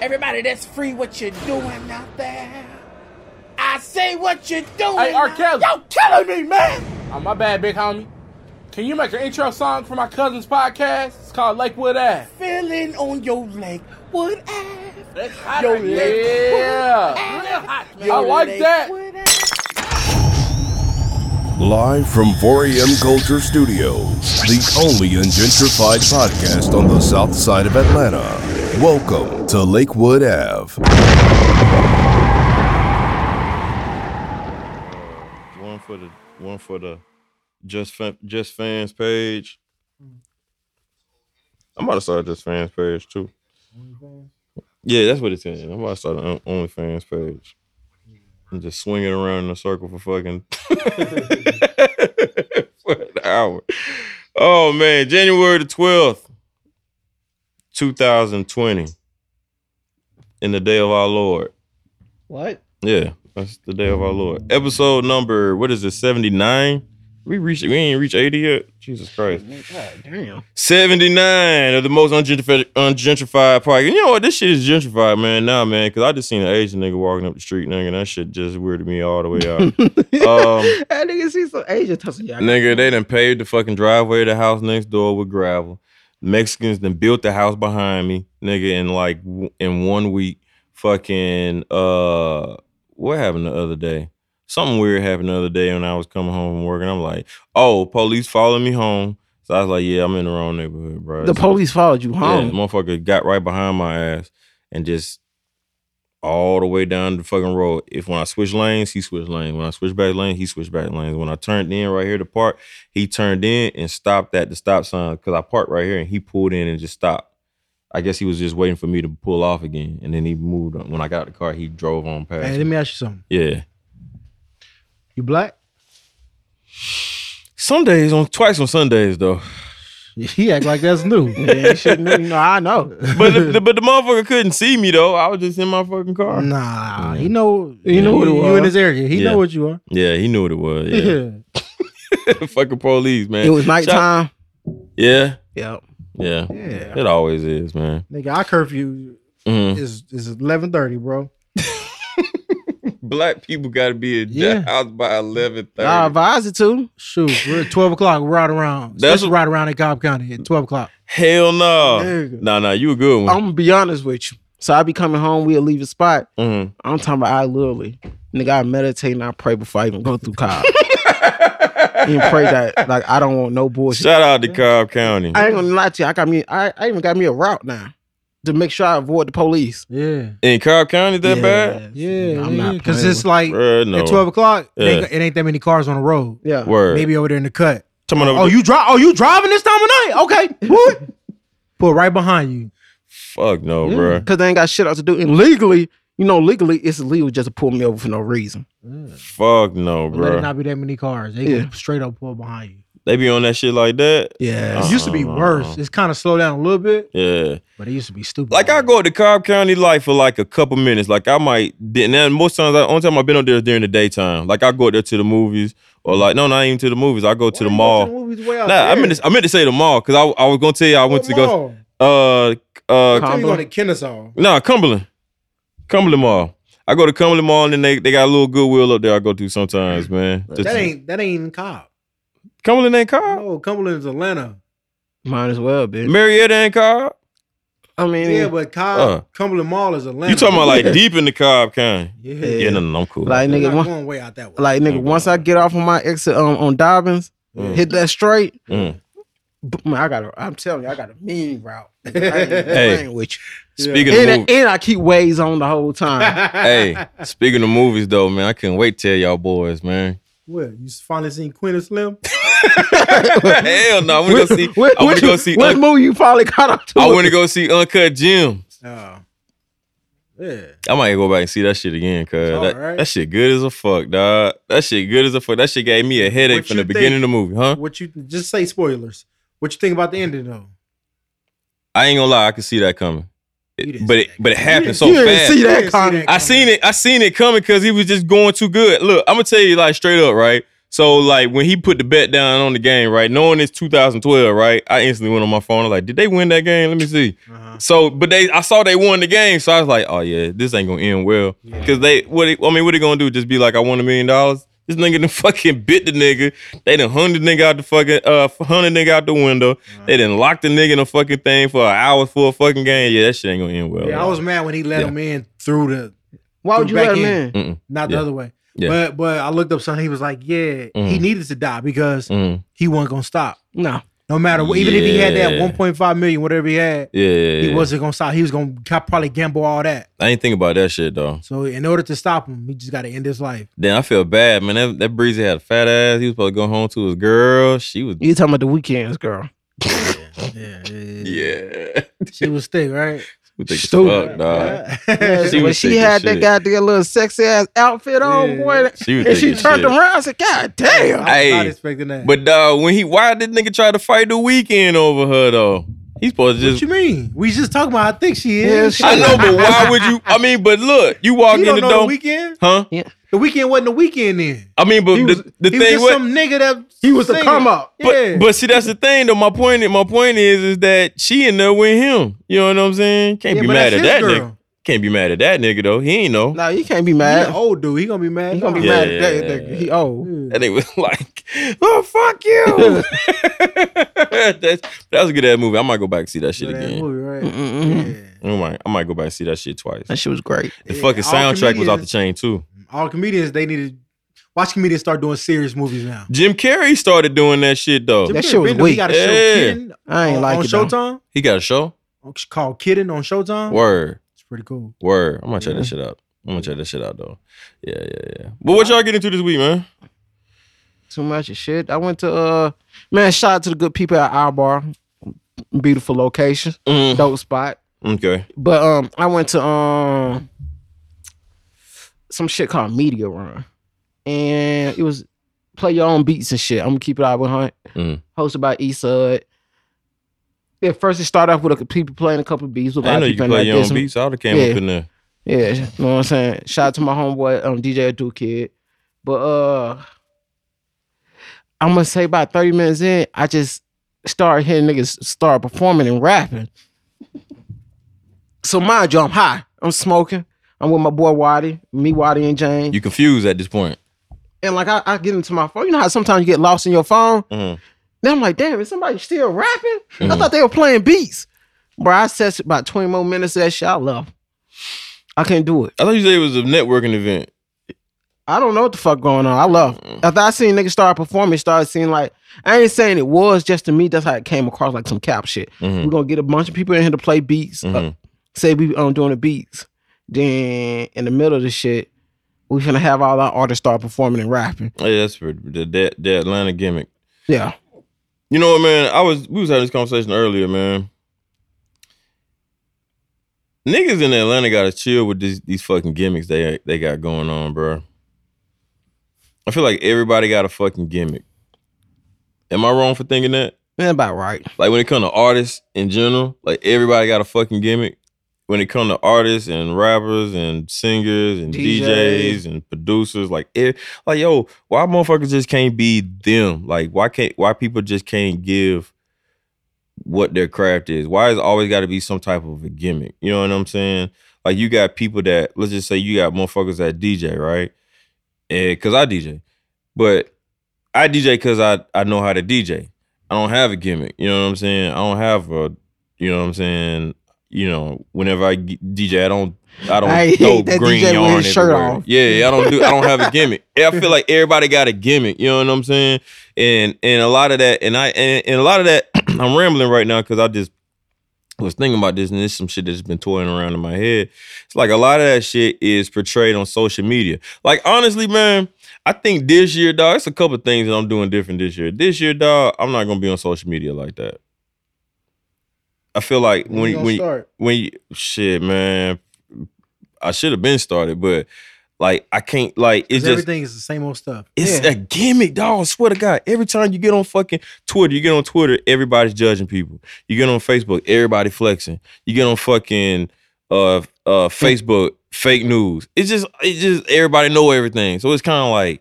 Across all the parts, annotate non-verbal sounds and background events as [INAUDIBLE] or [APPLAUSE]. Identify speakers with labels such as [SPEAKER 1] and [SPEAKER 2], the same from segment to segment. [SPEAKER 1] Everybody that's free, what you doing out there? I say what you doing.
[SPEAKER 2] Hey, R.
[SPEAKER 1] out-
[SPEAKER 2] Kelly.
[SPEAKER 1] Y'all killing me, man.
[SPEAKER 2] Oh, my bad, big homie. Can you make an intro song for my cousin's podcast? It's called Lakewood Ave.
[SPEAKER 1] Feeling on your leg. Would I?
[SPEAKER 3] That's hot
[SPEAKER 1] Yo,
[SPEAKER 3] right now.
[SPEAKER 2] Yeah.
[SPEAKER 1] yeah.
[SPEAKER 3] Real hot, man.
[SPEAKER 2] I like that.
[SPEAKER 4] Live from 4am Culture Studios, the only ungentrified podcast on the south side of Atlanta. Welcome to Lakewood Ave.
[SPEAKER 5] one for the one for the just Fan- just fans page. I'm about to start a just fans page too. Yeah, that's what it's in. I'm about to start an on- OnlyFans page. And just swing it around in a circle for fucking [LAUGHS] for an hour. Oh man, January the twelfth, two thousand twenty, in the day of our Lord.
[SPEAKER 1] What?
[SPEAKER 5] Yeah, that's the day of our Lord. Episode number what is it? Seventy nine. We reached. We ain't reached eighty yet. Jesus Christ.
[SPEAKER 1] Damn.
[SPEAKER 5] Seventy nine of the most ungentrified, ungentrified park. You know what? This shit is gentrified, man. Now, nah, man, because I just seen an Asian nigga walking up the street, nigga. and That shit just weirded me all the way
[SPEAKER 1] [LAUGHS]
[SPEAKER 5] out. um,
[SPEAKER 1] That nigga see some Asian tussle. Yeah,
[SPEAKER 5] Nigga, they done paved the fucking driveway of the house next door with gravel. Mexicans then built the house behind me, nigga, in like w- in one week. Fucking uh what happened the other day? Something weird happened the other day when I was coming home from work and I'm like, oh, police followed me home. So I was like, yeah, I'm in the wrong neighborhood, bro.
[SPEAKER 1] the
[SPEAKER 5] It's-
[SPEAKER 1] police followed you
[SPEAKER 5] yeah, the
[SPEAKER 1] home.
[SPEAKER 5] motherfucker got right behind my ass and just all the way down the fucking road. If when I switch lanes, he switched lanes. When I switched back lane, he switched back lanes. When I turned in right here to park, he turned in and stopped at the stop sign because I parked right here and he pulled in and just stopped. I guess he was just waiting for me to pull off again, and then he moved. On. When I got out the car, he drove on past.
[SPEAKER 3] Hey,
[SPEAKER 5] me.
[SPEAKER 3] let me ask you something.
[SPEAKER 5] Yeah.
[SPEAKER 3] You
[SPEAKER 1] [LAUGHS]
[SPEAKER 3] black?
[SPEAKER 5] Some days on twice on Sundays [LAUGHS] though,
[SPEAKER 3] He act like
[SPEAKER 5] [LAUGHS]
[SPEAKER 3] that's new.
[SPEAKER 1] Yeah, shit, no, you know, I know.
[SPEAKER 5] but the, the- but the motherfucker couldn't see me though. I was just in my fucking car.
[SPEAKER 3] Nah, he know.
[SPEAKER 5] You know what it
[SPEAKER 3] you,
[SPEAKER 5] was.
[SPEAKER 3] in his area. He
[SPEAKER 5] Yeah.
[SPEAKER 3] know what you are.
[SPEAKER 5] Yeah, he knew what it was. Yeah, [LAUGHS] fucking police man.
[SPEAKER 1] It was nighttime.
[SPEAKER 5] Yeah,
[SPEAKER 1] Yep.
[SPEAKER 5] yeah.
[SPEAKER 3] yeah.
[SPEAKER 5] It always is, man.
[SPEAKER 3] Nigga, our curfew
[SPEAKER 5] Mhm.
[SPEAKER 3] is is eleven thirty, bro.
[SPEAKER 5] Black people got to be in
[SPEAKER 3] Yeah.
[SPEAKER 5] the house by eleven thirty.
[SPEAKER 1] I advise it to.
[SPEAKER 3] Shoot, we're at twelve o'clock. We're right around.
[SPEAKER 5] That's
[SPEAKER 3] That's right around in Cobb County at twelve o'clock.
[SPEAKER 5] Hell no,
[SPEAKER 3] Nigga.
[SPEAKER 5] nah, nah. You a good
[SPEAKER 1] I'm
[SPEAKER 5] one.
[SPEAKER 1] gonna be honest with you. So I be coming home, we'll leave a spot.
[SPEAKER 5] Mhm.
[SPEAKER 1] I'm talking about I literally, nigga, I meditate and I pray before I even go
[SPEAKER 5] [LAUGHS]
[SPEAKER 1] through Cobb. and pray that like I don't want no bullshit.
[SPEAKER 5] Shout out to Cobb County.
[SPEAKER 1] I ain't gonna lie to you. I got me. I, I even got me a route now to make sure I avoid the police.
[SPEAKER 3] Yeah,
[SPEAKER 5] in Cobb County, that bad?
[SPEAKER 3] yeah,
[SPEAKER 1] I'm not
[SPEAKER 3] Because
[SPEAKER 1] playing
[SPEAKER 3] it's like
[SPEAKER 5] Bruh, no.
[SPEAKER 3] at twelve o'clock. it ain't-
[SPEAKER 5] Yeah.
[SPEAKER 3] It ain't that many cars on the road.
[SPEAKER 1] Yeah.
[SPEAKER 5] Word.
[SPEAKER 3] Maybe over there in the cut.
[SPEAKER 5] Coming over
[SPEAKER 3] Oh,
[SPEAKER 5] the-
[SPEAKER 3] you drive? Oh, you driving this time of night? Okay, [LAUGHS] what? Put right behind you.
[SPEAKER 5] Fuck no, bruh.
[SPEAKER 1] Cause they ain't got shit out to do. And legally, you know, legally, it's illegal just to pull me over for no reason.
[SPEAKER 5] Fuck no,
[SPEAKER 3] Let it
[SPEAKER 5] bruh.
[SPEAKER 3] not be that many cars. They
[SPEAKER 1] Yeah.
[SPEAKER 3] can straight up pull behind you.
[SPEAKER 5] they be on that shit like that.
[SPEAKER 3] Yeah, it used to
[SPEAKER 5] Uh-huh.
[SPEAKER 3] be worse. It's kind of slowed down a little bit,
[SPEAKER 5] Yeah.
[SPEAKER 3] but it used to be stupid.
[SPEAKER 5] Like I go to Cobb County like for like a couple minutes. Like I might then then most times the only time I've been up there is during the daytime. Like I go there to the movies or like no, not even to the movies. I go to the mall. Nah, I meant to, I meant to say the mall because I, I was gonna tell you I went to go uh uh
[SPEAKER 1] Huh?
[SPEAKER 3] I'm going to Kennesaw.
[SPEAKER 5] nah Cumberland, Cumberland Mall. I go to Cumberland Mall and then they, they got a little Goodwill up there. I go to sometimes, man. Just-
[SPEAKER 3] That ain't that ain't Cobb.
[SPEAKER 5] Cumberland ain't Cobb.
[SPEAKER 3] No, Cumberland is Atlanta.
[SPEAKER 1] Might as well, bitch.
[SPEAKER 5] Marietta ain't Cobb.
[SPEAKER 1] I mean,
[SPEAKER 3] Yeah, but Cobb
[SPEAKER 5] Uh.
[SPEAKER 3] Cumberland Mall is Atlanta.
[SPEAKER 5] You talking about like deep in the Cobb County?
[SPEAKER 3] yeah,
[SPEAKER 5] Yeah, no, no, no, I'm cool.
[SPEAKER 1] like
[SPEAKER 3] They're
[SPEAKER 1] nigga,
[SPEAKER 3] not
[SPEAKER 1] one,
[SPEAKER 3] going way out that [LAUGHS] way.
[SPEAKER 1] [LAUGHS] like nigga, once I get off on my exit um, on Dobbins,
[SPEAKER 5] Mm.
[SPEAKER 1] hit that straight.
[SPEAKER 5] Mm.
[SPEAKER 1] b- Man, I got. I'm telling you, I got a mean route. I ain't playing with you.
[SPEAKER 5] Speaking of
[SPEAKER 1] and,
[SPEAKER 5] movies,
[SPEAKER 1] and I keep ways on the
[SPEAKER 5] [LAUGHS]
[SPEAKER 1] whole time.
[SPEAKER 5] hey, speaking of movies though, man, I couldn't wait to tell y'all boys,
[SPEAKER 1] [LAUGHS]
[SPEAKER 5] man.
[SPEAKER 3] what you finally seen Quinn and Slim?
[SPEAKER 5] [LAUGHS] Hell no, I want to go see.
[SPEAKER 1] What-
[SPEAKER 5] I want
[SPEAKER 1] what-
[SPEAKER 5] to go see.
[SPEAKER 1] what
[SPEAKER 5] Un-
[SPEAKER 1] movie you probably caught up to.
[SPEAKER 5] I want to go see Uncut Jim.
[SPEAKER 3] Oh, yeah.
[SPEAKER 5] I might go back and see that shit again, cause
[SPEAKER 3] It's
[SPEAKER 5] that,
[SPEAKER 3] alright.
[SPEAKER 5] that shit good as a fuck, dog. That shit good as a fuck. That shit gave me a headache
[SPEAKER 3] What
[SPEAKER 5] from the
[SPEAKER 3] you
[SPEAKER 5] beginning of
[SPEAKER 3] think?
[SPEAKER 5] the movie, huh?
[SPEAKER 3] What you just say spoilers? What you think about the ending though?
[SPEAKER 5] I ain't gonna lie, I could see that coming. It-
[SPEAKER 3] You didn't
[SPEAKER 5] but
[SPEAKER 3] see
[SPEAKER 5] it,
[SPEAKER 3] that
[SPEAKER 5] but it happened so
[SPEAKER 1] you didn't
[SPEAKER 5] fast.
[SPEAKER 1] see that
[SPEAKER 3] Yeah,
[SPEAKER 1] coming.
[SPEAKER 5] I seen it. I seen it coming because he was just going too good. Look, I'm gonna tell you like straight up, right? So like when he put the bet down on the game, right? Knowing it's 2012, right? I instantly went on my phone. I'm like, did they win that game? Let me see.
[SPEAKER 3] Uh-huh.
[SPEAKER 5] So, but they, I saw they won the game, so I was like, oh yeah, this ain't gonna end well, because they, what, it- I mean, what they gonna do? Just be like, I won a million dollars. This nigga done [LAUGHS] fucking bit the nigga. They done hung the nigga out the fucking, uh, hung the nigga out the window.
[SPEAKER 3] Uh-huh.
[SPEAKER 5] They done locked the nigga in a fucking thing for an hour for a fucking game. Yeah, that shit ain't gonna end well.
[SPEAKER 3] Yeah, I was mad when he let
[SPEAKER 5] Yeah.
[SPEAKER 3] him in through the
[SPEAKER 1] Why would
[SPEAKER 3] Threw
[SPEAKER 1] you let
[SPEAKER 3] back
[SPEAKER 1] him
[SPEAKER 3] in.
[SPEAKER 1] in?
[SPEAKER 5] Mm-mm.
[SPEAKER 3] not the
[SPEAKER 5] Yeah.
[SPEAKER 3] other way.
[SPEAKER 5] Yeah.
[SPEAKER 3] But but I looked up something. He was like, yeah, he
[SPEAKER 5] Mhm.
[SPEAKER 3] needed to die because
[SPEAKER 5] Mm.
[SPEAKER 3] he wasn't gonna stop.
[SPEAKER 1] No.
[SPEAKER 3] No matter what, even if he had that
[SPEAKER 5] Yeah.
[SPEAKER 3] 1.5 million, whatever he had,
[SPEAKER 5] Yeah, yeah,
[SPEAKER 3] he
[SPEAKER 5] yeah.
[SPEAKER 3] wasn't gonna stop. He was gonna ca- probably gamble all that.
[SPEAKER 5] I ain't think about that shit though.
[SPEAKER 3] So in order to stop him, he just got to end his life.
[SPEAKER 5] Then I feel bad, man. That, that breezy had a fat ass. He was supposed to go home to his girl. She was
[SPEAKER 1] You talking about the weekends, girl.
[SPEAKER 3] Yeah,
[SPEAKER 5] yeah, [LAUGHS]
[SPEAKER 3] she was thick, right? [LAUGHS]
[SPEAKER 5] She was
[SPEAKER 1] Stupid.
[SPEAKER 5] Fuck, dog.
[SPEAKER 1] Yeah,
[SPEAKER 5] She
[SPEAKER 1] when
[SPEAKER 5] was
[SPEAKER 1] she
[SPEAKER 5] sick as
[SPEAKER 1] had that
[SPEAKER 5] shit.
[SPEAKER 1] goddamn little sexy ass outfit on,
[SPEAKER 3] Yeah.
[SPEAKER 1] boy.
[SPEAKER 5] She was
[SPEAKER 1] And she
[SPEAKER 5] thinking
[SPEAKER 1] turned
[SPEAKER 5] shit.
[SPEAKER 1] around and said, God damn.
[SPEAKER 3] I was not
[SPEAKER 5] Hey,
[SPEAKER 3] expecting that.
[SPEAKER 5] But dog, when he why did nigga try to fight the weekend over her though? He's supposed to
[SPEAKER 3] what
[SPEAKER 5] just.
[SPEAKER 3] you mean? We just talking about how thick she
[SPEAKER 1] Yeah,
[SPEAKER 3] is.
[SPEAKER 1] she-
[SPEAKER 5] I know, but why would [LAUGHS] you? I mean, but look, you walk
[SPEAKER 3] He
[SPEAKER 5] in
[SPEAKER 3] don't
[SPEAKER 5] the
[SPEAKER 3] know the
[SPEAKER 5] door,
[SPEAKER 3] weekend.
[SPEAKER 5] huh?
[SPEAKER 3] The weekend wasn't the weekend then.
[SPEAKER 5] I mean, but
[SPEAKER 3] He was,
[SPEAKER 5] the, the
[SPEAKER 3] he was
[SPEAKER 5] thing
[SPEAKER 3] just
[SPEAKER 5] was,
[SPEAKER 3] some nigga that
[SPEAKER 1] He was the
[SPEAKER 3] singing.
[SPEAKER 1] come up.
[SPEAKER 5] but,
[SPEAKER 3] Yeah.
[SPEAKER 5] but see, that's the thing though. My point, my point is, is that she in there with him. You know what I'm saying? Can't
[SPEAKER 3] Yeah,
[SPEAKER 5] be
[SPEAKER 3] but
[SPEAKER 5] mad
[SPEAKER 3] that's
[SPEAKER 5] at
[SPEAKER 3] his
[SPEAKER 5] that nigga.
[SPEAKER 3] girl.
[SPEAKER 5] Can't be mad at that nigga though. He ain't know.
[SPEAKER 1] No, you can't be
[SPEAKER 3] He an
[SPEAKER 1] mad.
[SPEAKER 3] old dude. He gonna be mad.
[SPEAKER 1] He gonna be
[SPEAKER 5] Yeah,
[SPEAKER 1] mad
[SPEAKER 5] yeah,
[SPEAKER 1] at that.
[SPEAKER 5] yeah,
[SPEAKER 1] that- He old.
[SPEAKER 5] That nigga was [LAUGHS] like, oh fuck
[SPEAKER 3] [LAUGHS]
[SPEAKER 5] you. [LAUGHS] That's, that was a good ass movie. I might go back and see that shit
[SPEAKER 3] That
[SPEAKER 5] again.
[SPEAKER 3] movie, right?
[SPEAKER 1] Mm-mm.
[SPEAKER 3] Yeah.
[SPEAKER 5] I might, I might go back and see that shit twice.
[SPEAKER 1] That shit was great.
[SPEAKER 5] The
[SPEAKER 3] Yeah,
[SPEAKER 5] fucking
[SPEAKER 3] all
[SPEAKER 5] soundtrack was off the
[SPEAKER 3] comedians-
[SPEAKER 5] chain too.
[SPEAKER 3] All comedians they need to watch comedians start doing serious movies now.
[SPEAKER 5] Jim Carrey started doing that shit though.
[SPEAKER 1] That
[SPEAKER 3] Jim
[SPEAKER 1] shit was
[SPEAKER 3] Bender,
[SPEAKER 1] weak.
[SPEAKER 3] He got a
[SPEAKER 5] Yeah.
[SPEAKER 3] show Kidding
[SPEAKER 1] I ain't
[SPEAKER 3] on,
[SPEAKER 1] like
[SPEAKER 3] on
[SPEAKER 1] it. though.
[SPEAKER 3] Showtime.
[SPEAKER 5] He got a show.
[SPEAKER 3] It's called Kidding on Showtime.
[SPEAKER 5] Word,
[SPEAKER 3] It's pretty cool.
[SPEAKER 5] word. I'm gonna check that shit out. I'm gonna check that shit out though. Yeah, yeah, yeah. But what y'all getting into this week, man?
[SPEAKER 1] Too much of shit. I went to uh man, shout out to the good people at our bar. Beautiful location.
[SPEAKER 5] Mm,
[SPEAKER 1] Dope spot.
[SPEAKER 5] okay.
[SPEAKER 1] But um I went to um some shit called Media Run. And it was play your own beats and shit. I'm gonna keep it out with Hunt.
[SPEAKER 5] Mm.
[SPEAKER 1] Hosted by Eastside. Yeah, first it started off with a people playing a couple beats with a
[SPEAKER 5] I
[SPEAKER 1] lot
[SPEAKER 5] know
[SPEAKER 1] of
[SPEAKER 5] you
[SPEAKER 1] people
[SPEAKER 5] can
[SPEAKER 1] in
[SPEAKER 5] play
[SPEAKER 1] there.
[SPEAKER 5] your
[SPEAKER 1] Did
[SPEAKER 5] own
[SPEAKER 1] some-
[SPEAKER 5] beats. I would have came
[SPEAKER 1] Yeah.
[SPEAKER 5] up in there.
[SPEAKER 1] Yeah, you know what I'm saying? Shout out to my homeboy, um, DJ Do Kid. But uh I'm gonna say about 30 minutes in, I just started hearing niggas start performing and rapping. So mind you, I'm high. I'm smoking. I'm with my boy Waddy, me, Waddy, and Jane.
[SPEAKER 5] You confused at this point.
[SPEAKER 1] and like I, I get into my phone. You know how sometimes you get lost in your phone?
[SPEAKER 5] Mhm.
[SPEAKER 1] Then I'm like, damn, is somebody still rapping? I thought they were playing beats. Bro, I said about 20 more minutes of that shit. I left. I can't do it.
[SPEAKER 5] I thought you said it was a networking event.
[SPEAKER 1] I don't know what the fuck going on. I love. After I seen niggas start performing, started seeing like I ain't saying it was just to me. That's how it came across like some cap shit.
[SPEAKER 5] Mhm.
[SPEAKER 1] We're gonna get a bunch of people in here to play beats. uh,
[SPEAKER 5] Mhm.
[SPEAKER 1] say we um doing the beats. Then in the middle of the shit, we finna have all our artists start performing and rapping.
[SPEAKER 5] Oh, Yeah, that's for the that, that Atlanta gimmick.
[SPEAKER 1] Yeah,
[SPEAKER 5] You know what, man? I was we was having this conversation earlier, man. Niggas in Atlanta gotta chill with these these fucking gimmicks they they got going on, bro. I feel like everybody got a fucking gimmick. Am I wrong for thinking that?
[SPEAKER 1] man, about right.
[SPEAKER 5] Like when it comes to artists in general, like everybody got a fucking gimmick. When it comes to artists and rappers and singers and
[SPEAKER 1] DJs.
[SPEAKER 5] DJs and producers, like it, like yo, why motherfuckers just can't be them? Like why can't why people just can't give what their craft is? Why is always got to be some type of a gimmick? You know what I'm saying? Like you got people that let's just say you got motherfuckers that DJ right, and because I DJ, but I DJ because I I know how to DJ. I don't have a gimmick. You know what I'm saying? I don't have a. You know what I'm saying? You know, whenever I g- DJ, I don't. I don't
[SPEAKER 1] I hate
[SPEAKER 5] throw
[SPEAKER 1] that
[SPEAKER 5] green
[SPEAKER 1] DJ with
[SPEAKER 5] yarn
[SPEAKER 1] his shirt
[SPEAKER 5] everywhere.
[SPEAKER 1] off.
[SPEAKER 5] Yeah, yeah, I don't do. I don't have a gimmick. [LAUGHS] Yeah, I feel like everybody got a gimmick. You know what I'm saying? And and a lot of that, and I and, and a lot of that, [CLEARS THROAT] I'm rambling right now because I just was thinking about this, and this some shit that's been toying around in my head. It's like a lot of that shit is portrayed on social media. Like honestly, man, I think this year, dog, it's a couple things that I'm doing different this year. This year, dog, I'm not gonna be on social media like that. I feel like
[SPEAKER 3] When
[SPEAKER 5] when
[SPEAKER 3] you gonna
[SPEAKER 5] when
[SPEAKER 3] start?
[SPEAKER 5] when you shit, man, I should have been started, but like I can't like it's
[SPEAKER 3] 'Cause
[SPEAKER 5] just
[SPEAKER 3] everything is the same old stuff.
[SPEAKER 5] it's
[SPEAKER 1] Yeah.
[SPEAKER 5] a gimmick, dog. I swear to God. Every time you get on fucking Twitter, you get on Twitter, everybody's judging people. You get on Facebook, everybody flexing. You get on fucking uh uh Facebook, fake news. It's just it's just everybody know everything. So it's kind of like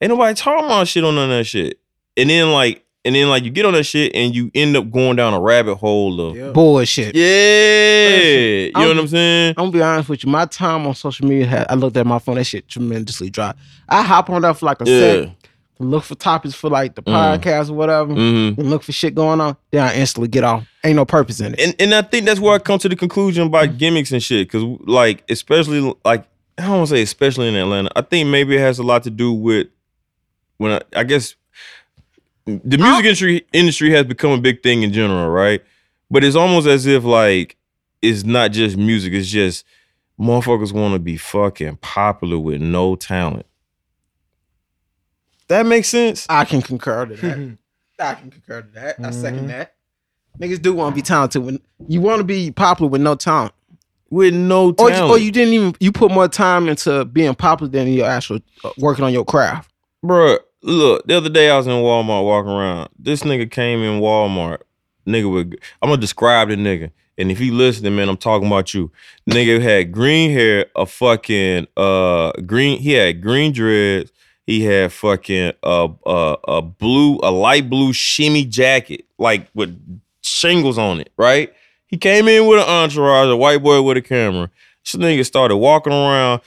[SPEAKER 5] Ain't nobody talking about shit on none of that shit. And then like, and then like you get on that shit and you end up going down a rabbit hole of yeah.
[SPEAKER 1] Bullshit.
[SPEAKER 5] you know what I'm saying?
[SPEAKER 1] I'm gonna be honest with you. My time on social media, had, I looked at my phone. That shit tremendously dry. I hop on that for like a
[SPEAKER 5] Yeah.
[SPEAKER 1] sec, look for topics for like the
[SPEAKER 5] Mm.
[SPEAKER 1] podcast or whatever,
[SPEAKER 5] Mm-hmm.
[SPEAKER 1] and look for shit going on. Then I instantly get off. Ain't no purpose in it.
[SPEAKER 5] And and I think that's where I come to the conclusion about gimmicks and shit. Cause like, especially like I don't want to say especially in Atlanta. I think maybe it has a lot to do with when I, I guess the music industry industry has become a big thing in general, right? But it's almost as if like it's not just music. It's just motherfuckers want to be fucking popular with no talent. That makes sense.
[SPEAKER 1] I can concur to that. I can concur to that. I second that. Niggas do want to be talented when you want to be popular with no talent,
[SPEAKER 5] With no
[SPEAKER 1] or
[SPEAKER 5] talent,
[SPEAKER 1] you, or you didn't even you put more time into being popular than your actual uh, working on your craft.
[SPEAKER 5] Bruh, look, the other day I was in Walmart walking around. This nigga came in Walmart. Nigga with I'm gonna describe the nigga. And if you listening, man, I'm talking about you. Nigga had green hair, a fucking uh green, he had green dreads, he had fucking uh uh a blue, a light blue shimmy jacket, like with shingles on it, right? He came in with an entourage, a white boy with a camera. This nigga started walking around,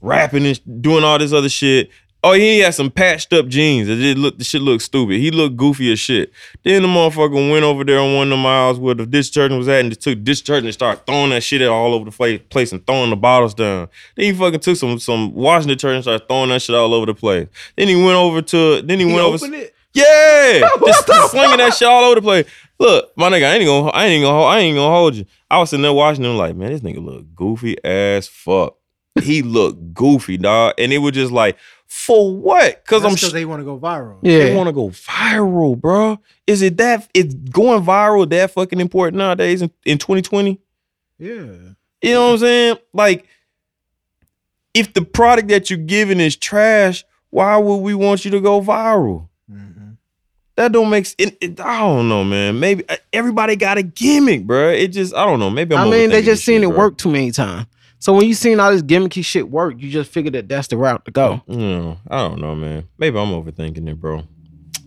[SPEAKER 5] rapping and doing all this other shit. Oh, he had some patched up jeans. It did look the shit looked stupid. He looked goofy as shit. Then the motherfucker went over there on one of the miles where the detergent was at and just took detergent and started throwing that shit all over the fla- place and throwing the bottles down. Then he fucking took some some washing detergent and started throwing that shit all over the place. Then he went over to then he, went over
[SPEAKER 3] it. [LAUGHS]
[SPEAKER 5] yeah, just [LAUGHS] slinging that shit all over the place. Look, my nigga, I ain't gonna, I ain't gonna, hold- I ain't gonna hold you. I was sitting there watching him like, man, this nigga look goofy as fuck. He looked goofy, dog, and it was just like, for what? Because I'm,
[SPEAKER 3] That's
[SPEAKER 5] sh-
[SPEAKER 3] because they want to go viral.
[SPEAKER 5] they want to go viral, bro. Is it that? It's going viral that fucking important nowadays in, in 2020?
[SPEAKER 3] Yeah.
[SPEAKER 5] You know what I'm saying? Like, if the product that you're giving is trash, why would we want you to go viral?
[SPEAKER 1] Mm-hmm.
[SPEAKER 3] Mhm.
[SPEAKER 5] That don't make sense. I don't know, man. Maybe uh, everybody got a gimmick, bro. It just I don't know. Maybe I'm
[SPEAKER 1] I mean, they
[SPEAKER 5] overthinking
[SPEAKER 1] just
[SPEAKER 5] this
[SPEAKER 1] seen
[SPEAKER 5] shit,
[SPEAKER 1] it
[SPEAKER 5] bruh.
[SPEAKER 1] work too many times. So when you seen all this gimmicky shit work, you just figured that that's the route to go.
[SPEAKER 5] No, I don't know, man. Maybe I'm overthinking it, bro.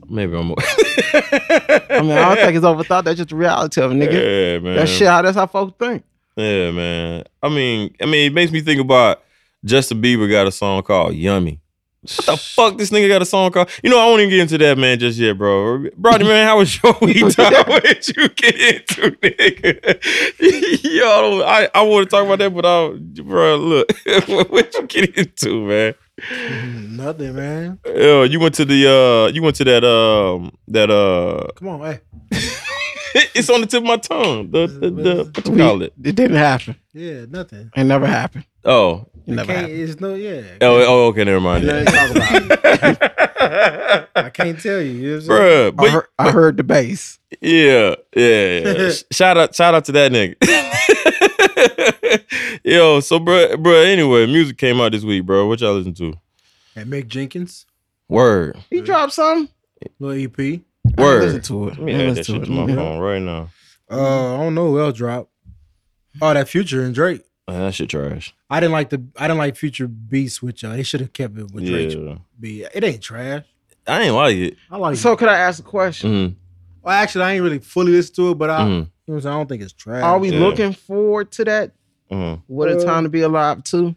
[SPEAKER 5] Maybe
[SPEAKER 1] [LAUGHS]
[SPEAKER 5] I'm. [LAUGHS] o-
[SPEAKER 1] I mean, I don't think it's overthought. That's just the reality of it,
[SPEAKER 5] [LAUGHS]
[SPEAKER 1] nigga.
[SPEAKER 5] yeah, man.
[SPEAKER 1] That shit, how that's how folks think.
[SPEAKER 5] Yeah, man. I mean, I mean, it makes me think about Justin Bieber got a song called "Yummy." What the fuck? This nigga got a song called. You know, I won't even get into that, man, just yet, bro. Brody, man, how was your [LAUGHS] week? Time? What did you get into, nigga? [LAUGHS] Yo, I don't- I, I want to talk about that, but I, bro, look, [LAUGHS] what, what you get into, man?
[SPEAKER 3] Nothing, man.
[SPEAKER 5] Yo, you went to the, uh, you went to that, um, that, uh, [LAUGHS]
[SPEAKER 3] Come on, hey.
[SPEAKER 5] it's on the tip of my tongue. The, the, the what you call it?
[SPEAKER 1] It didn't happen.
[SPEAKER 3] Yeah, nothing.
[SPEAKER 1] It never happened.
[SPEAKER 5] Oh,
[SPEAKER 1] It never
[SPEAKER 3] Can't,
[SPEAKER 1] happened.
[SPEAKER 3] it's no, yeah.
[SPEAKER 5] oh, oh, okay, never mind.
[SPEAKER 3] Nothing to talk about.
[SPEAKER 5] [LAUGHS]
[SPEAKER 3] I can't tell you. you know what I'm
[SPEAKER 5] Bruh,
[SPEAKER 3] saying?
[SPEAKER 1] I
[SPEAKER 5] but
[SPEAKER 1] heard, I heard the bass.
[SPEAKER 5] Yeah, yeah,
[SPEAKER 1] [LAUGHS]
[SPEAKER 5] yeah. Sh- shout out, shout out to that nigga. [LAUGHS] Yo, so bro, bro. Anyway, music came out this week, bro. What y'all listen to?
[SPEAKER 3] And Mick Jenkins,
[SPEAKER 5] Word,
[SPEAKER 1] He dropped some.
[SPEAKER 3] little E EP.
[SPEAKER 5] word.
[SPEAKER 1] Listen to it.
[SPEAKER 5] Let me
[SPEAKER 1] I
[SPEAKER 5] add
[SPEAKER 1] listen
[SPEAKER 5] that shit
[SPEAKER 1] it.
[SPEAKER 5] to my
[SPEAKER 1] Yeah.
[SPEAKER 5] phone right now.
[SPEAKER 3] Uh, I don't know who else dropped. Oh, that Future and Drake.
[SPEAKER 5] Man, that shit trash.
[SPEAKER 3] I didn't like the I didn't like Future beats with uh, they should have kept it with Drake
[SPEAKER 5] Yeah,
[SPEAKER 3] beat. It ain't trash.
[SPEAKER 5] I ain't like it.
[SPEAKER 3] I like
[SPEAKER 1] So
[SPEAKER 3] so,
[SPEAKER 1] could I ask a question?
[SPEAKER 5] Mm,
[SPEAKER 3] well, actually I ain't really fully listened to it, but I
[SPEAKER 1] Ah.
[SPEAKER 3] you know
[SPEAKER 5] mm,
[SPEAKER 3] what I'm saying, I don't think it's trash.
[SPEAKER 1] Are we
[SPEAKER 5] Yeah.
[SPEAKER 1] looking forward to that?
[SPEAKER 5] mm.
[SPEAKER 1] What a
[SPEAKER 3] Uh,
[SPEAKER 1] time to be alive too.
[SPEAKER 3] as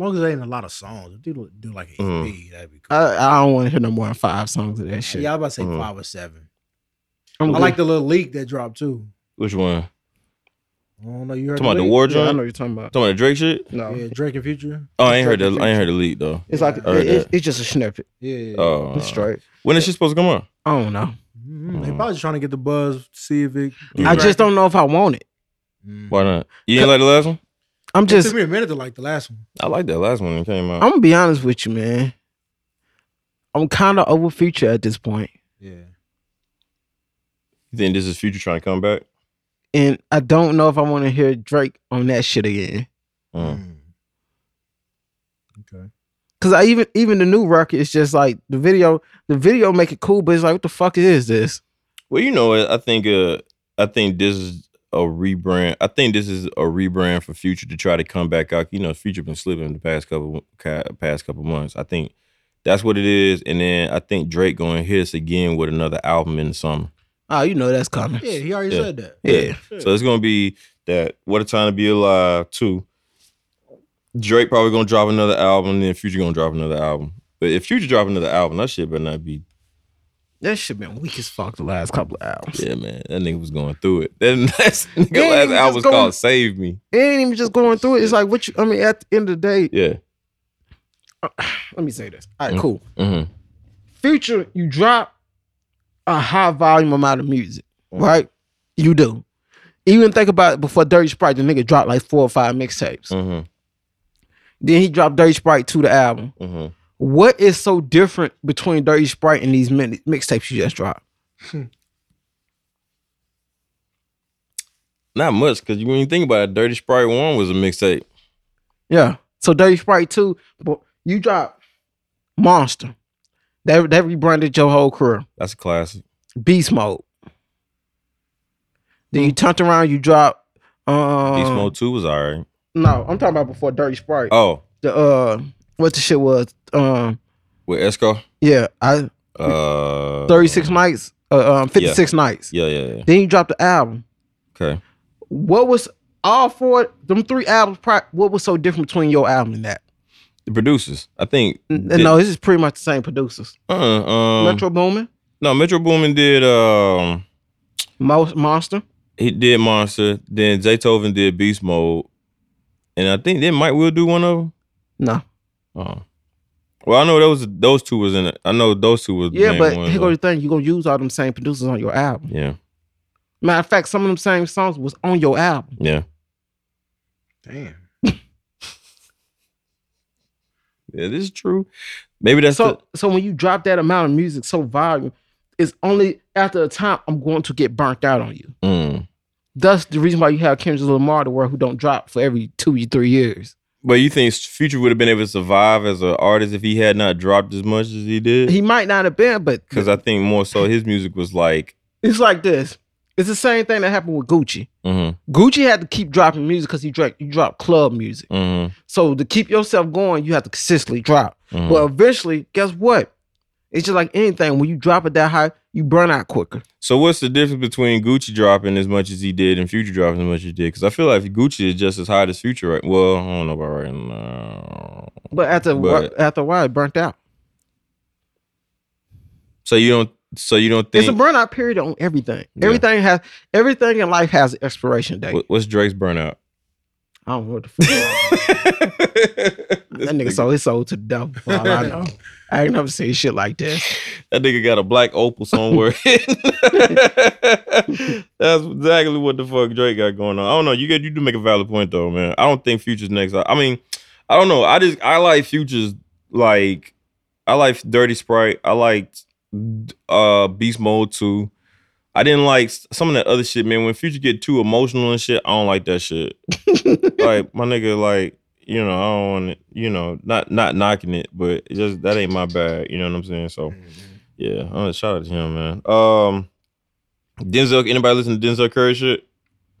[SPEAKER 3] long as there ain't a lot of songs. If they do do like an EP,
[SPEAKER 5] Mm.
[SPEAKER 3] that'd be cool.
[SPEAKER 1] I, I don't want to hear no more than five songs of that Oh, shit.
[SPEAKER 3] yeah, I was about to say
[SPEAKER 5] Mm.
[SPEAKER 3] five or seven.
[SPEAKER 1] I'm
[SPEAKER 3] I
[SPEAKER 1] good.
[SPEAKER 3] like the little leak that dropped too.
[SPEAKER 5] Which one?
[SPEAKER 3] I don't know. You heard
[SPEAKER 5] Talking about the
[SPEAKER 3] leak?
[SPEAKER 5] war
[SPEAKER 1] Yeah, I know
[SPEAKER 5] joint.
[SPEAKER 1] you're talking about.
[SPEAKER 5] Talking about the Drake shit.
[SPEAKER 1] No,
[SPEAKER 3] Yeah, Drake and Future.
[SPEAKER 5] Oh, I ain't heard the. I ain't heard the lead though.
[SPEAKER 1] it's like
[SPEAKER 5] I heard
[SPEAKER 1] it- it-
[SPEAKER 5] that.
[SPEAKER 1] it's just a snippet.
[SPEAKER 3] Yeah.
[SPEAKER 5] Oh,
[SPEAKER 1] It's straight.
[SPEAKER 5] When is she supposed to come out?
[SPEAKER 1] I don't know.
[SPEAKER 3] Mhm. They
[SPEAKER 5] Mm.
[SPEAKER 3] probably just trying to get the buzz, see if it.
[SPEAKER 1] I just don't know if I want it.
[SPEAKER 3] Mm.
[SPEAKER 5] Mm-hmm. Why not? You ain't like the last one?
[SPEAKER 1] I'm
[SPEAKER 3] It
[SPEAKER 1] just.
[SPEAKER 3] took me a minute to like the last one.
[SPEAKER 5] I like that last one that came out.
[SPEAKER 1] I'm gonna be honest with you, man. I'm kind of over future at this point,
[SPEAKER 3] Yeah.
[SPEAKER 5] You think this is Future trying to come back?
[SPEAKER 1] and I don't know if I want to hear Drake on that shit again.
[SPEAKER 5] Mm.
[SPEAKER 3] Okay.
[SPEAKER 1] Cause I even even the new record is just like the video. The video make it cool, but it's like, what the fuck is this?
[SPEAKER 5] Well, you know, I think uh, I think this is a rebrand. I think this is a rebrand for Future to try to come back out. You know, Future been slipping the past couple ca- past couple months. I think That's what it is. And then I think Drake going to hit us again with another album in the summer.
[SPEAKER 1] Oh, you know that's coming.
[SPEAKER 3] Yeah, he already
[SPEAKER 5] Yeah.
[SPEAKER 3] said that.
[SPEAKER 5] Yeah. So it's gonna be that What a Time to Be Alive two. Drake probably gonna drop another album, then Future gonna drop another album. But if Future drop another album, that shit better not be.
[SPEAKER 1] That shit been weak as fuck the last couple of albums.
[SPEAKER 5] Yeah, man, that nigga was going through it. That [LAUGHS] last nigga
[SPEAKER 1] Yeah,
[SPEAKER 5] last
[SPEAKER 1] he
[SPEAKER 5] album
[SPEAKER 1] just
[SPEAKER 5] was
[SPEAKER 1] going-
[SPEAKER 5] called Save Me.
[SPEAKER 1] It ain't even just going through it. It's like what you I mean, at the end of the day,
[SPEAKER 5] Yeah.
[SPEAKER 1] let me say this. All
[SPEAKER 3] Mm-hmm.
[SPEAKER 1] right, cool.
[SPEAKER 5] hmm
[SPEAKER 1] Future, you drop a high volume amount of music,
[SPEAKER 3] Mm-hmm.
[SPEAKER 1] right? You do. Even think about it, before Dirty Sprite, the nigga dropped like four or five
[SPEAKER 3] Mm-hmm.
[SPEAKER 1] mixtapes.
[SPEAKER 5] hmm
[SPEAKER 1] Then he dropped Dirty Sprite to the album.
[SPEAKER 5] hmm
[SPEAKER 1] What is so different between Dirty Sprite and these min- mixtapes you just dropped?
[SPEAKER 5] Not much, cause you when you think about it, Dirty Sprite One was a mixtape.
[SPEAKER 1] Yeah. So Dirty Sprite 2, but you dropped Monster. That, that rebranded your whole career.
[SPEAKER 5] That's a classic.
[SPEAKER 1] Beast Mode. Then you turned around, you dropped. Um,
[SPEAKER 5] Hmm. Beast Mode Two was alright.
[SPEAKER 1] No, I'm talking about before Dirty Sprite.
[SPEAKER 5] Oh,
[SPEAKER 1] The uh, what the shit was? Um,
[SPEAKER 5] with Esco.
[SPEAKER 1] yeah, I
[SPEAKER 5] Uh,
[SPEAKER 1] 36 nights, uh, um, 56 nights.
[SPEAKER 5] Yeah, yeah, yeah.
[SPEAKER 1] Then you dropped the album.
[SPEAKER 5] Okay.
[SPEAKER 1] What was all four them three albums? Pri- what was so different between your album and that?
[SPEAKER 5] The producers, I think.
[SPEAKER 1] N-
[SPEAKER 5] did-
[SPEAKER 1] no, this is pretty much the same producers.
[SPEAKER 5] Uh, um,
[SPEAKER 1] Metro Boomin,
[SPEAKER 5] No, Metro Boomin did um
[SPEAKER 1] Mo- Monster.
[SPEAKER 5] he did Monster, then Zaytoven did Beast Mode, and I think then Mike will do one of them.
[SPEAKER 1] No,
[SPEAKER 5] Oh. Well, I know those those two was in it. I know those two was the
[SPEAKER 1] yeah,
[SPEAKER 5] main
[SPEAKER 1] but
[SPEAKER 5] ones,
[SPEAKER 1] here goes the thing: you gonna use all them same producers on your album.
[SPEAKER 5] Yeah,
[SPEAKER 1] Matter of fact, some of them same songs was on your album.
[SPEAKER 5] yeah.
[SPEAKER 3] Damn.
[SPEAKER 5] [LAUGHS] Yeah, this is true. Maybe that's
[SPEAKER 1] so so when you drop that amount of music so volume it's only after a time i'm going to get burnt out on you
[SPEAKER 5] the, mm.
[SPEAKER 1] that's the reason why you have kendrick lamar the world who don't drop for every two three years
[SPEAKER 5] But you think Future would have been able to survive as an artist if he had not dropped as much as he did?
[SPEAKER 1] he might not have been but
[SPEAKER 5] Because I think more so his music was like,
[SPEAKER 1] it's like this it's the same thing that happened with gucci
[SPEAKER 5] hmm
[SPEAKER 1] gucci had to keep dropping music because he drank you drop club music
[SPEAKER 5] hmm
[SPEAKER 1] so to keep yourself going you have to consistently drop
[SPEAKER 5] Mhm.
[SPEAKER 1] but eventually guess what it's just like anything when you drop it that high you burn out quicker
[SPEAKER 5] So what's the difference between Gucci dropping as much as he did and Future dropping as much as he did? Because I feel like Gucci is just as hot as Future. Right? Well, I don't know about right now.
[SPEAKER 1] but after
[SPEAKER 5] But-
[SPEAKER 1] after a while it burnt out
[SPEAKER 5] So you don't. So you don't think
[SPEAKER 1] It's a burnout period on everything.
[SPEAKER 5] Yeah.
[SPEAKER 1] Everything has everything in life has an expiration date.
[SPEAKER 5] What- what's Drake's burnout? [LAUGHS]
[SPEAKER 1] I don't know what the fuck. that nigga sold his soul to the devil. For all I
[SPEAKER 5] [LAUGHS]
[SPEAKER 1] know. I ain't never seen shit like this.
[SPEAKER 5] That nigga got a black opal somewhere. [LAUGHS] That's exactly what the fuck Drake got going on. I don't know. You get you do make a valid point though, man. I don't think Future's next. I, I mean, I don't know. I just I like Future's like I like Dirty Sprite. I liked uh Beast Mode 2. I didn't like s- some of that other shit, man. When Future get too emotional and shit, I don't like that shit. like my nigga, like you know, I don't want it. You know, not not knocking it, but it just that ain't my bag. You know what I'm saying? So yeah, uh, shout out to him, man. Um, Denzel. Anybody listen to Denzel Curry shit?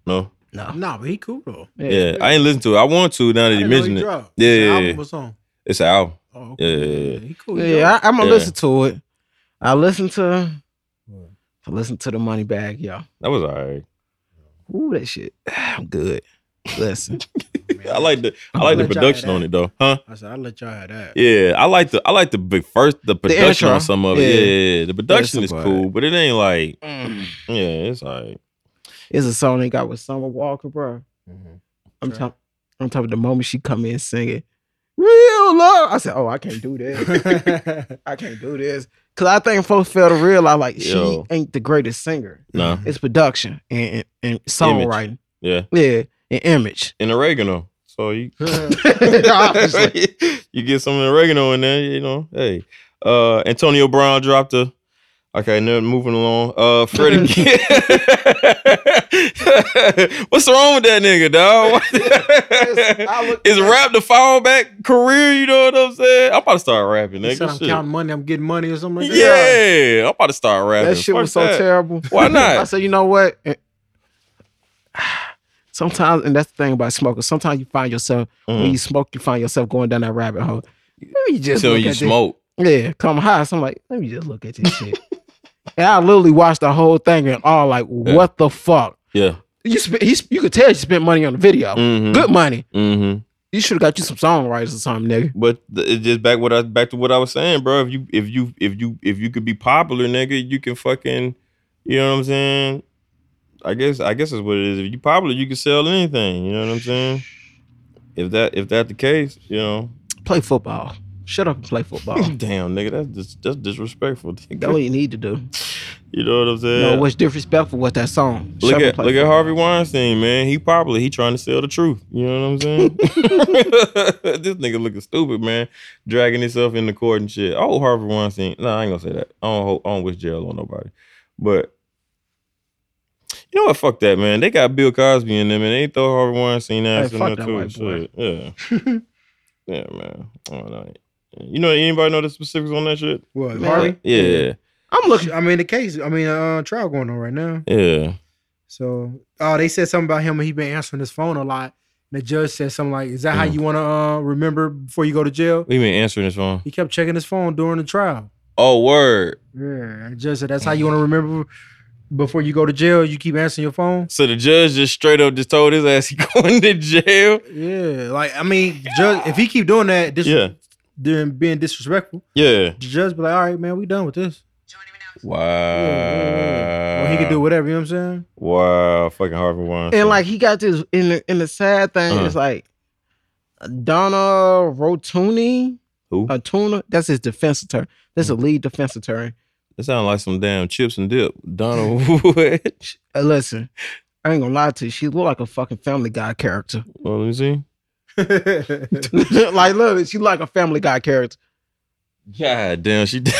[SPEAKER 5] No.
[SPEAKER 3] Nah, but he cool though.
[SPEAKER 5] Yeah, I ain't listened to it. I want to now that
[SPEAKER 3] I
[SPEAKER 5] you
[SPEAKER 3] didn't know he
[SPEAKER 5] mentioned it.
[SPEAKER 3] dropped.
[SPEAKER 5] Yeah,
[SPEAKER 3] His
[SPEAKER 5] yeah,
[SPEAKER 3] album
[SPEAKER 5] yeah.
[SPEAKER 3] was on.
[SPEAKER 5] It's an album.
[SPEAKER 3] Oh,
[SPEAKER 5] Yeah,
[SPEAKER 3] okay.
[SPEAKER 5] yeah, yeah.
[SPEAKER 3] He cool. he
[SPEAKER 1] Yeah,
[SPEAKER 3] dropped.
[SPEAKER 1] I, I'm gonna
[SPEAKER 5] Yeah. Hmm.
[SPEAKER 1] listen to it. I listen to I listen to the money bag, y'all.
[SPEAKER 5] That was alright.
[SPEAKER 1] Ooh, that shit. [SIGHS] I'm good. Listen.
[SPEAKER 5] I like the I like the
[SPEAKER 3] Let y'all
[SPEAKER 5] production
[SPEAKER 3] have
[SPEAKER 5] on it though, huh?
[SPEAKER 3] I said I'll let y'all
[SPEAKER 5] [LAUGHS]
[SPEAKER 3] have that.
[SPEAKER 5] Yeah, I like the I like the big first the production
[SPEAKER 1] intro.
[SPEAKER 5] on some of it.
[SPEAKER 1] Yeah.
[SPEAKER 5] Yeah, yeah, yeah. the production is
[SPEAKER 1] about
[SPEAKER 5] cool, but it ain't like
[SPEAKER 1] Mm.
[SPEAKER 5] yeah, it's alright.
[SPEAKER 1] it's a song they got with Summer Walker, bro. I'm talking I'm talking the moment she come in singing. Real love. I said, Oh, I can't do that. [LAUGHS] I can't do this. Cause I think folks fail to realize like she
[SPEAKER 5] Yo.
[SPEAKER 1] ain't the greatest singer.
[SPEAKER 3] Mm.
[SPEAKER 5] No,
[SPEAKER 1] It's production and and, and songwriting.
[SPEAKER 5] yeah,
[SPEAKER 1] Yeah, and image.
[SPEAKER 5] and oregano. So
[SPEAKER 1] [LAUGHS]
[SPEAKER 5] you [LAUGHS]
[SPEAKER 1] Obviously.
[SPEAKER 5] you get some oregano in there, you know. Hey, uh, Antonio Brown dropped a. Okay, now moving along. Uh, Freddie.
[SPEAKER 1] [LAUGHS]
[SPEAKER 5] Gibbs- [LAUGHS] What's wrong with that nigga, dog?
[SPEAKER 1] I look-
[SPEAKER 5] [LAUGHS] Is rap the fall back career? You know what I'm saying? I'm about to start rapping,
[SPEAKER 3] He
[SPEAKER 5] nigga.
[SPEAKER 3] said I'm
[SPEAKER 5] Shit.
[SPEAKER 3] counting money. I'm getting money or something like that.
[SPEAKER 5] yeah, I'm about to start rapping.
[SPEAKER 1] That shit
[SPEAKER 5] Fuck
[SPEAKER 1] was so
[SPEAKER 5] that.
[SPEAKER 1] terrible.
[SPEAKER 5] Why
[SPEAKER 1] [LAUGHS] I
[SPEAKER 5] not?
[SPEAKER 1] said, you know what? And- [SIGHS] Sometimes, and that's the thing about smoking. Sometimes you find yourself when
[SPEAKER 5] Mhm.
[SPEAKER 1] Mm. you smoke, you find yourself going down that rabbit hole. Let me just
[SPEAKER 5] So
[SPEAKER 1] look
[SPEAKER 5] you
[SPEAKER 1] at this-
[SPEAKER 5] smoke.
[SPEAKER 1] Yeah, come high. So I'm like, let me just look at this [LAUGHS] shit. and I literally watched the whole thing and all like, what the fuck?
[SPEAKER 5] Yeah.
[SPEAKER 1] You sp- he, sp- you could tell you spent money on the video.
[SPEAKER 5] Mm-hmm.
[SPEAKER 1] Good money.
[SPEAKER 5] Mm-hmm.
[SPEAKER 1] You should have got you some songwriters or something, nigga.
[SPEAKER 5] But th- it's just back what I back to what I was saying, bro. If you if you if you if you could be popular, nigga, you can fucking, you know what I'm saying. I guess I guess that's what it is. If you popular, you can sell anything. You know what I'm saying. If that if that the case, you know,
[SPEAKER 1] Play football. Shut up and play [LAUGHS] football.
[SPEAKER 5] damn nigga, that's dis- that's disrespectful. nigga.
[SPEAKER 1] That's what you need to do.
[SPEAKER 5] You know what I'm
[SPEAKER 1] You
[SPEAKER 5] saying?
[SPEAKER 1] know what's disrespectful was that song. Shut
[SPEAKER 5] look
[SPEAKER 1] up and
[SPEAKER 5] at
[SPEAKER 1] play
[SPEAKER 5] look at
[SPEAKER 1] football.
[SPEAKER 5] Harvey Weinstein, man. He probably he trying to sell the truth. You know what I'm saying?
[SPEAKER 1] [LAUGHS]
[SPEAKER 5] [LAUGHS] this nigga looking stupid, man. Dragging himself in the court and shit. Oh, Harvey Weinstein. No, I ain't gonna say that. I don't hope, I don't wish jail on nobody. But you know what? Fuck that, man. They got Bill Cosby in them, and they throw Harvey Weinstein ass
[SPEAKER 1] Hey,
[SPEAKER 5] in
[SPEAKER 1] fuck
[SPEAKER 5] there
[SPEAKER 1] that
[SPEAKER 5] too.
[SPEAKER 1] white boy.
[SPEAKER 5] Shit. Yeah,
[SPEAKER 1] [LAUGHS]
[SPEAKER 5] yeah, man. I don't know. You know anybody know the specifics on that shit?
[SPEAKER 3] What,
[SPEAKER 1] Man.
[SPEAKER 3] Harvey?
[SPEAKER 5] Yeah, yeah,
[SPEAKER 3] I'm looking. I mean, the case. I mean, uh, trial going on right now.
[SPEAKER 5] yeah.
[SPEAKER 3] So, oh, they said something about him, and he been answering his phone a lot. And the judge said something like, "Is that how
[SPEAKER 5] Mm.
[SPEAKER 3] you want to uh, remember before you go to jail?"
[SPEAKER 5] We been answering this one.
[SPEAKER 3] He kept checking his phone during the trial.
[SPEAKER 5] Oh, word.
[SPEAKER 3] Yeah, and the judge said that's how you want to remember before you go to jail. You keep answering your phone.
[SPEAKER 5] So the judge just straight up just told his ass he [LAUGHS] going to jail.
[SPEAKER 3] Yeah, like I mean, judge, if he keep doing that, dis-
[SPEAKER 5] Yeah,
[SPEAKER 3] then being disrespectful,
[SPEAKER 5] yeah.
[SPEAKER 3] the judge be like, "All right, man, we done with this."
[SPEAKER 5] Wow.
[SPEAKER 3] Or he
[SPEAKER 5] Uh.
[SPEAKER 3] could do whatever. You know what I'm saying?
[SPEAKER 5] Wow. Fucking Harvey Weinstein.
[SPEAKER 1] And like he got this in the in the sad thing,
[SPEAKER 5] Uh-huh.
[SPEAKER 1] it's like Donna Rotuni,
[SPEAKER 5] who? Mm.
[SPEAKER 1] a tuna. That's his defense attorney. That's a lead defense attorney.
[SPEAKER 5] That sounds like some damn chips and dip. Donald [LAUGHS] Wood.
[SPEAKER 1] Uh, listen, I ain't gonna lie to you. She look like a fucking Family Guy [LAUGHS] character.
[SPEAKER 5] well, let me see.
[SPEAKER 3] [LAUGHS]
[SPEAKER 1] like, look, she like a Family Guy character.
[SPEAKER 5] God damn, she [LAUGHS] did.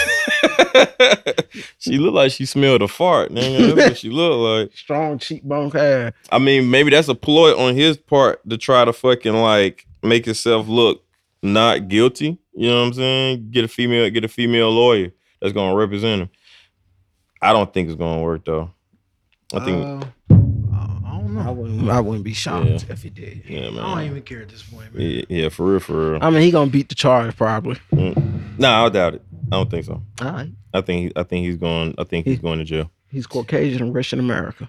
[SPEAKER 5] she looked like she smelled a fart. Nigga. That's what she looked like.
[SPEAKER 1] Strong cheekbone ass.
[SPEAKER 5] I mean, maybe that's a ploy on his part to try to fucking like make himself look not guilty. You know what I'm saying? Get a female, get a female lawyer that's gonna represent him. I don't think it's gonna work though. I think,
[SPEAKER 3] Uh, I don't know.
[SPEAKER 1] I wouldn't, I wouldn't be shocked if he did.
[SPEAKER 5] yeah,
[SPEAKER 3] I don't
[SPEAKER 5] man.
[SPEAKER 3] even care at this point, man.
[SPEAKER 5] Yeah, yeah, for real, for real. Mm.
[SPEAKER 1] I mean, he gonna beat the charge probably.
[SPEAKER 5] Nah, I doubt it. I don't think so.
[SPEAKER 1] All right,
[SPEAKER 5] I think, he, I think he's going. I think he's going to jail.
[SPEAKER 1] he's Caucasian and rich in America.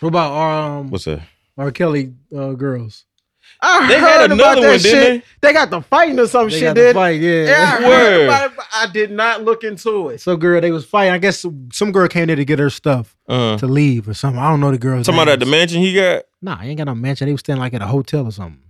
[SPEAKER 3] What about our um,
[SPEAKER 5] What's that?
[SPEAKER 3] R. Kelly uh, girls?
[SPEAKER 1] I
[SPEAKER 5] They had
[SPEAKER 1] heard about
[SPEAKER 5] another
[SPEAKER 1] that
[SPEAKER 5] one,
[SPEAKER 1] shit.
[SPEAKER 5] didn't
[SPEAKER 1] They got the fighting or some
[SPEAKER 3] They
[SPEAKER 1] shit.
[SPEAKER 3] got the
[SPEAKER 1] did
[SPEAKER 3] fight, yeah.
[SPEAKER 1] Yeah, I,
[SPEAKER 5] Word.
[SPEAKER 1] heard about it, but I did not look into it.
[SPEAKER 3] So, girl, they was fighting. I guess some, some girl came there to get her stuff
[SPEAKER 5] Uh,
[SPEAKER 3] to leave or something. I don't know the girl's
[SPEAKER 5] talking about at the
[SPEAKER 3] names.
[SPEAKER 5] mansion he got.
[SPEAKER 3] Nah, I ain't got no mansion. They was staying like at a hotel or something.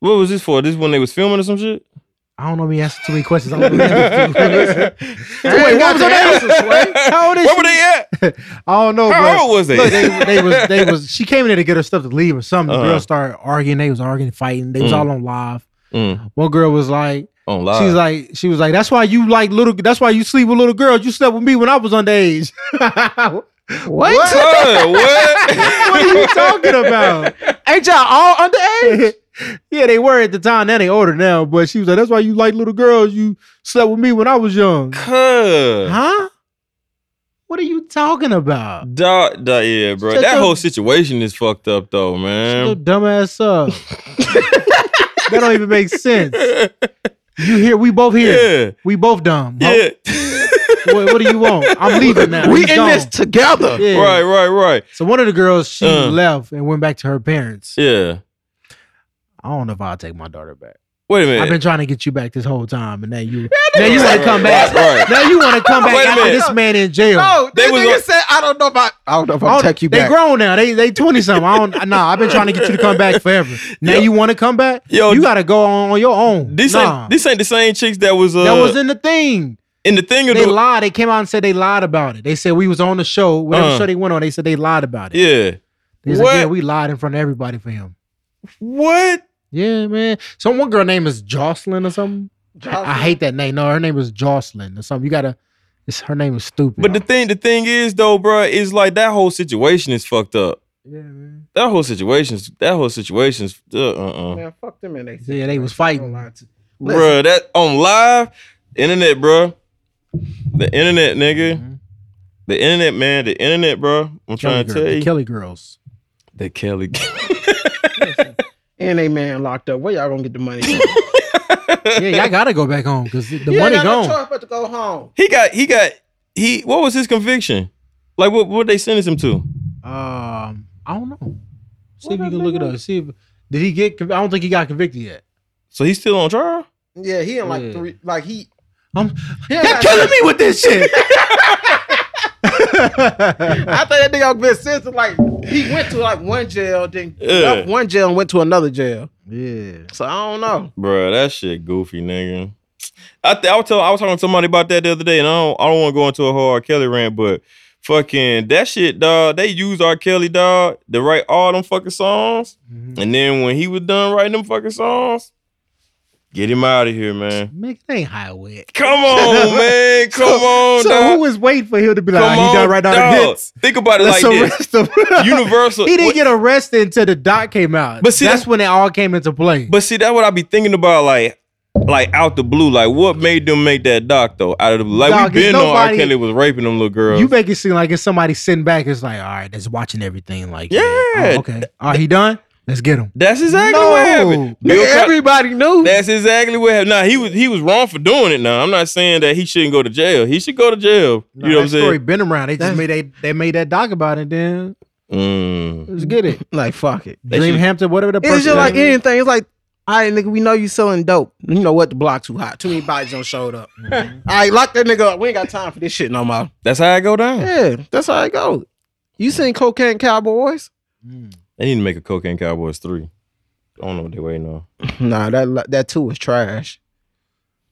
[SPEAKER 5] What was this for? This when they was filming or some
[SPEAKER 1] [LAUGHS]
[SPEAKER 5] shit? [LAUGHS]
[SPEAKER 3] I don't know. Me asking too many questions. I [LAUGHS] don't know.
[SPEAKER 1] Wait, what was her name?
[SPEAKER 3] [LAUGHS] How old is
[SPEAKER 5] Where were
[SPEAKER 3] she?
[SPEAKER 5] they at?
[SPEAKER 3] I don't know.
[SPEAKER 5] How
[SPEAKER 3] bro.
[SPEAKER 5] old was they?
[SPEAKER 3] Look, they, they was they
[SPEAKER 5] [LAUGHS]
[SPEAKER 3] was. She came in there to get her stuff to leave or something. The
[SPEAKER 5] Uh-huh.
[SPEAKER 3] girls started arguing. They was arguing, fighting. They was
[SPEAKER 5] Mm.
[SPEAKER 3] all on live.
[SPEAKER 5] Mm,
[SPEAKER 3] One girl was like,
[SPEAKER 5] on live.
[SPEAKER 3] she's like, she was like, that's why you like little. That's why you sleep with little girls. You slept with me when I was underage. [LAUGHS]
[SPEAKER 1] What?
[SPEAKER 5] Son, what?
[SPEAKER 3] [LAUGHS] what are you talking about?
[SPEAKER 1] Ain't y'all all underage?
[SPEAKER 3] [LAUGHS] yeah, they were at the time. Now they older now, but she was like, "That's why you like little girls. You slept with me when I was young."
[SPEAKER 5] Huh?
[SPEAKER 3] huh? What are you talking about?
[SPEAKER 5] Da, da, yeah, bro.
[SPEAKER 3] Shut
[SPEAKER 5] that
[SPEAKER 3] your-
[SPEAKER 5] whole situation is fucked up, though,
[SPEAKER 3] Shut your
[SPEAKER 5] man. [LAUGHS]
[SPEAKER 3] dumbass up. that don't even make sense. You here? We both
[SPEAKER 5] [LAUGHS]
[SPEAKER 3] here.
[SPEAKER 5] yeah,
[SPEAKER 3] We both dumb. Huh?
[SPEAKER 5] yeah.
[SPEAKER 3] What, what do you want?
[SPEAKER 5] [LAUGHS]
[SPEAKER 3] I'm leaving now.
[SPEAKER 1] we
[SPEAKER 3] He's
[SPEAKER 1] in
[SPEAKER 3] gone.
[SPEAKER 1] this together.
[SPEAKER 3] Yeah.
[SPEAKER 5] Right, right, right.
[SPEAKER 3] So one of the girls, she
[SPEAKER 5] Uh.
[SPEAKER 3] left and went back to her parents.
[SPEAKER 5] Yeah.
[SPEAKER 3] I don't know if I'll take my daughter back.
[SPEAKER 5] Wait a minute.
[SPEAKER 3] I've been trying to get you back this whole time, and now you now you want
[SPEAKER 5] Right,
[SPEAKER 3] to come back.
[SPEAKER 5] Right, right.
[SPEAKER 3] Now you want to come back
[SPEAKER 5] Wait a
[SPEAKER 3] after
[SPEAKER 5] minute.
[SPEAKER 3] this man in jail.
[SPEAKER 1] No,
[SPEAKER 5] They
[SPEAKER 1] they
[SPEAKER 5] was
[SPEAKER 1] nigga
[SPEAKER 5] on-
[SPEAKER 1] said I don't know if I, I don't know if I'll
[SPEAKER 3] Oh,
[SPEAKER 1] take you
[SPEAKER 3] they
[SPEAKER 1] back.
[SPEAKER 3] grown now. They they twenty something. I don't. Nah, I've been trying to get you to come back
[SPEAKER 5] [LAUGHS]
[SPEAKER 3] forever. Now
[SPEAKER 5] Yo.
[SPEAKER 3] you want to come back?
[SPEAKER 5] Yo,
[SPEAKER 3] you got to go on, on your own.
[SPEAKER 5] This
[SPEAKER 3] nah,
[SPEAKER 5] ain't this ain't the same chicks that was uh
[SPEAKER 3] that was in the thing.
[SPEAKER 5] in the thing of
[SPEAKER 3] They
[SPEAKER 5] the
[SPEAKER 3] lied. They came out and said they lied about it. They said we was on the show. Whatever
[SPEAKER 5] Uh.
[SPEAKER 3] show they went on, they said they lied about it.
[SPEAKER 5] yeah.
[SPEAKER 3] They said, yeah,
[SPEAKER 5] what?
[SPEAKER 3] we lied in front of everybody for him.
[SPEAKER 5] What?
[SPEAKER 3] Yeah, man. Some one girl name is Jocelyn or something. I hate that name. No, her name is Jocelyn or something. You gotta. It's her name is stupid.
[SPEAKER 5] But the thing the thing is though, bro, is like that whole situation is fucked up.
[SPEAKER 3] yeah, man.
[SPEAKER 5] That whole situation's that whole situation's uh uh uh.
[SPEAKER 1] Man, fuck them and they.
[SPEAKER 3] Yeah, they was fighting.
[SPEAKER 1] Listen.
[SPEAKER 5] Bruh, that on live internet, bruh. The internet, nigga. The internet, man. The internet, bruh. I'm trying
[SPEAKER 3] Mm-hmm. Kelly
[SPEAKER 5] to
[SPEAKER 3] girl,
[SPEAKER 5] tell
[SPEAKER 3] the
[SPEAKER 5] you.
[SPEAKER 3] Kelly girls.
[SPEAKER 5] the Kelly.
[SPEAKER 1] and they man locked up. Where y'all gonna get the money? [LAUGHS] from?
[SPEAKER 3] Yeah, y'all gotta go back home
[SPEAKER 5] [LAUGHS]
[SPEAKER 3] because the
[SPEAKER 1] You ain't
[SPEAKER 3] money
[SPEAKER 1] got
[SPEAKER 3] gone.
[SPEAKER 1] No choice but to go home.
[SPEAKER 5] [LAUGHS] He got he got he what was his conviction? Like what what they sentence him to?
[SPEAKER 3] um, I don't know. See if
[SPEAKER 1] What
[SPEAKER 3] you can
[SPEAKER 1] that
[SPEAKER 3] look it
[SPEAKER 1] nigga-
[SPEAKER 3] up. See if did he get? conv- I don't think he got convicted yet.
[SPEAKER 5] So he's still on trial?
[SPEAKER 1] Yeah, he in like
[SPEAKER 3] Yeah.
[SPEAKER 1] three. Like he.
[SPEAKER 3] I'm,
[SPEAKER 1] he in
[SPEAKER 3] you're
[SPEAKER 1] like-
[SPEAKER 3] killing me with this shit.
[SPEAKER 1] I thought that nigga been sentenced. Like he went to like one jail, then
[SPEAKER 5] Yeah.
[SPEAKER 1] left one jail and went to another jail.
[SPEAKER 3] yeah,
[SPEAKER 1] So I don't know.
[SPEAKER 5] Bruh, that shit goofy, nigga. I th- I was tell I was talking to somebody about that the other day, and I don't I don't want to go into a whole R. Kelly rant, but fucking that shit, dog. They used R. Kelly, dog, to write all them fucking songs,
[SPEAKER 3] Mhm.
[SPEAKER 5] and then when he was done writing them fucking songs, get him out of here, man.
[SPEAKER 3] Nigga, they ain't high wet.
[SPEAKER 5] Come on,
[SPEAKER 3] [LAUGHS]
[SPEAKER 5] man. Come on,
[SPEAKER 3] So
[SPEAKER 5] dog.
[SPEAKER 3] who was waiting for him to be like,
[SPEAKER 5] Come
[SPEAKER 3] "Ah, he done
[SPEAKER 5] on,
[SPEAKER 3] right now
[SPEAKER 5] dog.
[SPEAKER 3] the hits.
[SPEAKER 5] Think about it
[SPEAKER 3] Let's
[SPEAKER 5] like
[SPEAKER 3] [LAUGHS]
[SPEAKER 5] this.
[SPEAKER 3] arrest him.
[SPEAKER 5] Universal.
[SPEAKER 3] he didn't
[SPEAKER 5] what-
[SPEAKER 3] get arrested until the doc came out.
[SPEAKER 5] But see,
[SPEAKER 3] that's
[SPEAKER 5] that's-
[SPEAKER 3] when it all came into play.
[SPEAKER 5] But see, that's what I be thinking about, like, like out the blue, like what made them make that doc though? Out of the blue, like
[SPEAKER 3] Dog,
[SPEAKER 5] we
[SPEAKER 3] it's
[SPEAKER 5] been on R.
[SPEAKER 3] nobody-
[SPEAKER 5] Kelly was raping them little girls.
[SPEAKER 3] you make it seem like it's somebody sitting back. It's like, all right, that's watching everything. Like,
[SPEAKER 5] Yeah.
[SPEAKER 3] oh, okay, all right, he done. Let's get him.
[SPEAKER 5] that's exactly
[SPEAKER 3] No.
[SPEAKER 5] what happened. Bill
[SPEAKER 1] Nigga,
[SPEAKER 5] Cos-
[SPEAKER 1] everybody knew.
[SPEAKER 5] that's exactly what happened. Now he was he was wrong for doing it. Now I'm not saying that he shouldn't go to jail. He should go to jail.
[SPEAKER 3] Nah,
[SPEAKER 5] you know
[SPEAKER 3] that
[SPEAKER 5] what I'm
[SPEAKER 3] story
[SPEAKER 5] saying?
[SPEAKER 3] been around. They just
[SPEAKER 1] That's-
[SPEAKER 3] made they, they made that doc about it. Then
[SPEAKER 5] Mm.
[SPEAKER 3] let's get it.
[SPEAKER 1] like fuck it.
[SPEAKER 5] They should-
[SPEAKER 3] Dreamhampton, whatever the person.
[SPEAKER 1] It's just like
[SPEAKER 3] name is.
[SPEAKER 1] anything. It's like, all right, nigga, we know you selling dope. You know what? The block too hot. Too many bodies don't showed up. all right, lock that nigga up. We ain't got time for this shit no more.
[SPEAKER 5] That's how I go down.
[SPEAKER 1] Yeah, that's how it go. You seen Cocaine Cowboys?
[SPEAKER 5] They need to make a Cocaine Cowboys three. I don't know what they waiting on.
[SPEAKER 1] Nah, that that too was trash.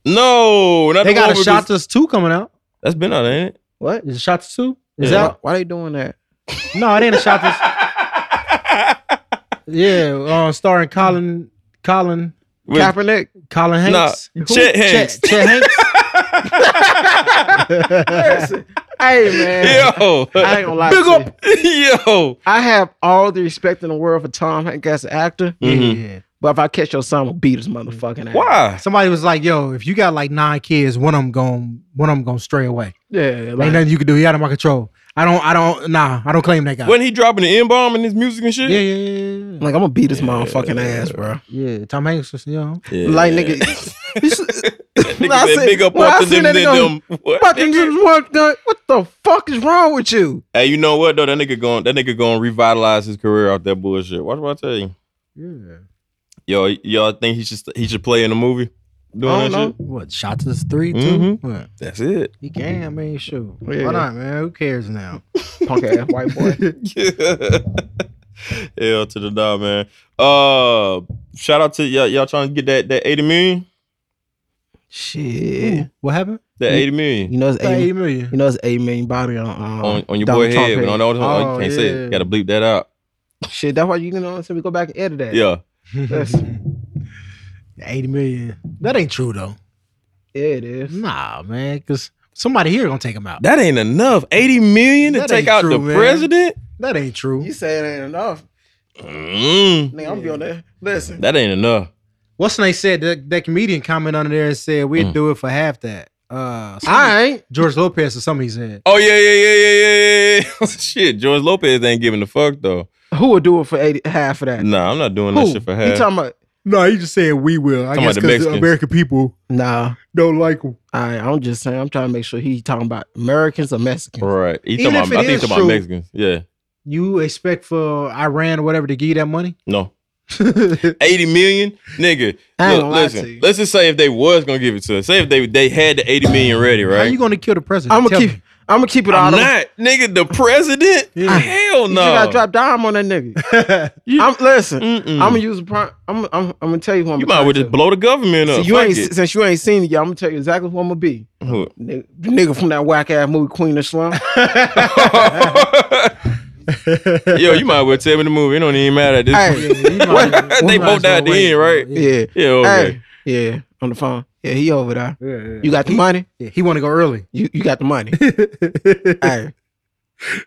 [SPEAKER 5] No, not
[SPEAKER 3] they
[SPEAKER 5] the
[SPEAKER 3] got
[SPEAKER 5] one
[SPEAKER 3] a
[SPEAKER 5] with
[SPEAKER 3] shot
[SPEAKER 5] this-
[SPEAKER 3] to two coming out.
[SPEAKER 5] That's been out, ain't it?
[SPEAKER 1] What?
[SPEAKER 3] Is it shot to two? Is
[SPEAKER 5] Yeah.
[SPEAKER 1] Why, why they doing that?
[SPEAKER 3] that no? It ain't a shot to. yeah, uh, starring Colin, Colin,
[SPEAKER 5] With-
[SPEAKER 1] Kaepernick.
[SPEAKER 3] Colin
[SPEAKER 5] Nah,
[SPEAKER 3] Hanks. Who?
[SPEAKER 5] Chet Hanks. [LAUGHS]
[SPEAKER 3] Chet, Chet Hanks.
[SPEAKER 1] Listen, hey man,
[SPEAKER 5] Yo,
[SPEAKER 1] I ain't gonna lie.
[SPEAKER 5] Big
[SPEAKER 1] to you.
[SPEAKER 5] up, [LAUGHS] yo.
[SPEAKER 1] I have all the respect in the world for Tom Hanks as an actor,
[SPEAKER 5] Mhm.
[SPEAKER 3] Yeah.
[SPEAKER 1] but if I catch your son, I'm gonna beat his motherfucking ass.
[SPEAKER 5] Why?
[SPEAKER 3] Somebody was like, "Yo, if you got like nine kids, one of them going, one of them going stray away.
[SPEAKER 1] Yeah, like,
[SPEAKER 3] Ain't nothing you can do. He out of my control. I don't, I don't, nah, I don't claim that guy.
[SPEAKER 5] Wasn't he dropping the N bomb in his music and shit?
[SPEAKER 3] yeah, yeah, yeah, yeah,
[SPEAKER 1] like I'm gonna beat his motherfucking ass, bro.
[SPEAKER 3] yeah. Yeah, Tom Hanks was, you know,
[SPEAKER 1] Like [LAUGHS] nigga, you s-
[SPEAKER 5] nigga
[SPEAKER 1] I
[SPEAKER 5] said
[SPEAKER 1] said-
[SPEAKER 5] big up
[SPEAKER 1] when I
[SPEAKER 5] up to
[SPEAKER 1] seen
[SPEAKER 5] them,
[SPEAKER 1] that nigga
[SPEAKER 5] them, them. What?
[SPEAKER 1] fucking just walked down- What the fuck is wrong with you?
[SPEAKER 5] [LAUGHS] Hey, you know what though? That nigga going, that nigga going to revitalize his career off that bullshit. Watch what I tell you.
[SPEAKER 3] yeah.
[SPEAKER 5] Yo, y'all think he should st- he should play in a movie? Doing
[SPEAKER 1] I don't
[SPEAKER 5] that
[SPEAKER 1] know.
[SPEAKER 5] shit.
[SPEAKER 3] What shot to the 3
[SPEAKER 5] Mhm.
[SPEAKER 3] too? What?
[SPEAKER 5] That's it. [LAUGHS]
[SPEAKER 3] He can. I mean, shoot.
[SPEAKER 5] Oh,
[SPEAKER 1] Yeah.
[SPEAKER 3] Why not, man? Who cares now?
[SPEAKER 1] Punk ass white boy.
[SPEAKER 5] Hell to the dog, man. Uh, shout out to y'all. Y'all trying to get that that eighty million?
[SPEAKER 1] [LAUGHS] Shit.
[SPEAKER 3] Ooh, What happened?
[SPEAKER 5] That eighty million
[SPEAKER 1] You know it's
[SPEAKER 3] That
[SPEAKER 1] eight.
[SPEAKER 3] Eighty million.
[SPEAKER 1] You know it's eight million body on um,
[SPEAKER 5] on, on your
[SPEAKER 1] Donald
[SPEAKER 5] boy
[SPEAKER 1] Trump
[SPEAKER 5] head? but on the other one,
[SPEAKER 3] Oh,
[SPEAKER 5] you can't say it.
[SPEAKER 3] yeah.
[SPEAKER 5] Got to bleep that out.
[SPEAKER 1] Shit, that's why you know. So we go back and edit that.
[SPEAKER 5] Yeah.
[SPEAKER 1] [LAUGHS] That's-
[SPEAKER 3] Eighty million. That ain't true though.
[SPEAKER 1] yeah, it is.
[SPEAKER 3] Nah, man, because somebody here gonna take him out.
[SPEAKER 5] That ain't enough. 80 million to
[SPEAKER 3] That
[SPEAKER 5] take
[SPEAKER 3] ain't
[SPEAKER 5] out
[SPEAKER 3] true,
[SPEAKER 5] the
[SPEAKER 3] man.
[SPEAKER 5] president?
[SPEAKER 3] That ain't true.
[SPEAKER 1] You say it ain't enough.
[SPEAKER 5] Mm,
[SPEAKER 1] Nigga, I'm gonna be on there. Listen.
[SPEAKER 5] that ain't enough.
[SPEAKER 3] What's they said that, that comedian commented under there and said we'd do it for half that. Uh,
[SPEAKER 1] I ain't.
[SPEAKER 3] George Lopez or something he said.
[SPEAKER 5] Oh, yeah, yeah, yeah, yeah, yeah, yeah, [LAUGHS] yeah. Shit, George Lopez ain't giving a fuck, though.
[SPEAKER 1] Who would do it for 80, half of that?
[SPEAKER 5] Nah, I'm not doing that
[SPEAKER 1] Who?
[SPEAKER 5] shit for
[SPEAKER 1] You
[SPEAKER 5] half.
[SPEAKER 1] talking about?
[SPEAKER 3] No, he just said we will. I
[SPEAKER 5] Talking
[SPEAKER 3] guess
[SPEAKER 5] about the
[SPEAKER 3] because the,
[SPEAKER 5] Mexicans.
[SPEAKER 3] American people
[SPEAKER 1] Nah.
[SPEAKER 3] don't like him.
[SPEAKER 1] I, I'm just saying. I'm trying to make sure he talking about Americans or Mexicans.
[SPEAKER 5] right. He
[SPEAKER 3] Even
[SPEAKER 5] talking
[SPEAKER 3] if
[SPEAKER 5] about,
[SPEAKER 3] it
[SPEAKER 5] I think
[SPEAKER 3] is
[SPEAKER 5] he's talking about
[SPEAKER 3] true-
[SPEAKER 5] Mexicans. Yeah.
[SPEAKER 3] You expect for Iran or whatever to give you that money?
[SPEAKER 5] No.
[SPEAKER 1] [LAUGHS]
[SPEAKER 5] 80 million? Nigga.
[SPEAKER 1] I ain't
[SPEAKER 5] Look,
[SPEAKER 1] gonna lie to
[SPEAKER 5] listen.
[SPEAKER 1] you.
[SPEAKER 5] Let's just say if they was going to give it to us. Say if they they had the 80 million ready,
[SPEAKER 3] How
[SPEAKER 5] right?
[SPEAKER 3] you gonna kill the president?
[SPEAKER 1] I'm gonna
[SPEAKER 3] Tell
[SPEAKER 1] keep.
[SPEAKER 3] me.
[SPEAKER 1] I'm gonna keep it all.
[SPEAKER 5] I'm
[SPEAKER 1] the-
[SPEAKER 5] not. Nigga, the president?
[SPEAKER 3] Yeah.
[SPEAKER 5] Hell
[SPEAKER 1] You
[SPEAKER 5] no.
[SPEAKER 1] gotta drop dime on that nigga. [LAUGHS] I'm listen.
[SPEAKER 5] Mm-mm.
[SPEAKER 1] I'm gonna use a prime. I'm, I'm, I'm gonna tell you who I'm.
[SPEAKER 5] Mm. you might
[SPEAKER 1] gonna
[SPEAKER 5] as well
[SPEAKER 1] turn
[SPEAKER 5] just blow the government
[SPEAKER 1] to.
[SPEAKER 5] up.
[SPEAKER 1] See, you
[SPEAKER 5] Fuck
[SPEAKER 1] ain't
[SPEAKER 5] it.
[SPEAKER 1] since you ain't seen it, y'all. I'm gonna tell you exactly who I'm gonna be.
[SPEAKER 5] Who-
[SPEAKER 1] Nigga, the nigga from that whack ass movie Queen of
[SPEAKER 5] [LAUGHS]
[SPEAKER 1] Slum.
[SPEAKER 5] Yo, you might as well tell me the movie. It don't even matter at this
[SPEAKER 1] Hey.
[SPEAKER 5] point. [LAUGHS]
[SPEAKER 3] Yeah, you [LAUGHS] might-
[SPEAKER 5] They
[SPEAKER 3] you
[SPEAKER 5] both
[SPEAKER 3] might as well
[SPEAKER 5] died the
[SPEAKER 3] wait.
[SPEAKER 5] end, right?
[SPEAKER 3] Yeah,
[SPEAKER 1] yeah.
[SPEAKER 5] Yeah, okay.
[SPEAKER 1] Hey. Yeah. On the phone. Yeah, he over there.
[SPEAKER 3] yeah, yeah.
[SPEAKER 1] You got the money.
[SPEAKER 3] Yeah, he want to go early.
[SPEAKER 1] You you got the
[SPEAKER 5] [LAUGHS]
[SPEAKER 1] money. hey,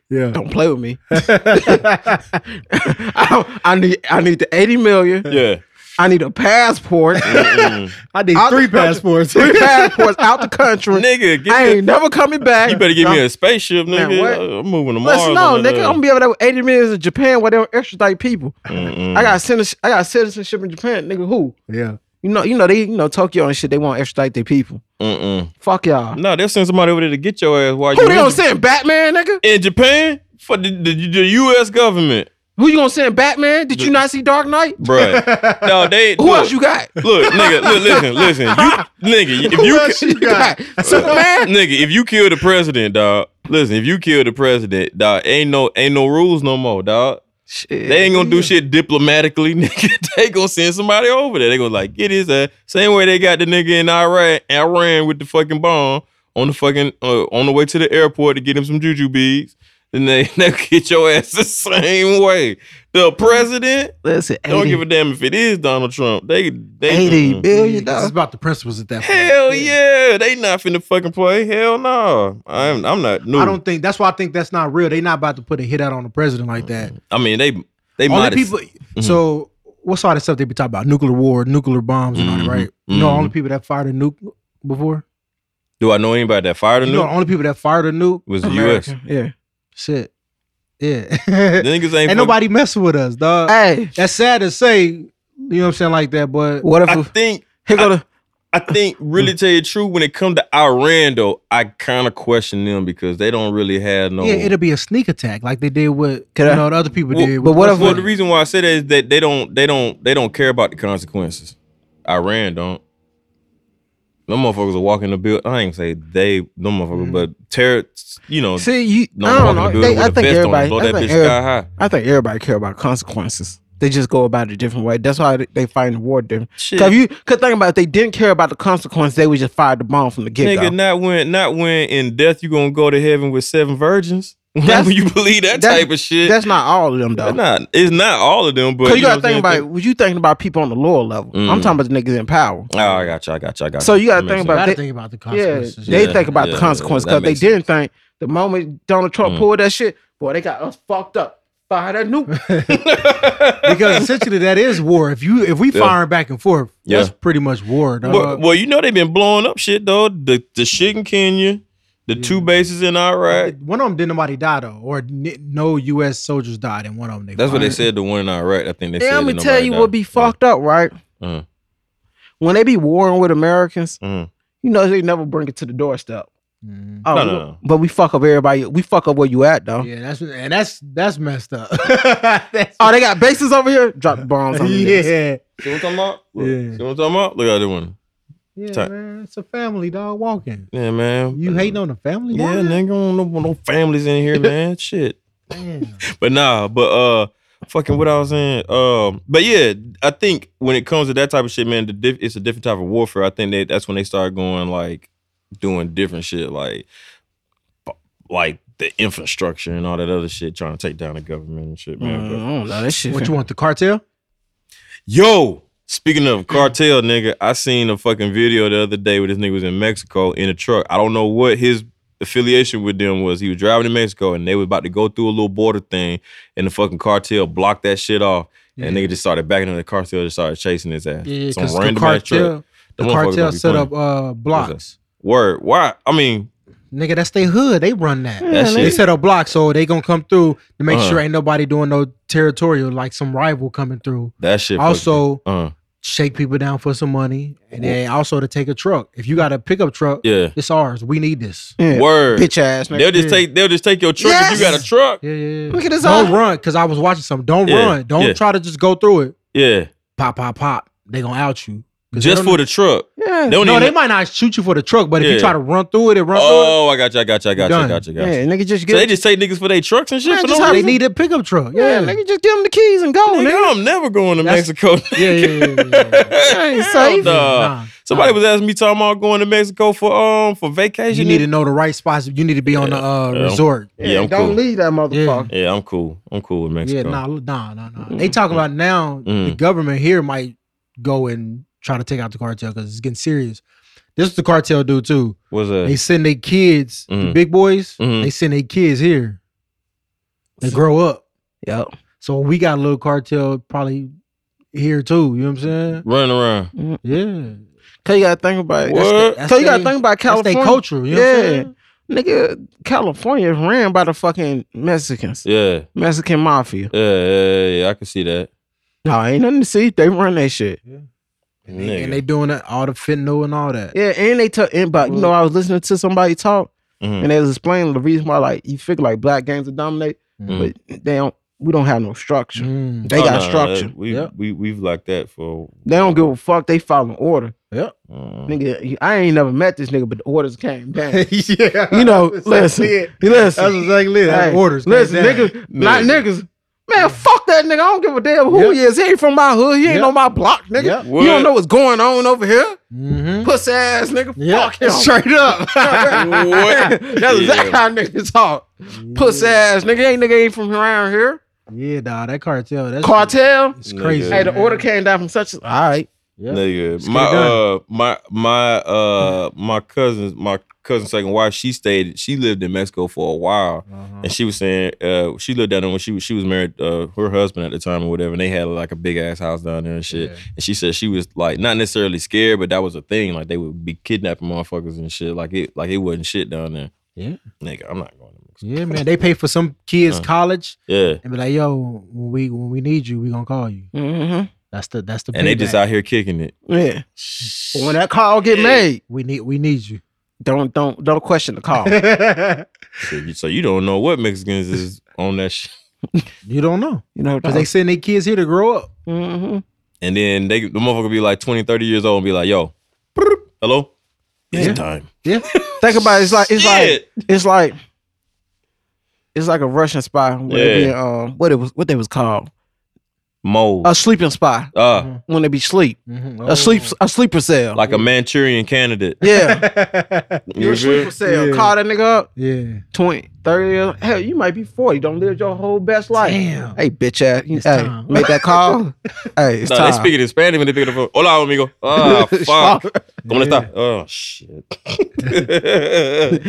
[SPEAKER 3] yeah,
[SPEAKER 1] don't play
[SPEAKER 5] [LAUGHS]
[SPEAKER 1] [LAUGHS] with me. I, I need I need the eighty million
[SPEAKER 5] Yeah. Mm.
[SPEAKER 1] I need a
[SPEAKER 5] [LAUGHS]
[SPEAKER 1] passport. [LAUGHS]
[SPEAKER 5] Mm-mm.
[SPEAKER 3] I need
[SPEAKER 1] I'll-
[SPEAKER 3] three passports. [LAUGHS]
[SPEAKER 1] Three passports out the country.
[SPEAKER 5] nigga, get
[SPEAKER 1] I
[SPEAKER 5] me-
[SPEAKER 1] ain't never coming back.
[SPEAKER 5] you better give me a spaceship,
[SPEAKER 1] Man,
[SPEAKER 5] nigga.
[SPEAKER 1] what?
[SPEAKER 5] I'm moving to Mars.
[SPEAKER 1] Listen, no,
[SPEAKER 5] on that
[SPEAKER 1] nigga.
[SPEAKER 5] day.
[SPEAKER 1] I'm gonna be over there with 80 millions in Japan where they don't extradite people.
[SPEAKER 5] Mm-mm.
[SPEAKER 1] I got citizenship, I got citizenship in Japan, nigga. Who?
[SPEAKER 3] yeah.
[SPEAKER 1] You know, you know, they you know Tokyo and shit, they won't extradite their people.
[SPEAKER 5] Mm-mm.
[SPEAKER 1] Fuck y'all.
[SPEAKER 5] No, they'll send somebody over there to get your ass while
[SPEAKER 1] Who
[SPEAKER 5] you
[SPEAKER 1] they gonna
[SPEAKER 5] in,
[SPEAKER 1] send? Batman, nigga?
[SPEAKER 5] in Japan for the, the, the U.S. government,
[SPEAKER 1] Who you gonna send? Batman? Did you not see Dark Knight? [LAUGHS]
[SPEAKER 5] bruh. no, they.
[SPEAKER 1] Who
[SPEAKER 5] look,
[SPEAKER 1] else
[SPEAKER 5] [LAUGHS]
[SPEAKER 1] you got?
[SPEAKER 5] Look, nigga. Look, listen, listen.
[SPEAKER 1] [LAUGHS]
[SPEAKER 5] You, nigga, if
[SPEAKER 3] Who
[SPEAKER 5] you
[SPEAKER 3] else you got?
[SPEAKER 1] Superman?
[SPEAKER 5] Nigga, if you kill the president, dog. Listen, if you kill the president, dog, ain't no ain't no rules no more, dog.
[SPEAKER 1] Shit.
[SPEAKER 5] They ain't gonna do shit diplomatically, [LAUGHS] nigga. They gonna send somebody over there. They gonna like get his ass. Same way they got the nigga in Iraq, Iran with the fucking bomb on the fucking uh, on the way to the airport to get him some juju beads. Then they [LAUGHS] they get your ass the same way. The president
[SPEAKER 1] Listen, 80,
[SPEAKER 5] don't give a damn if it is Donald Trump. They they
[SPEAKER 1] 80
[SPEAKER 5] mm.
[SPEAKER 1] billion
[SPEAKER 3] It's
[SPEAKER 1] dollars.
[SPEAKER 3] about the principles at that point.
[SPEAKER 5] Hell yeah, they not finna fucking play. Hell no, I'm I'm not. No,
[SPEAKER 3] I don't think that's why I think that's not real. They not about to put a hit out on the president like that.
[SPEAKER 5] I mean, they they
[SPEAKER 3] Only
[SPEAKER 5] might.
[SPEAKER 3] people.
[SPEAKER 5] Mm-hmm.
[SPEAKER 3] So what's all that stuff they be talking about? Nuclear war, nuclear bombs, and all that, right? You know,
[SPEAKER 5] Mhm.
[SPEAKER 3] only people that fired a nuke before.
[SPEAKER 5] Do I know anybody that fired a
[SPEAKER 3] You know, the
[SPEAKER 5] nuke?
[SPEAKER 3] only people that fired a nuke.
[SPEAKER 5] Was the U.S.
[SPEAKER 1] America, Yeah.
[SPEAKER 3] Shit. Yeah. [LAUGHS]
[SPEAKER 5] The
[SPEAKER 3] ain't
[SPEAKER 5] niggas ain't. fuck-
[SPEAKER 3] nobody messing with us, dog.
[SPEAKER 1] Hey,
[SPEAKER 3] That's sad to say. You know what I'm saying, like that, but
[SPEAKER 1] what if
[SPEAKER 5] I think
[SPEAKER 1] here go the
[SPEAKER 5] I think really tell you the truth when it come to Iran though, I kind of question them because they don't really have no.
[SPEAKER 3] yeah, it'll be a sneak attack, like they did what
[SPEAKER 1] Can
[SPEAKER 3] you
[SPEAKER 1] I-
[SPEAKER 3] know the other people
[SPEAKER 5] Well,
[SPEAKER 3] did.
[SPEAKER 1] but what if-
[SPEAKER 5] well, the reason why I say that is that they don't they don't they don't care about the consequences. Iran don't. Them motherfuckers are walking the bill. I ain't say they, them
[SPEAKER 3] Mm-hmm.
[SPEAKER 5] motherfuckers, but terror, you know,
[SPEAKER 1] see you
[SPEAKER 5] no
[SPEAKER 1] I
[SPEAKER 5] one
[SPEAKER 1] don't
[SPEAKER 5] walking the building
[SPEAKER 1] know. They,
[SPEAKER 5] with
[SPEAKER 1] I
[SPEAKER 5] a
[SPEAKER 1] think
[SPEAKER 5] vest on
[SPEAKER 1] everybody
[SPEAKER 5] and blow
[SPEAKER 1] I
[SPEAKER 5] that
[SPEAKER 1] think
[SPEAKER 5] bitch
[SPEAKER 1] every-
[SPEAKER 5] sky high.
[SPEAKER 1] I think everybody care about consequences. They just go about it a different way. That's why they, they fighting the war different.
[SPEAKER 5] Shit.
[SPEAKER 1] Cause if you could think about it, if they didn't care about the consequence, they would just fire the bomb from the get
[SPEAKER 5] Nigga,
[SPEAKER 1] go.
[SPEAKER 5] not when not when in death you gonna go to heaven with seven virgins. [LAUGHS] Why
[SPEAKER 1] That's-
[SPEAKER 5] would you believe that
[SPEAKER 1] that's-
[SPEAKER 5] type of shit?
[SPEAKER 1] That's not all of them though.
[SPEAKER 5] That's not it's not all of them, but
[SPEAKER 1] Cause you
[SPEAKER 5] know
[SPEAKER 1] gotta
[SPEAKER 5] what I'm
[SPEAKER 1] think about
[SPEAKER 5] saying?
[SPEAKER 1] was you thinking about people on the lower level. I'm
[SPEAKER 5] Mm.
[SPEAKER 1] talking about the niggas in power.
[SPEAKER 5] Oh, I got you, I got you, I got you.
[SPEAKER 1] So you gotta
[SPEAKER 5] That
[SPEAKER 1] think
[SPEAKER 5] makes
[SPEAKER 1] about
[SPEAKER 5] sense.
[SPEAKER 3] gotta
[SPEAKER 1] they-
[SPEAKER 3] think about the
[SPEAKER 1] Yeah,
[SPEAKER 3] consequences.
[SPEAKER 1] they
[SPEAKER 5] Yeah,
[SPEAKER 1] think about the
[SPEAKER 5] yeah,
[SPEAKER 1] consequence
[SPEAKER 5] that
[SPEAKER 1] because they
[SPEAKER 5] makes sense.
[SPEAKER 1] didn't think the moment Donald Trump
[SPEAKER 5] Mm.
[SPEAKER 1] pulled that shit, boy, they got us fucked up. Fire that nuke.
[SPEAKER 3] because essentially that is war. If you if we
[SPEAKER 5] Yeah.
[SPEAKER 3] firing back and forth, that's
[SPEAKER 5] Yeah.
[SPEAKER 3] pretty much war. Dog.
[SPEAKER 1] uh,
[SPEAKER 5] Well, well, you know they've been blowing up shit though. The the shit in Kenya, the two bases in Iraq.
[SPEAKER 3] one of them didn't nobody die though, or n- no U.S. soldiers died in one of them.
[SPEAKER 5] That's what they
[SPEAKER 3] fired.
[SPEAKER 5] said. The one in Iraq, I think they said.
[SPEAKER 1] Then let me
[SPEAKER 5] that
[SPEAKER 1] tell
[SPEAKER 5] nobody
[SPEAKER 1] you
[SPEAKER 5] died.
[SPEAKER 1] what be fucked up, right?
[SPEAKER 5] Mm.
[SPEAKER 1] When they be warring with Americans,
[SPEAKER 5] Mm.
[SPEAKER 1] you know they never bring it to the doorstep.
[SPEAKER 3] Mhm.
[SPEAKER 1] Oh,
[SPEAKER 5] No, no, no.
[SPEAKER 1] But we fuck up everybody. We fuck up where you at though.
[SPEAKER 3] Yeah, that's and that's that's messed up. Oh. [LAUGHS] That's- [LAUGHS]
[SPEAKER 1] Oh, they got bases over here. Drop the bombs on yeah.
[SPEAKER 3] yeah,
[SPEAKER 5] See what I'm talking about? Look,
[SPEAKER 3] Yeah.
[SPEAKER 5] See what I'm talking about? Look at that one.
[SPEAKER 3] yeah,
[SPEAKER 5] Tight.
[SPEAKER 3] man, it's a family dog walking.
[SPEAKER 5] Yeah, man.
[SPEAKER 3] You hating on the family?
[SPEAKER 5] Yeah,
[SPEAKER 3] walking?
[SPEAKER 5] nigga, don't no, no families in
[SPEAKER 3] [LAUGHS]
[SPEAKER 5] here, man. shit.
[SPEAKER 3] Damn.
[SPEAKER 5] But nah, but uh, fucking what I was saying. Um, but yeah, I think when it comes to that type of shit, man, the diff- it's a different type of warfare. I think that that's when they start going like doing different shit, like b- like the infrastructure and all that other shit, trying to take down the government and shit, man.
[SPEAKER 1] Mm,
[SPEAKER 5] But-
[SPEAKER 1] I don't know that shit.
[SPEAKER 3] What you want the cartel?
[SPEAKER 5] Yo, speaking of cartel, nigga, I seen a fucking video the other day where this nigga was in Mexico in a truck. I don't know what his affiliation with them was. He was driving in Mexico and they was about to go through a little border thing and the fucking cartel blocked that shit off. And
[SPEAKER 3] Yeah.
[SPEAKER 5] nigga just started backing up the cartel just started chasing his ass.
[SPEAKER 3] Yeah,
[SPEAKER 5] Some
[SPEAKER 3] because the
[SPEAKER 5] random ass truck.
[SPEAKER 3] cartel, the
[SPEAKER 5] Them motherfuckers
[SPEAKER 3] cartel
[SPEAKER 5] don't be
[SPEAKER 3] set
[SPEAKER 5] playing.
[SPEAKER 3] up uh, blocks.
[SPEAKER 5] Word. Why? I mean,
[SPEAKER 3] Nigga, that's their hood. They run that.
[SPEAKER 5] that shit.
[SPEAKER 3] They set up blocks, so they gonna come through to make
[SPEAKER 5] Uh-huh.
[SPEAKER 3] sure ain't nobody doing no territorial, like some rival coming through.
[SPEAKER 5] that shit. fucking-
[SPEAKER 3] Also,
[SPEAKER 5] uh,
[SPEAKER 3] shake people down for some money, and then also to take a truck. If you got a pickup truck,
[SPEAKER 5] yeah.
[SPEAKER 3] it's ours. We need this.
[SPEAKER 1] Yeah.
[SPEAKER 5] Word.
[SPEAKER 1] Bitch ass nigga.
[SPEAKER 5] They'll just take. They'll just take your truck if you
[SPEAKER 1] Yes!
[SPEAKER 5] got a truck.
[SPEAKER 3] Yeah, yeah, yeah.
[SPEAKER 1] Look at this
[SPEAKER 3] Don't
[SPEAKER 1] eye.
[SPEAKER 3] run, because I was watching something. Don't
[SPEAKER 5] Yeah,
[SPEAKER 3] run. Don't
[SPEAKER 5] yeah.
[SPEAKER 3] try to just go through it.
[SPEAKER 5] Yeah.
[SPEAKER 3] Pop, pop, pop. They gonna out you. 'Cause they
[SPEAKER 5] Just
[SPEAKER 3] don't
[SPEAKER 5] for the truck.
[SPEAKER 1] Yeah.
[SPEAKER 5] They don't
[SPEAKER 3] no,
[SPEAKER 5] even.
[SPEAKER 3] they might not shoot you for the truck, but if you
[SPEAKER 5] Yeah.
[SPEAKER 3] try to run through it and run
[SPEAKER 5] oh, I got you. I got you. I got you. I
[SPEAKER 3] Done.
[SPEAKER 5] got you. I got you.
[SPEAKER 1] yeah, nigga just
[SPEAKER 5] So they
[SPEAKER 1] get
[SPEAKER 5] just take niggas for their trucks and shit
[SPEAKER 1] Man,
[SPEAKER 5] for
[SPEAKER 1] just
[SPEAKER 5] no
[SPEAKER 3] through it,
[SPEAKER 1] how
[SPEAKER 3] they
[SPEAKER 5] reason.
[SPEAKER 3] need a pickup truck.
[SPEAKER 1] Yeah,
[SPEAKER 3] Yeah,
[SPEAKER 1] nigga just give them the keys and go, nigga.
[SPEAKER 5] Nigga, I'm never going to
[SPEAKER 3] That's-
[SPEAKER 5] Mexico.
[SPEAKER 3] [LAUGHS]
[SPEAKER 5] [LAUGHS]
[SPEAKER 3] yeah, yeah, yeah, yeah, yeah, yeah.
[SPEAKER 1] [LAUGHS] That ain't
[SPEAKER 5] Hell
[SPEAKER 1] safe.
[SPEAKER 5] no.
[SPEAKER 3] Nah,
[SPEAKER 5] Somebody
[SPEAKER 3] nah.
[SPEAKER 5] was asking me talking about going to Mexico for um for vacation.
[SPEAKER 3] You need to know the right spots. You need to be on the uh,
[SPEAKER 5] Yeah.
[SPEAKER 3] resort.
[SPEAKER 5] Yeah, I'm
[SPEAKER 1] don't
[SPEAKER 5] cool.
[SPEAKER 1] leave that motherfucker.
[SPEAKER 5] Yeah, I'm cool. I'm cool with
[SPEAKER 3] Yeah,
[SPEAKER 5] Mexico.
[SPEAKER 3] nah, nah, nah, nah. They talking about now the
[SPEAKER 5] Mm.
[SPEAKER 3] government here might go and try to take out the cartel because it's getting serious. This is the cartel do too.
[SPEAKER 5] What's
[SPEAKER 3] They
[SPEAKER 5] that?
[SPEAKER 3] send their kids, the
[SPEAKER 5] Mm.
[SPEAKER 3] big boys.
[SPEAKER 5] Mhm.
[SPEAKER 3] They send their kids here. They grow up.
[SPEAKER 1] Yep.
[SPEAKER 3] So we got a little cartel probably here too. You know what I'm saying?
[SPEAKER 5] running around.
[SPEAKER 3] Yeah.
[SPEAKER 1] Cause you gotta think about it.
[SPEAKER 5] What?
[SPEAKER 1] Cause you gotta
[SPEAKER 3] they-
[SPEAKER 1] think about
[SPEAKER 3] That's
[SPEAKER 1] California.
[SPEAKER 3] their culture. You know what I'm
[SPEAKER 1] Yeah.
[SPEAKER 3] saying?
[SPEAKER 1] Nigga, California is ran by the fucking Mexicans,
[SPEAKER 5] Yeah,
[SPEAKER 1] Mexican mafia.
[SPEAKER 5] yeah, yeah, yeah. I can see that.
[SPEAKER 1] No, ain't nothing to see. They run that shit.
[SPEAKER 3] And they,
[SPEAKER 5] Nigga.
[SPEAKER 3] and they doing that all the fentanyl and all that.
[SPEAKER 1] Yeah, and they tell. and But you
[SPEAKER 3] Mm-hmm.
[SPEAKER 1] know, I was listening to somebody talk,
[SPEAKER 5] Mhm.
[SPEAKER 1] and they was explaining the reason why, like, you figure like black gangs are dominate,
[SPEAKER 3] Mm-hmm.
[SPEAKER 5] Mhm.
[SPEAKER 1] but they don't. We don't have no structure.
[SPEAKER 3] Mm.
[SPEAKER 1] They
[SPEAKER 5] Oh,
[SPEAKER 1] got
[SPEAKER 5] no, no,
[SPEAKER 1] structure.
[SPEAKER 5] that- we
[SPEAKER 3] Yep.
[SPEAKER 5] we we've like that for.
[SPEAKER 1] They don't give
[SPEAKER 3] Mm-hmm.
[SPEAKER 1] a fuck. They follow order,
[SPEAKER 5] Mm.
[SPEAKER 1] nigga. I ain't never met this nigga, but the
[SPEAKER 3] [LAUGHS]
[SPEAKER 1] orders came down.
[SPEAKER 3] yeah.
[SPEAKER 1] You
[SPEAKER 3] [LAUGHS]
[SPEAKER 1] know,
[SPEAKER 3] That's
[SPEAKER 1] listen,
[SPEAKER 3] exactly it.
[SPEAKER 1] listen.
[SPEAKER 3] That's exactly it. That's
[SPEAKER 1] Hey,
[SPEAKER 3] orders.
[SPEAKER 1] Listen,
[SPEAKER 3] goddamn.
[SPEAKER 1] niggas, not
[SPEAKER 5] Nigga.
[SPEAKER 1] niggas. Man, fuck that nigga. I don't give a damn who he is. He ain't from my hood. He ain't
[SPEAKER 3] Yep.
[SPEAKER 1] on my block, nigga.
[SPEAKER 3] Yep.
[SPEAKER 1] You don't know what's going on over here.
[SPEAKER 3] Mhm.
[SPEAKER 1] Pussy ass nigga.
[SPEAKER 3] Yeah.
[SPEAKER 1] Fuck him. Straight up.
[SPEAKER 5] What?
[SPEAKER 1] That's exactly
[SPEAKER 5] Yeah.
[SPEAKER 1] [LAUGHS] how niggas talk. Pussy ass nigga. Ain't nigga ain't from around here.
[SPEAKER 3] Yeah, dog. That cartel. That's
[SPEAKER 1] Cartel.
[SPEAKER 3] It's crazy.
[SPEAKER 5] Nigga.
[SPEAKER 1] Hey, the order came down from such a all right.
[SPEAKER 3] Yeah.
[SPEAKER 5] Nigga,
[SPEAKER 3] Straight
[SPEAKER 5] my
[SPEAKER 3] up.
[SPEAKER 5] uh, my my uh, my cousins, my cousin's second wife, she stayed, she lived in Mexico for a while,
[SPEAKER 3] Uh-huh.
[SPEAKER 5] and she was saying, uh, she lived down there when she was she was married, uh, her husband at the time or whatever, and they had like a big ass house down there and shit.
[SPEAKER 3] Yeah.
[SPEAKER 5] And she said she was like not necessarily scared, but that was a thing, like they would be kidnapping motherfuckers and shit, like it like it wasn't shit down there.
[SPEAKER 3] Yeah.
[SPEAKER 5] nigga, I'm not going to Mexico.
[SPEAKER 3] Yeah, man. They pay for some kids'
[SPEAKER 5] Uh.
[SPEAKER 3] college
[SPEAKER 5] Yeah,
[SPEAKER 3] and be like, yo, when we when we need you, we gonna call you.
[SPEAKER 1] Mm-hmm.
[SPEAKER 3] That's the that's the
[SPEAKER 5] and they just
[SPEAKER 3] payback.
[SPEAKER 5] out here kicking it.
[SPEAKER 1] Yeah. But when that call get made,
[SPEAKER 3] we need we need you.
[SPEAKER 1] don't don't don't question the call.
[SPEAKER 3] you
[SPEAKER 5] So you, so you don't know what Mexicans is on that shit.
[SPEAKER 3] don't know.
[SPEAKER 1] You
[SPEAKER 5] [LAUGHS]
[SPEAKER 1] know,
[SPEAKER 5] Uh-huh.
[SPEAKER 3] Because they send their kids here to grow up.
[SPEAKER 1] mm-hmm.
[SPEAKER 5] And then they the motherfucker be like 20, 30 years old and be like, yo, bloop, hello? It's
[SPEAKER 3] Yeah.
[SPEAKER 5] time.
[SPEAKER 3] Yeah.
[SPEAKER 1] Think about it. It's like it's like
[SPEAKER 5] Shit.
[SPEAKER 1] It's like it's like a Russian spy. Where they be, um, what it was, what they was called,
[SPEAKER 5] Mold.
[SPEAKER 1] a sleeping spy
[SPEAKER 5] Uh,
[SPEAKER 1] when they be sleep,
[SPEAKER 5] Mm-hmm.
[SPEAKER 3] Mhm.
[SPEAKER 1] a sleep, a sleeper cell.
[SPEAKER 5] Oh. like a Manchurian candidate.
[SPEAKER 1] yeah,
[SPEAKER 5] [LAUGHS]
[SPEAKER 3] Oh.
[SPEAKER 1] you're a sleeper cell.
[SPEAKER 3] Yeah.
[SPEAKER 1] Call that nigga up.
[SPEAKER 3] yeah.
[SPEAKER 1] 20, 30 years. Hell, you might be 40. Don't live your whole best life.
[SPEAKER 3] Damn.
[SPEAKER 1] Hey, bitch ass. You,
[SPEAKER 3] It's
[SPEAKER 1] hey,
[SPEAKER 3] time.
[SPEAKER 1] make
[SPEAKER 3] [LAUGHS]
[SPEAKER 1] that call. hey, it's
[SPEAKER 5] No,
[SPEAKER 1] time.
[SPEAKER 5] they speak it in Spanish when they pick it up. the phone. Hola, amigo.
[SPEAKER 1] [LAUGHS]
[SPEAKER 5] Ah, fuck. ¿Cómo le está? Oh, shit.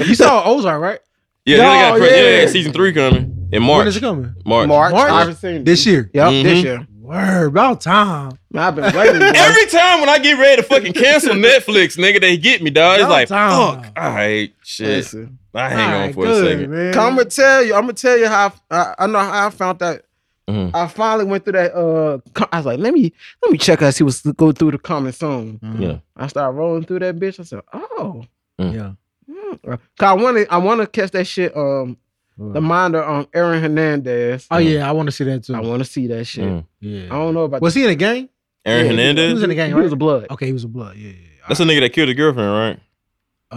[SPEAKER 5] [LAUGHS]
[SPEAKER 3] You saw Ozark, right?
[SPEAKER 5] yeah, then they got
[SPEAKER 1] No,
[SPEAKER 5] cra- yeah.
[SPEAKER 1] Oh, yeah.
[SPEAKER 5] season three coming in
[SPEAKER 3] When
[SPEAKER 5] March.
[SPEAKER 3] is it coming?
[SPEAKER 5] March.
[SPEAKER 1] March.
[SPEAKER 3] March?
[SPEAKER 1] I haven't seen
[SPEAKER 3] This year.
[SPEAKER 1] Yep, this
[SPEAKER 5] Mhm.
[SPEAKER 1] year.
[SPEAKER 3] Word, about time.
[SPEAKER 1] Man, I've been waiting. boy. [LAUGHS]
[SPEAKER 5] Every time when I get ready to fucking cancel Netflix, nigga, they get me, dog. It's
[SPEAKER 3] About
[SPEAKER 5] like,
[SPEAKER 3] time.
[SPEAKER 5] fuck. All right, shit.
[SPEAKER 1] Listen.
[SPEAKER 5] I hang on
[SPEAKER 3] Alright,
[SPEAKER 5] for
[SPEAKER 3] good,
[SPEAKER 5] a second.
[SPEAKER 3] Man.
[SPEAKER 1] I'm gonna tell you. I'm gonna tell you how I, I know how I found that.
[SPEAKER 5] Mhm.
[SPEAKER 1] I finally went through that. Uh, co- I was like, let me let me check out. See what's go through the comment song.
[SPEAKER 3] Mhm.
[SPEAKER 5] Yeah.
[SPEAKER 1] I started rolling through that bitch. I said, oh,
[SPEAKER 3] Yeah.
[SPEAKER 1] mm. cause I wanted I want to catch that shit. Um, the minder on Aaron Hernandez.
[SPEAKER 3] Oh yeah, I want to see that too.
[SPEAKER 1] I want to see that shit.
[SPEAKER 5] Mm.
[SPEAKER 1] I
[SPEAKER 3] yeah.
[SPEAKER 1] don't know about
[SPEAKER 3] Was he in a gang?
[SPEAKER 5] Aaron
[SPEAKER 1] Yeah,
[SPEAKER 5] Hernandez.
[SPEAKER 3] He was in the gang,
[SPEAKER 1] He was
[SPEAKER 3] right?
[SPEAKER 1] a blood.
[SPEAKER 3] Okay, he was a blood. Yeah. yeah, yeah.
[SPEAKER 5] That's a nigga that killed a girlfriend, right?
[SPEAKER 3] Uh,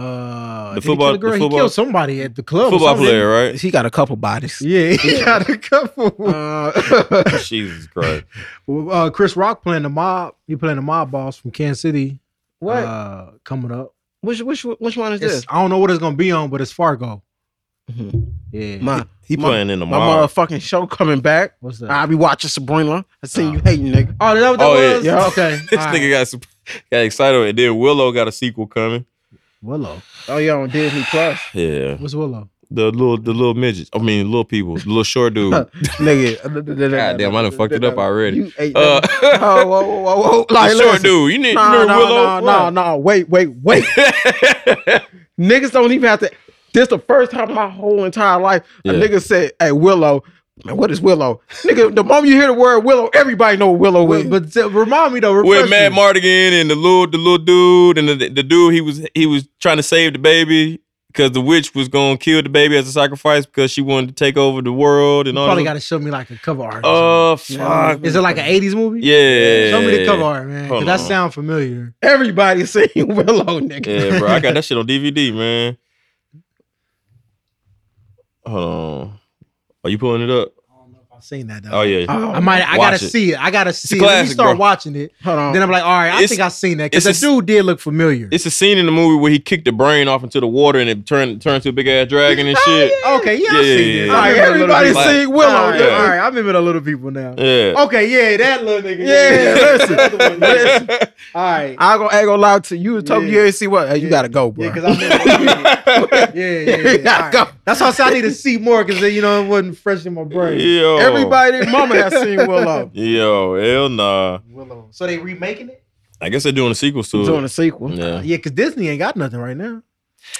[SPEAKER 5] The
[SPEAKER 3] did he kill
[SPEAKER 5] football-
[SPEAKER 3] a girl?
[SPEAKER 5] the
[SPEAKER 3] He
[SPEAKER 5] football-
[SPEAKER 3] killed somebody at the
[SPEAKER 1] Oh,
[SPEAKER 3] club. or
[SPEAKER 5] Football
[SPEAKER 3] something.
[SPEAKER 5] player, right?
[SPEAKER 1] He got a couple bodies.
[SPEAKER 3] Yeah, he got a couple.
[SPEAKER 1] Uh, [LAUGHS]
[SPEAKER 5] Jesus Christ.
[SPEAKER 3] Uh, Chris Rock playing the mob. He playing the mob boss from Kansas City.
[SPEAKER 1] what?
[SPEAKER 3] Uh, coming up.
[SPEAKER 1] which which which one is
[SPEAKER 3] It's-
[SPEAKER 1] this?
[SPEAKER 3] I don't know what it's gonna be on, but it's Fargo.
[SPEAKER 5] Mm-hmm.
[SPEAKER 1] Mhm.
[SPEAKER 3] Yeah.
[SPEAKER 1] My
[SPEAKER 5] He
[SPEAKER 1] my,
[SPEAKER 5] playing in the
[SPEAKER 1] my
[SPEAKER 5] mob.
[SPEAKER 1] motherfucking show coming back.
[SPEAKER 3] What's that? [LAUGHS]
[SPEAKER 1] I be watching Sabrina. I seen
[SPEAKER 3] Oh.
[SPEAKER 1] you hating nigga.
[SPEAKER 3] oh, is that what that
[SPEAKER 5] Oh, yeah.
[SPEAKER 3] was?
[SPEAKER 1] Yeah.
[SPEAKER 3] Okay.
[SPEAKER 5] [LAUGHS] This
[SPEAKER 3] all right.
[SPEAKER 5] nigga got sup- got excited, and then Willow got a sequel coming.
[SPEAKER 3] Willow.
[SPEAKER 1] Oh yeah, on Disney Plus,
[SPEAKER 5] Yeah,
[SPEAKER 3] What's Willow?
[SPEAKER 5] the little the little midgets. I mean, little people, the little short
[SPEAKER 1] [LAUGHS]
[SPEAKER 5] dude. God
[SPEAKER 1] [LAUGHS] nigga.
[SPEAKER 5] damn, I done fucked it up already.
[SPEAKER 1] You ate
[SPEAKER 5] Uh,
[SPEAKER 1] that.
[SPEAKER 5] [LAUGHS]
[SPEAKER 1] oh, whoa, whoa, whoa, whoa. Like,
[SPEAKER 5] the short
[SPEAKER 1] listen.
[SPEAKER 5] dude. You need
[SPEAKER 1] Nah,
[SPEAKER 5] remember
[SPEAKER 1] nah,
[SPEAKER 5] Willow?
[SPEAKER 1] nah, nah, nah. Wait, wait,
[SPEAKER 5] [LAUGHS]
[SPEAKER 1] wait. Niggas don't even have to. This the first time in my whole entire life a
[SPEAKER 5] Yeah.
[SPEAKER 1] nigga said, "Hey, Willow." Man, what is Willow? nigga, the moment you hear the word Willow, everybody know what Willow
[SPEAKER 3] Wait,
[SPEAKER 1] is.
[SPEAKER 3] but t- remind me though.
[SPEAKER 5] [LAUGHS]
[SPEAKER 3] refresh
[SPEAKER 5] With Matt
[SPEAKER 3] me.
[SPEAKER 5] Mardigan and the little the little dude and the, the dude he was he was trying to save the baby because the witch was gonna kill the baby as a sacrifice because she wanted to take over the world and
[SPEAKER 3] You
[SPEAKER 5] all.
[SPEAKER 3] probably
[SPEAKER 5] that.
[SPEAKER 3] got to show me like a cover art. or
[SPEAKER 5] Oh fuck!
[SPEAKER 3] something. Is it like an '80s movie?
[SPEAKER 5] Yeah.
[SPEAKER 3] Show me the cover art, man. 'cause
[SPEAKER 5] Hold
[SPEAKER 3] that
[SPEAKER 5] on. Oh, [LAUGHS]
[SPEAKER 3] sound familiar. [LAUGHS]
[SPEAKER 1] everybody seen Willow, nigga.
[SPEAKER 5] Yeah, bro. I got that shit on DVD, man. Hold on. Are you pulling it up?
[SPEAKER 3] I've seen that. Though.
[SPEAKER 5] Oh yeah.
[SPEAKER 1] Oh,
[SPEAKER 3] I might. I
[SPEAKER 5] Watch
[SPEAKER 3] gotta
[SPEAKER 5] it.
[SPEAKER 3] see it. I gotta see. it. Let me
[SPEAKER 5] classic,
[SPEAKER 3] start
[SPEAKER 5] bro.
[SPEAKER 3] watching it.
[SPEAKER 1] hold on.
[SPEAKER 3] Then I'm like, all right, I
[SPEAKER 5] It's-
[SPEAKER 3] think I seen that because
[SPEAKER 5] it's
[SPEAKER 3] the
[SPEAKER 5] a s-
[SPEAKER 3] dude did look familiar.
[SPEAKER 5] It's a scene in the movie where he kicked the brain off into the water and it turned turned to a big ass dragon and shit.
[SPEAKER 3] Okay, Oh, yeah,
[SPEAKER 5] Yeah,
[SPEAKER 3] I see
[SPEAKER 5] yeah,
[SPEAKER 3] this.
[SPEAKER 5] yeah.
[SPEAKER 3] All right,
[SPEAKER 5] Alright,
[SPEAKER 3] everybody
[SPEAKER 5] everybody
[SPEAKER 3] see
[SPEAKER 5] seen
[SPEAKER 3] Willow. All right,
[SPEAKER 5] Alright, yeah.
[SPEAKER 3] I remember the little people now.
[SPEAKER 5] Yeah.
[SPEAKER 3] Okay, [LAUGHS] yeah, that little nigga.
[SPEAKER 1] Yeah, listen. listen.
[SPEAKER 3] All right.
[SPEAKER 1] I go, I go loud to you. Tell me you ain't see what. Hey, you
[SPEAKER 3] Yeah.
[SPEAKER 1] gotta go, bro.
[SPEAKER 3] Yeah,
[SPEAKER 1] [LAUGHS]
[SPEAKER 3] because I remember. yeah, yeah, yeah.
[SPEAKER 1] You gotta
[SPEAKER 3] All right.
[SPEAKER 1] go.
[SPEAKER 3] That's why I said I need to see more because you know it wasn't fresh in my brain.
[SPEAKER 5] Yo.
[SPEAKER 6] Everybody, their mama has seen Willow.
[SPEAKER 5] [LAUGHS] Yo, hell nah.
[SPEAKER 6] Willow. So they remaking it?
[SPEAKER 5] I guess they're doing a sequel to
[SPEAKER 1] doing a
[SPEAKER 5] it.
[SPEAKER 3] [LAUGHS]
[SPEAKER 1] sequel.
[SPEAKER 5] Yeah.
[SPEAKER 3] [LAUGHS] Yeah, because Disney ain't got nothing right now.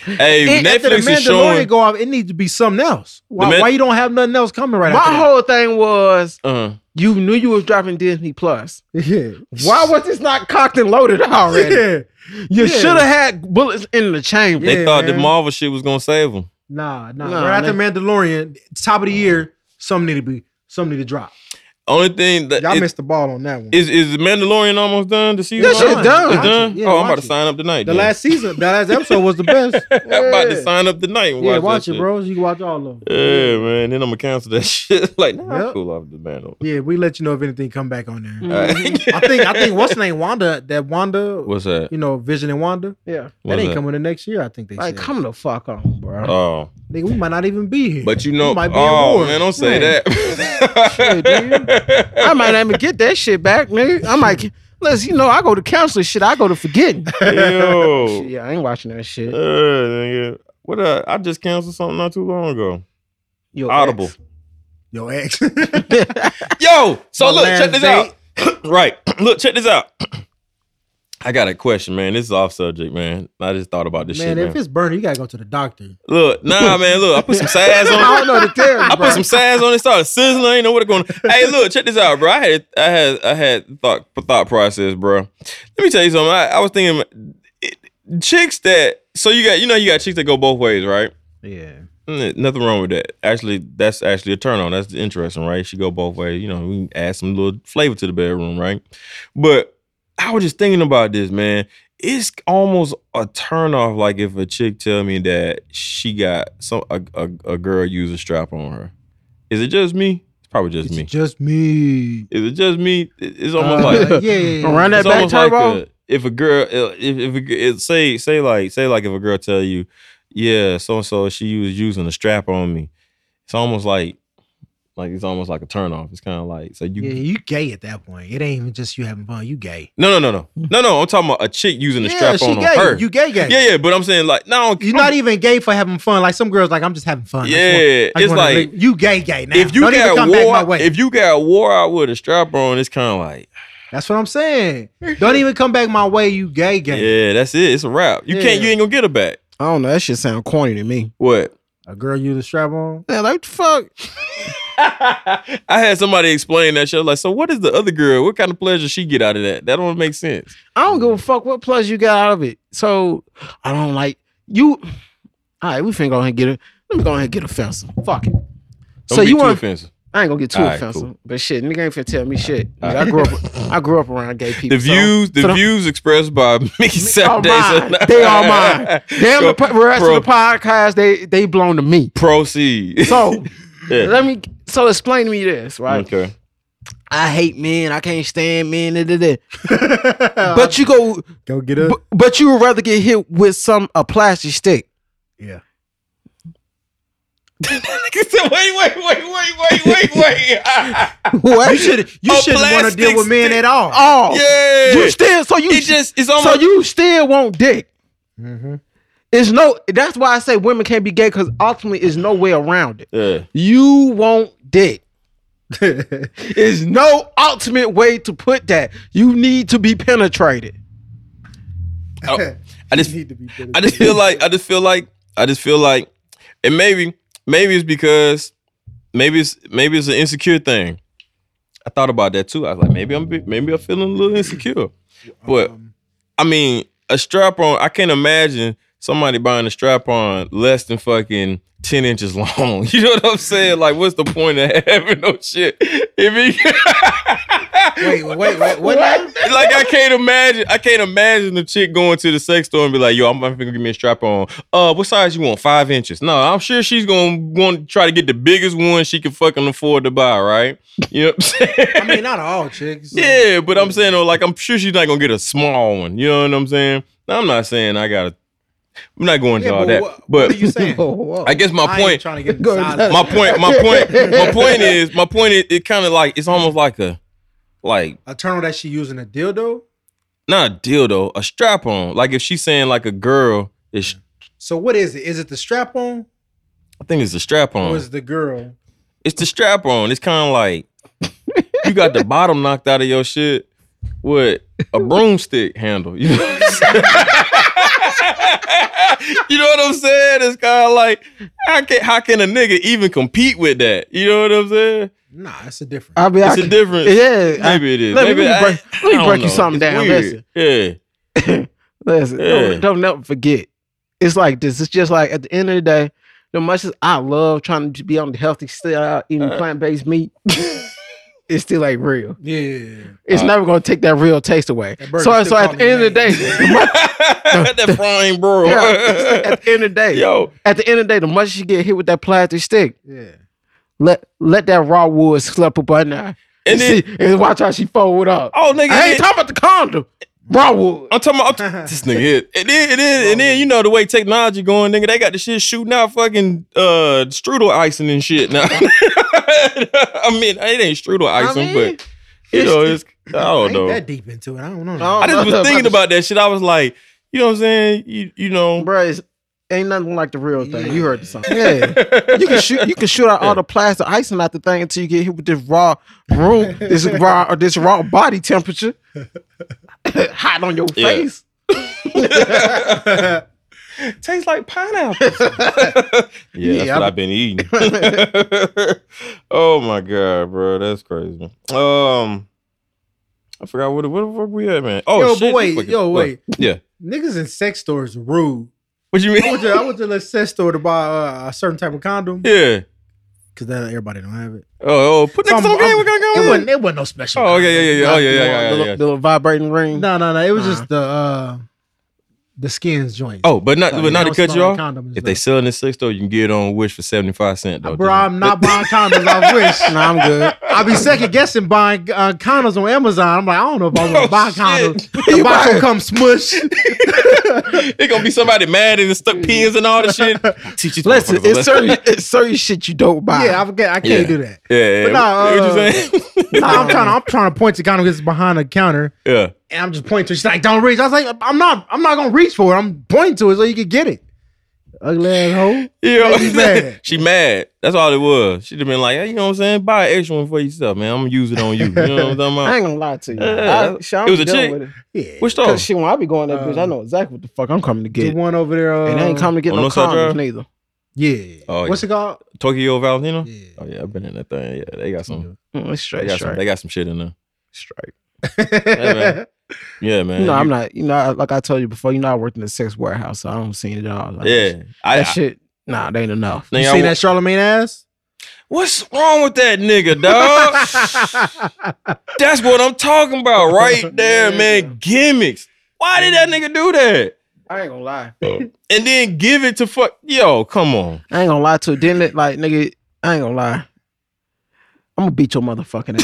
[SPEAKER 5] Hey,
[SPEAKER 3] And after
[SPEAKER 5] Netflix
[SPEAKER 3] the Mandalorian
[SPEAKER 5] is showing.
[SPEAKER 3] go off, it needs to be something else. Why,
[SPEAKER 5] Man-
[SPEAKER 3] why you don't have nothing else coming right
[SPEAKER 1] My
[SPEAKER 3] now?
[SPEAKER 1] whole thing was
[SPEAKER 5] uh,
[SPEAKER 1] you knew you was dropping Disney Plus.
[SPEAKER 3] yeah.
[SPEAKER 1] [LAUGHS] Why was this not cocked and loaded already?
[SPEAKER 3] Yeah.
[SPEAKER 1] You should have had bullets in
[SPEAKER 3] [LAUGHS]
[SPEAKER 1] the chamber.
[SPEAKER 5] they
[SPEAKER 3] Yeah,
[SPEAKER 5] thought the
[SPEAKER 3] man.
[SPEAKER 5] Marvel shit was gonna save them.
[SPEAKER 3] Nah, nah.
[SPEAKER 1] Nah,
[SPEAKER 3] right after
[SPEAKER 1] nigga.
[SPEAKER 3] Mandalorian, it's top of the year, some need to be, some need to drop.
[SPEAKER 5] Only thing that
[SPEAKER 6] Y'all
[SPEAKER 5] it-
[SPEAKER 6] missed the ball on that one.
[SPEAKER 5] is is Mandalorian almost done. The season
[SPEAKER 1] That shit
[SPEAKER 5] almost?
[SPEAKER 1] done.
[SPEAKER 5] It's done.
[SPEAKER 3] Yeah,
[SPEAKER 5] oh, I'm
[SPEAKER 3] watch
[SPEAKER 5] about to
[SPEAKER 3] it.
[SPEAKER 5] sign up tonight.
[SPEAKER 3] The
[SPEAKER 5] then.
[SPEAKER 3] last season, the last episode was the
[SPEAKER 5] [LAUGHS]
[SPEAKER 3] best.
[SPEAKER 5] I'm about to
[SPEAKER 3] Yeah.
[SPEAKER 5] sign up tonight. And
[SPEAKER 3] yeah,
[SPEAKER 5] watch,
[SPEAKER 3] watch
[SPEAKER 5] that
[SPEAKER 3] it,
[SPEAKER 5] shit.
[SPEAKER 3] bro. You can watch all of them.
[SPEAKER 5] Yeah, man. Then I'm gonna cancel that [LAUGHS] shit. like, nah, I'm
[SPEAKER 3] Yep.
[SPEAKER 5] cool off the
[SPEAKER 3] [LAUGHS]
[SPEAKER 5] Mandalorian.
[SPEAKER 3] Yeah, we let you know if anything come back on [LAUGHS] there.
[SPEAKER 5] Alright.
[SPEAKER 3] I think I think what's the name Wanda that Wanda
[SPEAKER 5] What's that?
[SPEAKER 3] you know Vision and Wanda
[SPEAKER 1] Yeah.
[SPEAKER 5] What's
[SPEAKER 3] that ain't
[SPEAKER 5] that?
[SPEAKER 3] coming the next year I think they
[SPEAKER 1] Like,
[SPEAKER 3] said
[SPEAKER 1] come the fuck on, bro.
[SPEAKER 5] Oh,
[SPEAKER 3] nigga we might not even be here
[SPEAKER 5] but you
[SPEAKER 3] We
[SPEAKER 5] know,
[SPEAKER 3] might be in
[SPEAKER 5] oh
[SPEAKER 3] war.
[SPEAKER 5] man, don't say
[SPEAKER 3] [LAUGHS]
[SPEAKER 1] Shit,
[SPEAKER 5] that.
[SPEAKER 1] I might not even get that shit back, nigga. I'm like, listen, you know, I go to counseling shit, I go to
[SPEAKER 3] [LAUGHS]
[SPEAKER 1] forgetting.
[SPEAKER 5] Yo,
[SPEAKER 1] yeah, I ain't watching that
[SPEAKER 5] Uh,
[SPEAKER 1] shit.
[SPEAKER 5] nigga. What uh, I, I just canceled something not too long ago.
[SPEAKER 1] Yo,
[SPEAKER 5] Audible. [LAUGHS]
[SPEAKER 3] yo ex
[SPEAKER 5] Yo, so
[SPEAKER 3] My
[SPEAKER 5] look,
[SPEAKER 3] last
[SPEAKER 5] check this out. [COUGHS] right, look, check this out. [COUGHS] I got a question, man. This is off subject, man. I just thought about this
[SPEAKER 3] man
[SPEAKER 5] shit,
[SPEAKER 3] if
[SPEAKER 5] man.
[SPEAKER 3] it's burning you gotta go to the doctor
[SPEAKER 5] Look, nah, man. Look, I put some size on.
[SPEAKER 3] [LAUGHS] I don't know the tell you,
[SPEAKER 5] I
[SPEAKER 3] bro.
[SPEAKER 5] put some sides on it, started sizzling. I ain't know what it going. Hey, look, check this out, bro. I had, I had, I had thought thought process, bro. Let me tell you something. I, I was thinking, it, chicks that so you got, you know, you got chicks that go both ways, right?
[SPEAKER 3] yeah
[SPEAKER 5] Mm, Nothing wrong with that. Actually, that's actually a turn on. That's interesting, right? She go both ways. You know, we can add some little flavor to the bedroom, right? But I was just thinking about this, man. It's almost a turn off. Like if a chick tell me that she got some a, a, a girl use a strap on her. Is it just me? It's probably just
[SPEAKER 3] it's
[SPEAKER 5] me.
[SPEAKER 3] just me
[SPEAKER 5] Is it just me? It- It's almost
[SPEAKER 3] Uh, [LAUGHS]
[SPEAKER 5] like
[SPEAKER 3] yeah, yeah, yeah.
[SPEAKER 1] Run that
[SPEAKER 5] it's
[SPEAKER 1] back,
[SPEAKER 5] almost
[SPEAKER 1] Turbo.
[SPEAKER 5] Like a, if a girl, uh, if if a, g- it, say say like say like if a girl tell you, yeah, so and so she was using a strap on me, it's almost like like it's almost like a turn off. It's kind of like so you.
[SPEAKER 3] yeah you gay at that point it ain't even just you having fun you gay
[SPEAKER 5] No, no, no, no, no, no. I'm talking about a chick using a strap
[SPEAKER 3] she
[SPEAKER 5] on
[SPEAKER 3] gay
[SPEAKER 5] her.
[SPEAKER 3] you gay gay
[SPEAKER 5] yeah, yeah, but I'm saying like no,
[SPEAKER 3] you're not even gay for having fun like some girls like I'm just having fun I just wanna-
[SPEAKER 5] Yeah,
[SPEAKER 3] I just
[SPEAKER 5] it's
[SPEAKER 3] wanna
[SPEAKER 5] like
[SPEAKER 3] lick- you gay gay now
[SPEAKER 5] if you
[SPEAKER 3] don't even
[SPEAKER 5] got
[SPEAKER 3] come back my
[SPEAKER 5] wore
[SPEAKER 3] way
[SPEAKER 5] if you got wore out with a strap on, it's kind of like
[SPEAKER 3] that's what I'm saying don't even come back my way you gay gay
[SPEAKER 5] yeah, that's it. It's a wrap. You can't.
[SPEAKER 3] Yeah.
[SPEAKER 5] You ain't gonna get it back.
[SPEAKER 1] I don't know. That shit sound corny to me.
[SPEAKER 5] What?
[SPEAKER 3] a girl use a strap on
[SPEAKER 1] Yeah, like, what the fuck?
[SPEAKER 5] I had somebody explain that shit. I was Like, so what is the other girl? What kind of pleasure she get out of that? That don't make sense.
[SPEAKER 1] I don't give a fuck what plus you got out of it. So I don't like you. All right, we finna go ahead and get it. Let me go ahead and get offensive. Fuck it.
[SPEAKER 5] Don't
[SPEAKER 1] so
[SPEAKER 5] be
[SPEAKER 1] you
[SPEAKER 5] too
[SPEAKER 1] want?
[SPEAKER 5] offensive.
[SPEAKER 1] I ain't gonna get too
[SPEAKER 5] All right,
[SPEAKER 1] offensive,
[SPEAKER 5] cool.
[SPEAKER 1] but shit, nigga ain't finna tell me shit. Nigga, I grew up.
[SPEAKER 5] [LAUGHS]
[SPEAKER 1] I grew up around gay people.
[SPEAKER 5] The
[SPEAKER 1] so-
[SPEAKER 5] views, the
[SPEAKER 1] so don't-
[SPEAKER 5] views expressed by [LAUGHS] Mickey
[SPEAKER 1] are
[SPEAKER 5] Saturday. [LAUGHS]
[SPEAKER 1] mine. They are mine. Damn the po- rest
[SPEAKER 5] Pro-
[SPEAKER 1] of the podcast, they they blown to me.
[SPEAKER 5] Proceed.
[SPEAKER 1] So
[SPEAKER 5] [LAUGHS] Yeah.
[SPEAKER 1] let me. So explain to me this, right?
[SPEAKER 5] okay.
[SPEAKER 1] I hate men. I can't stand men. Da, da, da.
[SPEAKER 5] [LAUGHS]
[SPEAKER 1] But you go.
[SPEAKER 3] go get up
[SPEAKER 1] bu- but you would rather get hit with some a plastic stick.
[SPEAKER 3] yeah
[SPEAKER 5] [LAUGHS] Nigga said, wait, wait, wait, wait, wait, wait, wait.
[SPEAKER 1] What? [LAUGHS]
[SPEAKER 3] You should you
[SPEAKER 5] A
[SPEAKER 3] shouldn't want to
[SPEAKER 5] plastic
[SPEAKER 3] deal with men
[SPEAKER 5] stick.
[SPEAKER 3] at all.
[SPEAKER 1] Oh,
[SPEAKER 5] yeah.
[SPEAKER 1] You still so you
[SPEAKER 5] it just it's almost
[SPEAKER 1] so you still want dick. It's no. That's why I say women can't be gay because ultimately, there's no way around it.
[SPEAKER 5] yeah.
[SPEAKER 1] You want
[SPEAKER 3] [LAUGHS]
[SPEAKER 1] dick. There's no ultimate way to put that. You need to be penetrated.
[SPEAKER 6] [LAUGHS]
[SPEAKER 5] I, I just
[SPEAKER 6] need to be better.
[SPEAKER 5] I just feel like I just feel like I just feel like and maybe maybe it's because maybe it's maybe it's an insecure thing. I thought about that too. I was like maybe I'm be- maybe I'm feeling a little insecure. But
[SPEAKER 6] um,
[SPEAKER 5] I mean, a strap on, I can't imagine somebody buying a strap on less than fucking 10 inches [LAUGHS] long. You know what I'm saying? Like what's the point of [LAUGHS] having no shit if he
[SPEAKER 3] Wait, wait, wait, wait, what? now?
[SPEAKER 5] like I can't imagine. I can't imagine the chick going to the sex store and be like, "Yo, I'm gonna give me a strap on. Uh, what size you want? Five inches? No, I'm sure she's gonna want to try to get the biggest one she can fucking afford to buy, right? You know what I'm saying? [LAUGHS]
[SPEAKER 3] I mean, not all chicks.
[SPEAKER 5] yeah, but I'm saying though, like I'm sure she's not gonna get a small one. You know what I'm saying? Now, I'm not saying I gotta. I'm not going to
[SPEAKER 3] Yeah,
[SPEAKER 5] all
[SPEAKER 3] but
[SPEAKER 5] that.
[SPEAKER 3] what-
[SPEAKER 5] but
[SPEAKER 3] what are you saying?
[SPEAKER 5] I guess [LAUGHS] my
[SPEAKER 3] I ain't
[SPEAKER 5] point.
[SPEAKER 3] trying to get
[SPEAKER 1] Go
[SPEAKER 3] inside
[SPEAKER 1] ahead.
[SPEAKER 5] my point. My point.
[SPEAKER 3] [LAUGHS]
[SPEAKER 5] My point is. My point is. It kind of like it's almost like a, like
[SPEAKER 3] a turn on that she using a dildo.
[SPEAKER 5] not a dildo, a strap on. Like if she's saying like a girl, it's
[SPEAKER 3] So what is it? Is it the strap on
[SPEAKER 5] I think it's a strap
[SPEAKER 3] or
[SPEAKER 5] on.
[SPEAKER 3] is it the girl?
[SPEAKER 5] It's the strap on. It's kind of like you got the bottom knocked out of your shit with a broomstick handle. [LAUGHS] You know what I'm saying? You know what I'm saying? It's kind of like how can how can a nigga even compete with that? You know what I'm saying?
[SPEAKER 3] Nah, it's a different.
[SPEAKER 1] I mean, I
[SPEAKER 5] It's a
[SPEAKER 1] can-
[SPEAKER 5] difference.
[SPEAKER 1] Yeah, I-
[SPEAKER 5] Maybe it is.
[SPEAKER 1] Let me-
[SPEAKER 5] Maybe
[SPEAKER 1] let me
[SPEAKER 5] I-
[SPEAKER 1] break-
[SPEAKER 5] I
[SPEAKER 1] let me
[SPEAKER 5] don't
[SPEAKER 1] break you
[SPEAKER 5] know.
[SPEAKER 1] something
[SPEAKER 5] It's
[SPEAKER 1] down.
[SPEAKER 5] weird.
[SPEAKER 1] Listen.
[SPEAKER 5] Yeah. [LAUGHS]
[SPEAKER 1] Listen,
[SPEAKER 5] Yeah.
[SPEAKER 1] don't, don't never forget. It's like this. It's just like at the end of the day, the much as I love trying to be on the healthy side, eating
[SPEAKER 5] Uh.
[SPEAKER 1] plant
[SPEAKER 5] [LAUGHS]
[SPEAKER 1] based meat, it's still like real.
[SPEAKER 3] Yeah.
[SPEAKER 1] It's
[SPEAKER 5] Uh.
[SPEAKER 1] never gonna take that real taste away.
[SPEAKER 3] That burger
[SPEAKER 1] So,
[SPEAKER 3] still
[SPEAKER 1] so at
[SPEAKER 3] calling
[SPEAKER 1] the end
[SPEAKER 3] your
[SPEAKER 1] of the day, [LAUGHS]
[SPEAKER 5] that frying bro. [LAUGHS]
[SPEAKER 1] yeah, at the end of the day,
[SPEAKER 5] Yo,
[SPEAKER 1] at the end of the day, the much as you get hit with that plastic stick,
[SPEAKER 3] Yeah.
[SPEAKER 1] let let that raw wood slap up on there.
[SPEAKER 5] and
[SPEAKER 1] And,
[SPEAKER 5] then
[SPEAKER 1] see, and watch how she fold up.
[SPEAKER 5] oh nigga, and
[SPEAKER 1] I ain't
[SPEAKER 5] then-
[SPEAKER 1] talking about the condom. Raw wood.
[SPEAKER 5] I'm talking about [LAUGHS] I'm t- this nigga. Hit. And then, and then, and then, you know the way technology going, nigga. They got the shit shooting out fucking uh strudel icing and shit. Now, [LAUGHS] I mean, it ain't strudel icing,
[SPEAKER 1] mean,
[SPEAKER 5] but you know, it's I
[SPEAKER 3] I
[SPEAKER 5] don't
[SPEAKER 3] ain't
[SPEAKER 5] know.
[SPEAKER 3] that deep into it. I don't know.
[SPEAKER 1] Oh,
[SPEAKER 5] I just was
[SPEAKER 1] about
[SPEAKER 5] thinking
[SPEAKER 1] the-
[SPEAKER 5] about that shit. I was like, you know what I'm saying? You, you know,
[SPEAKER 1] Bruh, it's- ain't nothing like the real thing. You heard the song. Yeah. You
[SPEAKER 5] you
[SPEAKER 1] can shoot. You can shoot out all the plastic icing out the thing until you get hit with this raw room, this raw or this raw body temperature, [LAUGHS] hot on your
[SPEAKER 5] Yeah.
[SPEAKER 1] face.
[SPEAKER 5] tastes like
[SPEAKER 3] [LAUGHS]
[SPEAKER 5] pineapple. yeah, that's
[SPEAKER 1] Yeah,
[SPEAKER 5] what
[SPEAKER 1] I-
[SPEAKER 5] I've been eating. [LAUGHS] oh my god, bro, that's crazy. Um, I forgot what what the fuck we at, man. Oh
[SPEAKER 3] Yo,
[SPEAKER 5] shit,
[SPEAKER 3] but wait,
[SPEAKER 5] fucking-
[SPEAKER 3] yo,
[SPEAKER 5] look.
[SPEAKER 3] wait.
[SPEAKER 5] yeah.
[SPEAKER 3] Niggas in sex stores rude.
[SPEAKER 5] What you
[SPEAKER 3] I
[SPEAKER 5] mean?
[SPEAKER 3] went to I went to the sex store to buy uh, a certain type of condom
[SPEAKER 5] [LAUGHS] yeah.
[SPEAKER 3] because that everybody don't have it.
[SPEAKER 5] Oh, oh, put
[SPEAKER 3] So
[SPEAKER 5] niggas
[SPEAKER 3] I'm-
[SPEAKER 5] on game.
[SPEAKER 3] I'm-
[SPEAKER 5] We're gonna
[SPEAKER 3] It
[SPEAKER 5] go
[SPEAKER 3] wasn't,
[SPEAKER 5] in.
[SPEAKER 3] it wasn't no special.
[SPEAKER 5] Oh yeah, yeah, yeah. Oh yeah, yeah, yeah,
[SPEAKER 1] the,
[SPEAKER 5] yeah,
[SPEAKER 1] little-
[SPEAKER 5] yeah.
[SPEAKER 1] the little vibrating ring.
[SPEAKER 3] No, no, no. It was
[SPEAKER 1] Uh-huh.
[SPEAKER 3] just the uh, the skins joint.
[SPEAKER 5] Oh, but not, but not to
[SPEAKER 3] don't
[SPEAKER 5] cut
[SPEAKER 3] smell
[SPEAKER 5] you
[SPEAKER 3] like
[SPEAKER 5] off.
[SPEAKER 3] condoms,
[SPEAKER 5] If
[SPEAKER 3] though.
[SPEAKER 5] they selling this six though, you can get it on Wish for seventy five cent though.
[SPEAKER 3] bro, I'm not buying
[SPEAKER 5] [LAUGHS]
[SPEAKER 3] condoms. I wish.
[SPEAKER 1] Nah,
[SPEAKER 3] [LAUGHS]
[SPEAKER 1] I'm good.
[SPEAKER 3] I be second guessing buying uh, condoms on Amazon. I'm like, I don't know if I want
[SPEAKER 5] Oh,
[SPEAKER 3] to buy
[SPEAKER 5] shit.
[SPEAKER 3] condoms.
[SPEAKER 5] [LAUGHS]
[SPEAKER 3] The box will come smush.
[SPEAKER 5] It gonna be somebody mad and stuck pins and all the
[SPEAKER 3] [LAUGHS]
[SPEAKER 5] shit. Teach you
[SPEAKER 1] Listen, it's certain it's certain shit you don't buy.
[SPEAKER 3] yeah, I, forget, I can't
[SPEAKER 5] Yeah.
[SPEAKER 3] do that.
[SPEAKER 5] Yeah,
[SPEAKER 3] But nah,
[SPEAKER 5] what,
[SPEAKER 3] uh,
[SPEAKER 5] what you saying? [LAUGHS]
[SPEAKER 3] Nah, I'm trying. To, I'm trying to point to condom because it's behind the counter,
[SPEAKER 5] yeah.
[SPEAKER 3] and I'm just pointing to. it. She's like, "Don't reach." I was like, "I'm not. I'm not gonna reach for it. I'm pointing to it so you can get it." Ugly asshole.
[SPEAKER 5] Yeah, [LAUGHS]
[SPEAKER 3] She mad.
[SPEAKER 5] she mad. That's all it was. She'd have been like, hey, you know what I'm saying? Buy an extra one for yourself, man. I'm gonna use it on you. You know what I'm talking
[SPEAKER 1] [LAUGHS] I
[SPEAKER 5] about?
[SPEAKER 1] ain't gonna lie to you.
[SPEAKER 5] Yeah.
[SPEAKER 1] I, shit, I'm
[SPEAKER 5] It was a
[SPEAKER 1] done
[SPEAKER 5] chick?
[SPEAKER 1] With it.
[SPEAKER 3] Yeah.
[SPEAKER 5] Which store?
[SPEAKER 1] Cause she, when I be going that bitch, I
[SPEAKER 3] Uh,
[SPEAKER 1] know exactly what the fuck I'm coming to
[SPEAKER 3] the
[SPEAKER 1] get.
[SPEAKER 3] one over there. Uh,
[SPEAKER 1] And I ain't coming to get
[SPEAKER 5] On
[SPEAKER 1] no
[SPEAKER 5] Northside Drive?
[SPEAKER 1] condoms neither.
[SPEAKER 3] Yeah.
[SPEAKER 5] Oh,
[SPEAKER 3] What's it called?
[SPEAKER 5] Tokyo Valentino?
[SPEAKER 3] Yeah.
[SPEAKER 5] Oh yeah, I've been in that thing. Yeah, they got some.
[SPEAKER 1] Mm, it's
[SPEAKER 5] They
[SPEAKER 1] straight,
[SPEAKER 5] got some. They
[SPEAKER 1] straight,
[SPEAKER 5] got some shit in
[SPEAKER 1] [LAUGHS]
[SPEAKER 5] there.
[SPEAKER 1] straight.
[SPEAKER 5] man. Yeah, man.
[SPEAKER 1] You know,
[SPEAKER 5] You-
[SPEAKER 1] I'm not. You know, I- like I told you before, you know, I worked in a sex warehouse, so I don't see it at all. Like,
[SPEAKER 5] Yeah, I.
[SPEAKER 1] that
[SPEAKER 5] I
[SPEAKER 1] shit. Nah, they ain't enough.
[SPEAKER 5] nigga,
[SPEAKER 3] you
[SPEAKER 5] I-
[SPEAKER 3] seen that Charlemagne
[SPEAKER 1] [LAUGHS]
[SPEAKER 3] ass?
[SPEAKER 5] What's wrong with that nigga,
[SPEAKER 1] [LAUGHS]
[SPEAKER 5] dog? That's what I'm talking about right there, man. Gimmicks. Why did that nigga do that?
[SPEAKER 1] I ain't gonna lie.
[SPEAKER 5] And then give it to fuck. Yo, come on.
[SPEAKER 1] I ain't gonna lie to it. Didn't it, like nigga? I ain't gonna lie. I'm gonna beat your motherfucking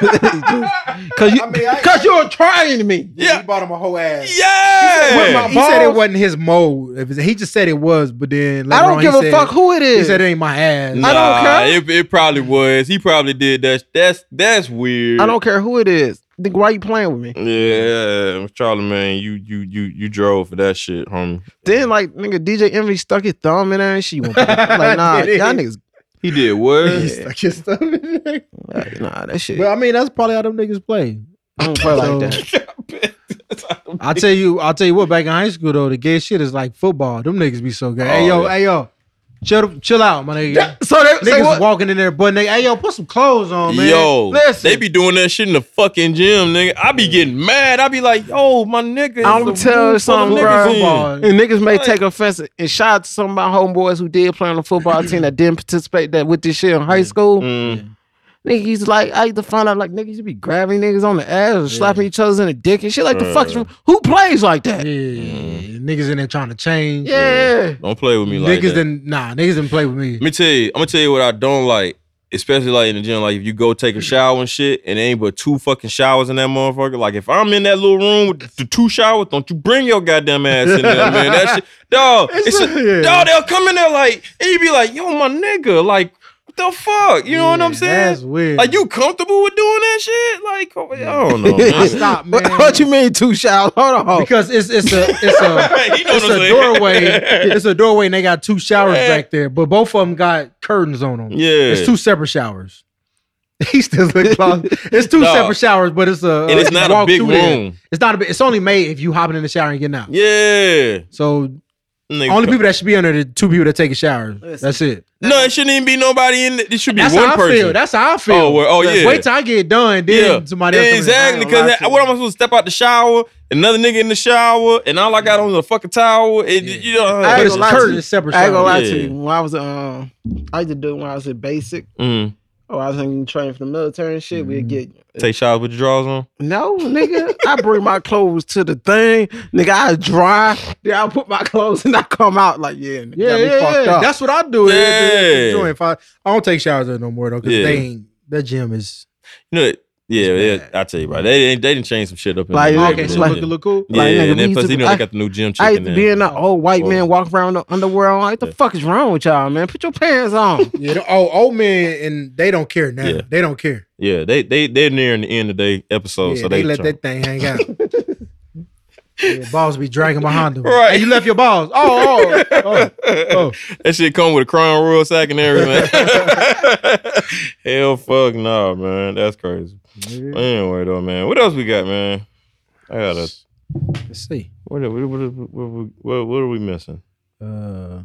[SPEAKER 3] [LAUGHS]
[SPEAKER 1] ass. cause you, cause you're trying me.
[SPEAKER 5] Yeah.
[SPEAKER 6] bought him a whole ass.
[SPEAKER 5] Yeah.
[SPEAKER 3] he said it wasn't his mode. If it's- He just said it was, but then
[SPEAKER 1] I
[SPEAKER 3] later
[SPEAKER 1] don't
[SPEAKER 3] on,
[SPEAKER 1] give
[SPEAKER 3] he
[SPEAKER 1] a
[SPEAKER 3] said,
[SPEAKER 1] fuck who it
[SPEAKER 3] He
[SPEAKER 1] is.
[SPEAKER 3] said it ain't my ass. [LAUGHS]
[SPEAKER 5] Nah,
[SPEAKER 1] I don't care.
[SPEAKER 5] It, it probably was. He probably did that. That's that's weird.
[SPEAKER 1] I don't care who it is. Nigga, why you playing with me?
[SPEAKER 5] Yeah, Charlemagne, you you you you drove for that shit, homie.
[SPEAKER 1] Then like nigga DJ Envy stuck his thumb in there and she
[SPEAKER 3] [LAUGHS]
[SPEAKER 1] went like nah
[SPEAKER 3] Did he?
[SPEAKER 1] y'all niggas
[SPEAKER 5] He did what?
[SPEAKER 3] He stuck his stuff in there.
[SPEAKER 1] like, nah that
[SPEAKER 3] [LAUGHS]
[SPEAKER 1] shit
[SPEAKER 3] But I mean, that's probably how them niggas play.
[SPEAKER 1] I don't play like that.
[SPEAKER 3] I tell you, I'll tell you what. Back in high school though, the gay shit is like football. Them niggas be so gay. hey
[SPEAKER 5] Oh,
[SPEAKER 3] yo,
[SPEAKER 5] yeah.
[SPEAKER 3] hey yo, chill, chill out, my nigga.
[SPEAKER 1] So they say
[SPEAKER 3] Niggas
[SPEAKER 1] what?
[SPEAKER 3] walking in there, but nigga, hey yo, put some clothes on, man.
[SPEAKER 5] yo,
[SPEAKER 1] listen.
[SPEAKER 5] they be doing that shit in the fucking gym, nigga. I be getting mad. I be like, yo, my nigga.
[SPEAKER 1] I'm gonna
[SPEAKER 5] it's a
[SPEAKER 1] tell
[SPEAKER 5] room full
[SPEAKER 1] you
[SPEAKER 5] of
[SPEAKER 1] something,
[SPEAKER 5] niggas in.
[SPEAKER 3] Football.
[SPEAKER 1] And niggas may
[SPEAKER 5] Like-
[SPEAKER 1] take offense and shout out to some of my homeboys who did play on the football team that didn't participate that with this shit in high school.
[SPEAKER 5] Mm.
[SPEAKER 1] Niggas used to like I used to find out like niggas should be grabbing niggas on the ass or slapping each other's in the dick and shit like the fuck
[SPEAKER 5] Bruh.
[SPEAKER 1] who plays like that?
[SPEAKER 3] Yeah, niggas in there trying to change.
[SPEAKER 1] Yeah.
[SPEAKER 5] Don't play with me like
[SPEAKER 3] niggas
[SPEAKER 5] that.
[SPEAKER 3] didn't nah, niggas didn't play with me.
[SPEAKER 5] Let me tell you, I'm gonna tell you what I don't like, especially like in the gym. Like if you go take a shower and shit, and ain't but two fucking showers in that motherfucker. Like if I'm in that little room with the two showers, don't you bring your goddamn ass in there, man. That shit, [LAUGHS] dog. It's,
[SPEAKER 3] It's
[SPEAKER 5] a,
[SPEAKER 3] a- yeah.
[SPEAKER 5] dog. They'll come in there like, and you be like, yo, my nigga, like. the fuck? You know what I'm
[SPEAKER 3] Yeah,
[SPEAKER 5] saying?
[SPEAKER 3] That's weird.
[SPEAKER 5] Are you comfortable with doing that shit? Like, oh, I don't
[SPEAKER 3] [LAUGHS]
[SPEAKER 5] know.
[SPEAKER 3] I
[SPEAKER 5] man.
[SPEAKER 3] stopped, man.
[SPEAKER 1] [LAUGHS] What, what you mean, two shots? Hold on.
[SPEAKER 3] Because it's
[SPEAKER 5] [LAUGHS]
[SPEAKER 3] it's a it's a
[SPEAKER 5] Right, you Oh. know
[SPEAKER 3] it's
[SPEAKER 5] what I'm
[SPEAKER 3] a
[SPEAKER 5] saying.
[SPEAKER 3] doorway.
[SPEAKER 5] [LAUGHS]
[SPEAKER 3] It's a doorway, and they got two showers
[SPEAKER 5] Yeah.
[SPEAKER 3] back there, but both of them got curtains on them.
[SPEAKER 5] Yeah.
[SPEAKER 3] It's two separate showers. [LAUGHS] He still look closet.
[SPEAKER 5] [LAUGHS]
[SPEAKER 3] It's two
[SPEAKER 5] Dog.
[SPEAKER 3] separate showers, but it's a
[SPEAKER 5] and it's not a
[SPEAKER 3] walk
[SPEAKER 5] big
[SPEAKER 3] through there.
[SPEAKER 5] room.
[SPEAKER 3] It's not a big. It's only made if you hopping in the shower and getting out.
[SPEAKER 5] Yeah.
[SPEAKER 3] So
[SPEAKER 5] Nigga,
[SPEAKER 3] only people that should be under the two people that take a shower.
[SPEAKER 6] Listen.
[SPEAKER 3] That's it.
[SPEAKER 5] No, it shouldn't even be nobody in it. It should be
[SPEAKER 3] That's
[SPEAKER 5] one
[SPEAKER 3] how I
[SPEAKER 5] person.
[SPEAKER 3] feel. That's how I feel.
[SPEAKER 5] Oh, well, oh, yeah.
[SPEAKER 3] Wait till I get done, then somebody else. come in.
[SPEAKER 5] exactly.
[SPEAKER 6] I ain't gonna
[SPEAKER 5] Because
[SPEAKER 6] lie to
[SPEAKER 5] what
[SPEAKER 6] you.
[SPEAKER 5] am I supposed to step out the shower? Another nigga in the shower, and all I got on is a fucking towel. And
[SPEAKER 3] Yeah.
[SPEAKER 5] you know,
[SPEAKER 1] I ain't
[SPEAKER 3] But it's
[SPEAKER 1] gonna lie to
[SPEAKER 3] curtain
[SPEAKER 1] you.
[SPEAKER 3] is separate
[SPEAKER 1] I ain't gonna
[SPEAKER 3] shower.
[SPEAKER 1] lie
[SPEAKER 5] Yeah.
[SPEAKER 1] to you. When I was um, I used to do it when I was at basic.
[SPEAKER 5] Mm.
[SPEAKER 1] Oh, I was in training for the military and shit.
[SPEAKER 5] Mm-hmm.
[SPEAKER 1] We'd get
[SPEAKER 5] take showers with your drawers on.
[SPEAKER 1] no, nigga. I bring my clothes to the thing, nigga. I dry, then I put my clothes and I come out like yeah, nigga,
[SPEAKER 3] Yeah,
[SPEAKER 1] got me
[SPEAKER 3] yeah,
[SPEAKER 1] fucked
[SPEAKER 3] yeah.
[SPEAKER 1] up.
[SPEAKER 3] That's what I do. It- it- it-
[SPEAKER 5] Yeah.
[SPEAKER 3] If I, I don't take showers there no more though, because
[SPEAKER 5] Yeah.
[SPEAKER 3] they ain't. That gym is
[SPEAKER 5] You know, yeah,
[SPEAKER 3] It's
[SPEAKER 5] yeah. I tell you, bro, they they didn't change some shit up. In
[SPEAKER 1] Like,
[SPEAKER 5] there.
[SPEAKER 1] Yeah,
[SPEAKER 3] okay.
[SPEAKER 5] yeah,
[SPEAKER 3] So
[SPEAKER 1] like-
[SPEAKER 3] look, look cool.
[SPEAKER 5] yeah,
[SPEAKER 1] like, nigga,
[SPEAKER 5] and then
[SPEAKER 1] we
[SPEAKER 5] plus
[SPEAKER 1] used
[SPEAKER 5] you
[SPEAKER 1] to-
[SPEAKER 5] know
[SPEAKER 1] I-
[SPEAKER 5] they got the new gym
[SPEAKER 1] I
[SPEAKER 5] chicken.
[SPEAKER 1] used to be
[SPEAKER 5] in.
[SPEAKER 1] an old white
[SPEAKER 5] Whoa.
[SPEAKER 1] man walking around the underworld. Like, the
[SPEAKER 5] Yeah.
[SPEAKER 1] fuck is wrong with y'all, man? Put your
[SPEAKER 5] [LAUGHS]
[SPEAKER 1] pants on.
[SPEAKER 3] Yeah, the old, old men and they don't care now.
[SPEAKER 5] Yeah.
[SPEAKER 3] They don't care.
[SPEAKER 5] Yeah, they they they're nearing the end of the day episode,
[SPEAKER 3] yeah,
[SPEAKER 5] so
[SPEAKER 3] they,
[SPEAKER 5] they,
[SPEAKER 3] let
[SPEAKER 5] trying-
[SPEAKER 3] that thing hang out.
[SPEAKER 5] [LAUGHS]
[SPEAKER 3] yeah, balls be dragging behind them.
[SPEAKER 5] Right.
[SPEAKER 3] Hey, you left your balls. Oh, oh,
[SPEAKER 5] [LAUGHS]
[SPEAKER 3] oh. Oh.
[SPEAKER 5] that shit come with a crown royal sack and everything. [LAUGHS] Hell, fuck nah, man. That's crazy. Anyway, though, man, what else we got, man? I got a
[SPEAKER 3] Let's see.
[SPEAKER 5] what what what what, what, what, what are we missing?
[SPEAKER 3] Uh,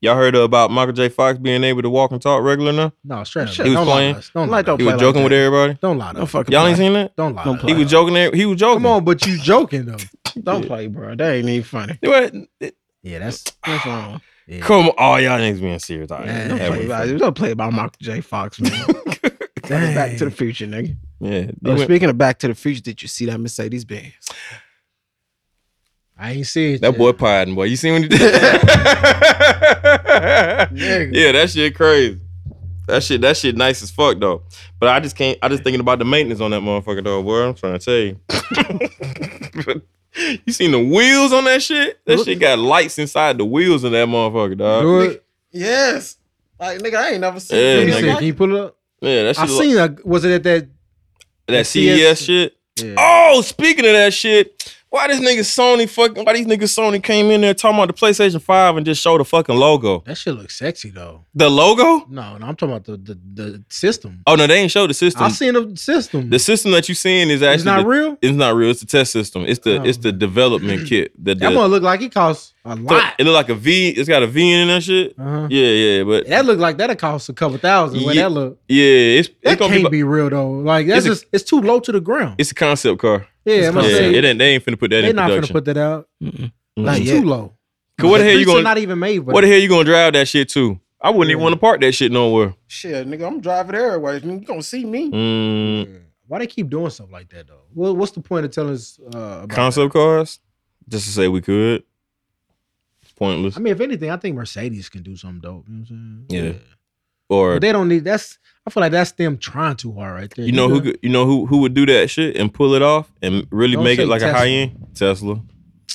[SPEAKER 5] Y'all heard about Michael J. Fox being able to walk and talk regular now?
[SPEAKER 3] no, straight up.
[SPEAKER 1] He
[SPEAKER 3] Don't
[SPEAKER 5] was
[SPEAKER 3] lie to
[SPEAKER 5] playing.
[SPEAKER 3] us. Don't lie.
[SPEAKER 1] Like,
[SPEAKER 3] to us.
[SPEAKER 1] don't
[SPEAKER 5] He
[SPEAKER 1] play
[SPEAKER 5] was joking
[SPEAKER 1] like
[SPEAKER 5] with everybody.
[SPEAKER 3] Don't lie. to
[SPEAKER 1] Don't
[SPEAKER 3] us.
[SPEAKER 1] fucking
[SPEAKER 5] Y'all
[SPEAKER 1] play.
[SPEAKER 5] ain't seen that?
[SPEAKER 3] Don't lie.
[SPEAKER 1] Don't
[SPEAKER 3] to
[SPEAKER 1] play.
[SPEAKER 5] He
[SPEAKER 3] us.
[SPEAKER 5] was joking. there- He was joking.
[SPEAKER 3] Come on, but you joking though.
[SPEAKER 1] Don't play, bro. That ain't even funny.
[SPEAKER 5] What?
[SPEAKER 3] Yeah, that's
[SPEAKER 1] What's wrong?
[SPEAKER 3] yeah.
[SPEAKER 5] Come on. Oh, y'all niggas being serious. All right.
[SPEAKER 3] Man,
[SPEAKER 1] Don't
[SPEAKER 5] Have
[SPEAKER 1] play
[SPEAKER 5] we-
[SPEAKER 1] about it. Don't play about Michael J.
[SPEAKER 5] [LAUGHS]
[SPEAKER 1] Fox, man.
[SPEAKER 3] Dang.
[SPEAKER 1] Back to the future, nigga.
[SPEAKER 5] Yeah. you
[SPEAKER 1] Oh,
[SPEAKER 5] went-
[SPEAKER 1] speaking of Back to the Future, did you see that Mercedes Benz?
[SPEAKER 3] I ain't see it.
[SPEAKER 5] That
[SPEAKER 3] yet.
[SPEAKER 5] boy Pyden, boy. You seen when he did Yeah, that shit crazy. That shit, that shit nice as fuck though. But I just can't I just thinking about the maintenance on that motherfucker though, boy. I'm trying to tell you. [LAUGHS] you seen the wheels on that shit? That shit got lights inside the wheels of that motherfucker, dog.
[SPEAKER 3] Do it.
[SPEAKER 1] Yes. Like nigga, I ain't never
[SPEAKER 5] [LAUGHS]
[SPEAKER 1] seen
[SPEAKER 5] Yeah,
[SPEAKER 3] Let me
[SPEAKER 5] nigga.
[SPEAKER 3] see. Can you pull it up?
[SPEAKER 5] Yeah, that shit
[SPEAKER 3] I
[SPEAKER 5] look-
[SPEAKER 3] seen a. Was it at that?
[SPEAKER 5] that
[SPEAKER 3] CS
[SPEAKER 5] CES shit. Oh, speaking of that shit, why this nigga Sony fucking why these niggas Sony came in there talking about the PlayStation 5 and just showed the fucking logo?
[SPEAKER 3] That shit looks sexy though.
[SPEAKER 5] The logo?
[SPEAKER 3] No, no, I'm talking about the the, the system.
[SPEAKER 5] Oh no, they ain't show the system.
[SPEAKER 3] I seen the system.
[SPEAKER 5] The system that you seeing is
[SPEAKER 3] it's
[SPEAKER 5] actually
[SPEAKER 3] not
[SPEAKER 5] the-
[SPEAKER 3] real.
[SPEAKER 5] It's not real. It's the test system. It's the
[SPEAKER 3] Oh.
[SPEAKER 5] it's the
[SPEAKER 3] [CLEARS THROAT]
[SPEAKER 5] development kit. That
[SPEAKER 3] That
[SPEAKER 5] the,
[SPEAKER 3] one look like it costs a
[SPEAKER 5] so
[SPEAKER 3] lot.
[SPEAKER 5] it look like a V. It's got a V in it and that shit.
[SPEAKER 3] Uh-huh.
[SPEAKER 5] Yeah, yeah, but
[SPEAKER 3] That look like that'll cost a couple thousand. What
[SPEAKER 5] Yeah,
[SPEAKER 3] that look?
[SPEAKER 5] yeah, it's
[SPEAKER 3] That
[SPEAKER 5] it's gonna be,
[SPEAKER 3] can't
[SPEAKER 5] like-
[SPEAKER 3] be, real though. Like that's
[SPEAKER 5] It's
[SPEAKER 3] just it's too low to the ground.
[SPEAKER 5] it's a concept car.
[SPEAKER 3] yeah, I'm
[SPEAKER 5] Yeah,
[SPEAKER 3] gonna say
[SPEAKER 5] it ain't they ain't finna put that
[SPEAKER 3] they're
[SPEAKER 5] in
[SPEAKER 3] not gonna
[SPEAKER 5] production. Mm.
[SPEAKER 3] put that out.
[SPEAKER 1] Not
[SPEAKER 3] It's
[SPEAKER 1] yet.
[SPEAKER 3] too low.
[SPEAKER 5] Cause what the hell you
[SPEAKER 3] streets
[SPEAKER 5] gonna
[SPEAKER 3] are not even made? But
[SPEAKER 5] what the hell you gonna drive that shit to? I wouldn't even want to park that shit nowhere.
[SPEAKER 1] Shit, nigga, I'm driving everywhere. You gonna see me?
[SPEAKER 5] Mm,
[SPEAKER 3] why they keep doing stuff like that though? What, what's the point of telling us uh, about that?
[SPEAKER 5] concept cars, just to say we could. It's pointless.
[SPEAKER 3] I mean, if anything, I think Mercedes can do something dope. You know what I'm saying?
[SPEAKER 5] Yeah. Or
[SPEAKER 3] But they don't need that's I feel like that's them trying too hard right there.
[SPEAKER 5] you know who
[SPEAKER 3] could
[SPEAKER 5] could- you know who who would do that shit and pull it off and really
[SPEAKER 3] Don't
[SPEAKER 5] make it
[SPEAKER 3] say
[SPEAKER 5] like a
[SPEAKER 3] Tesla.
[SPEAKER 5] high end Tesla.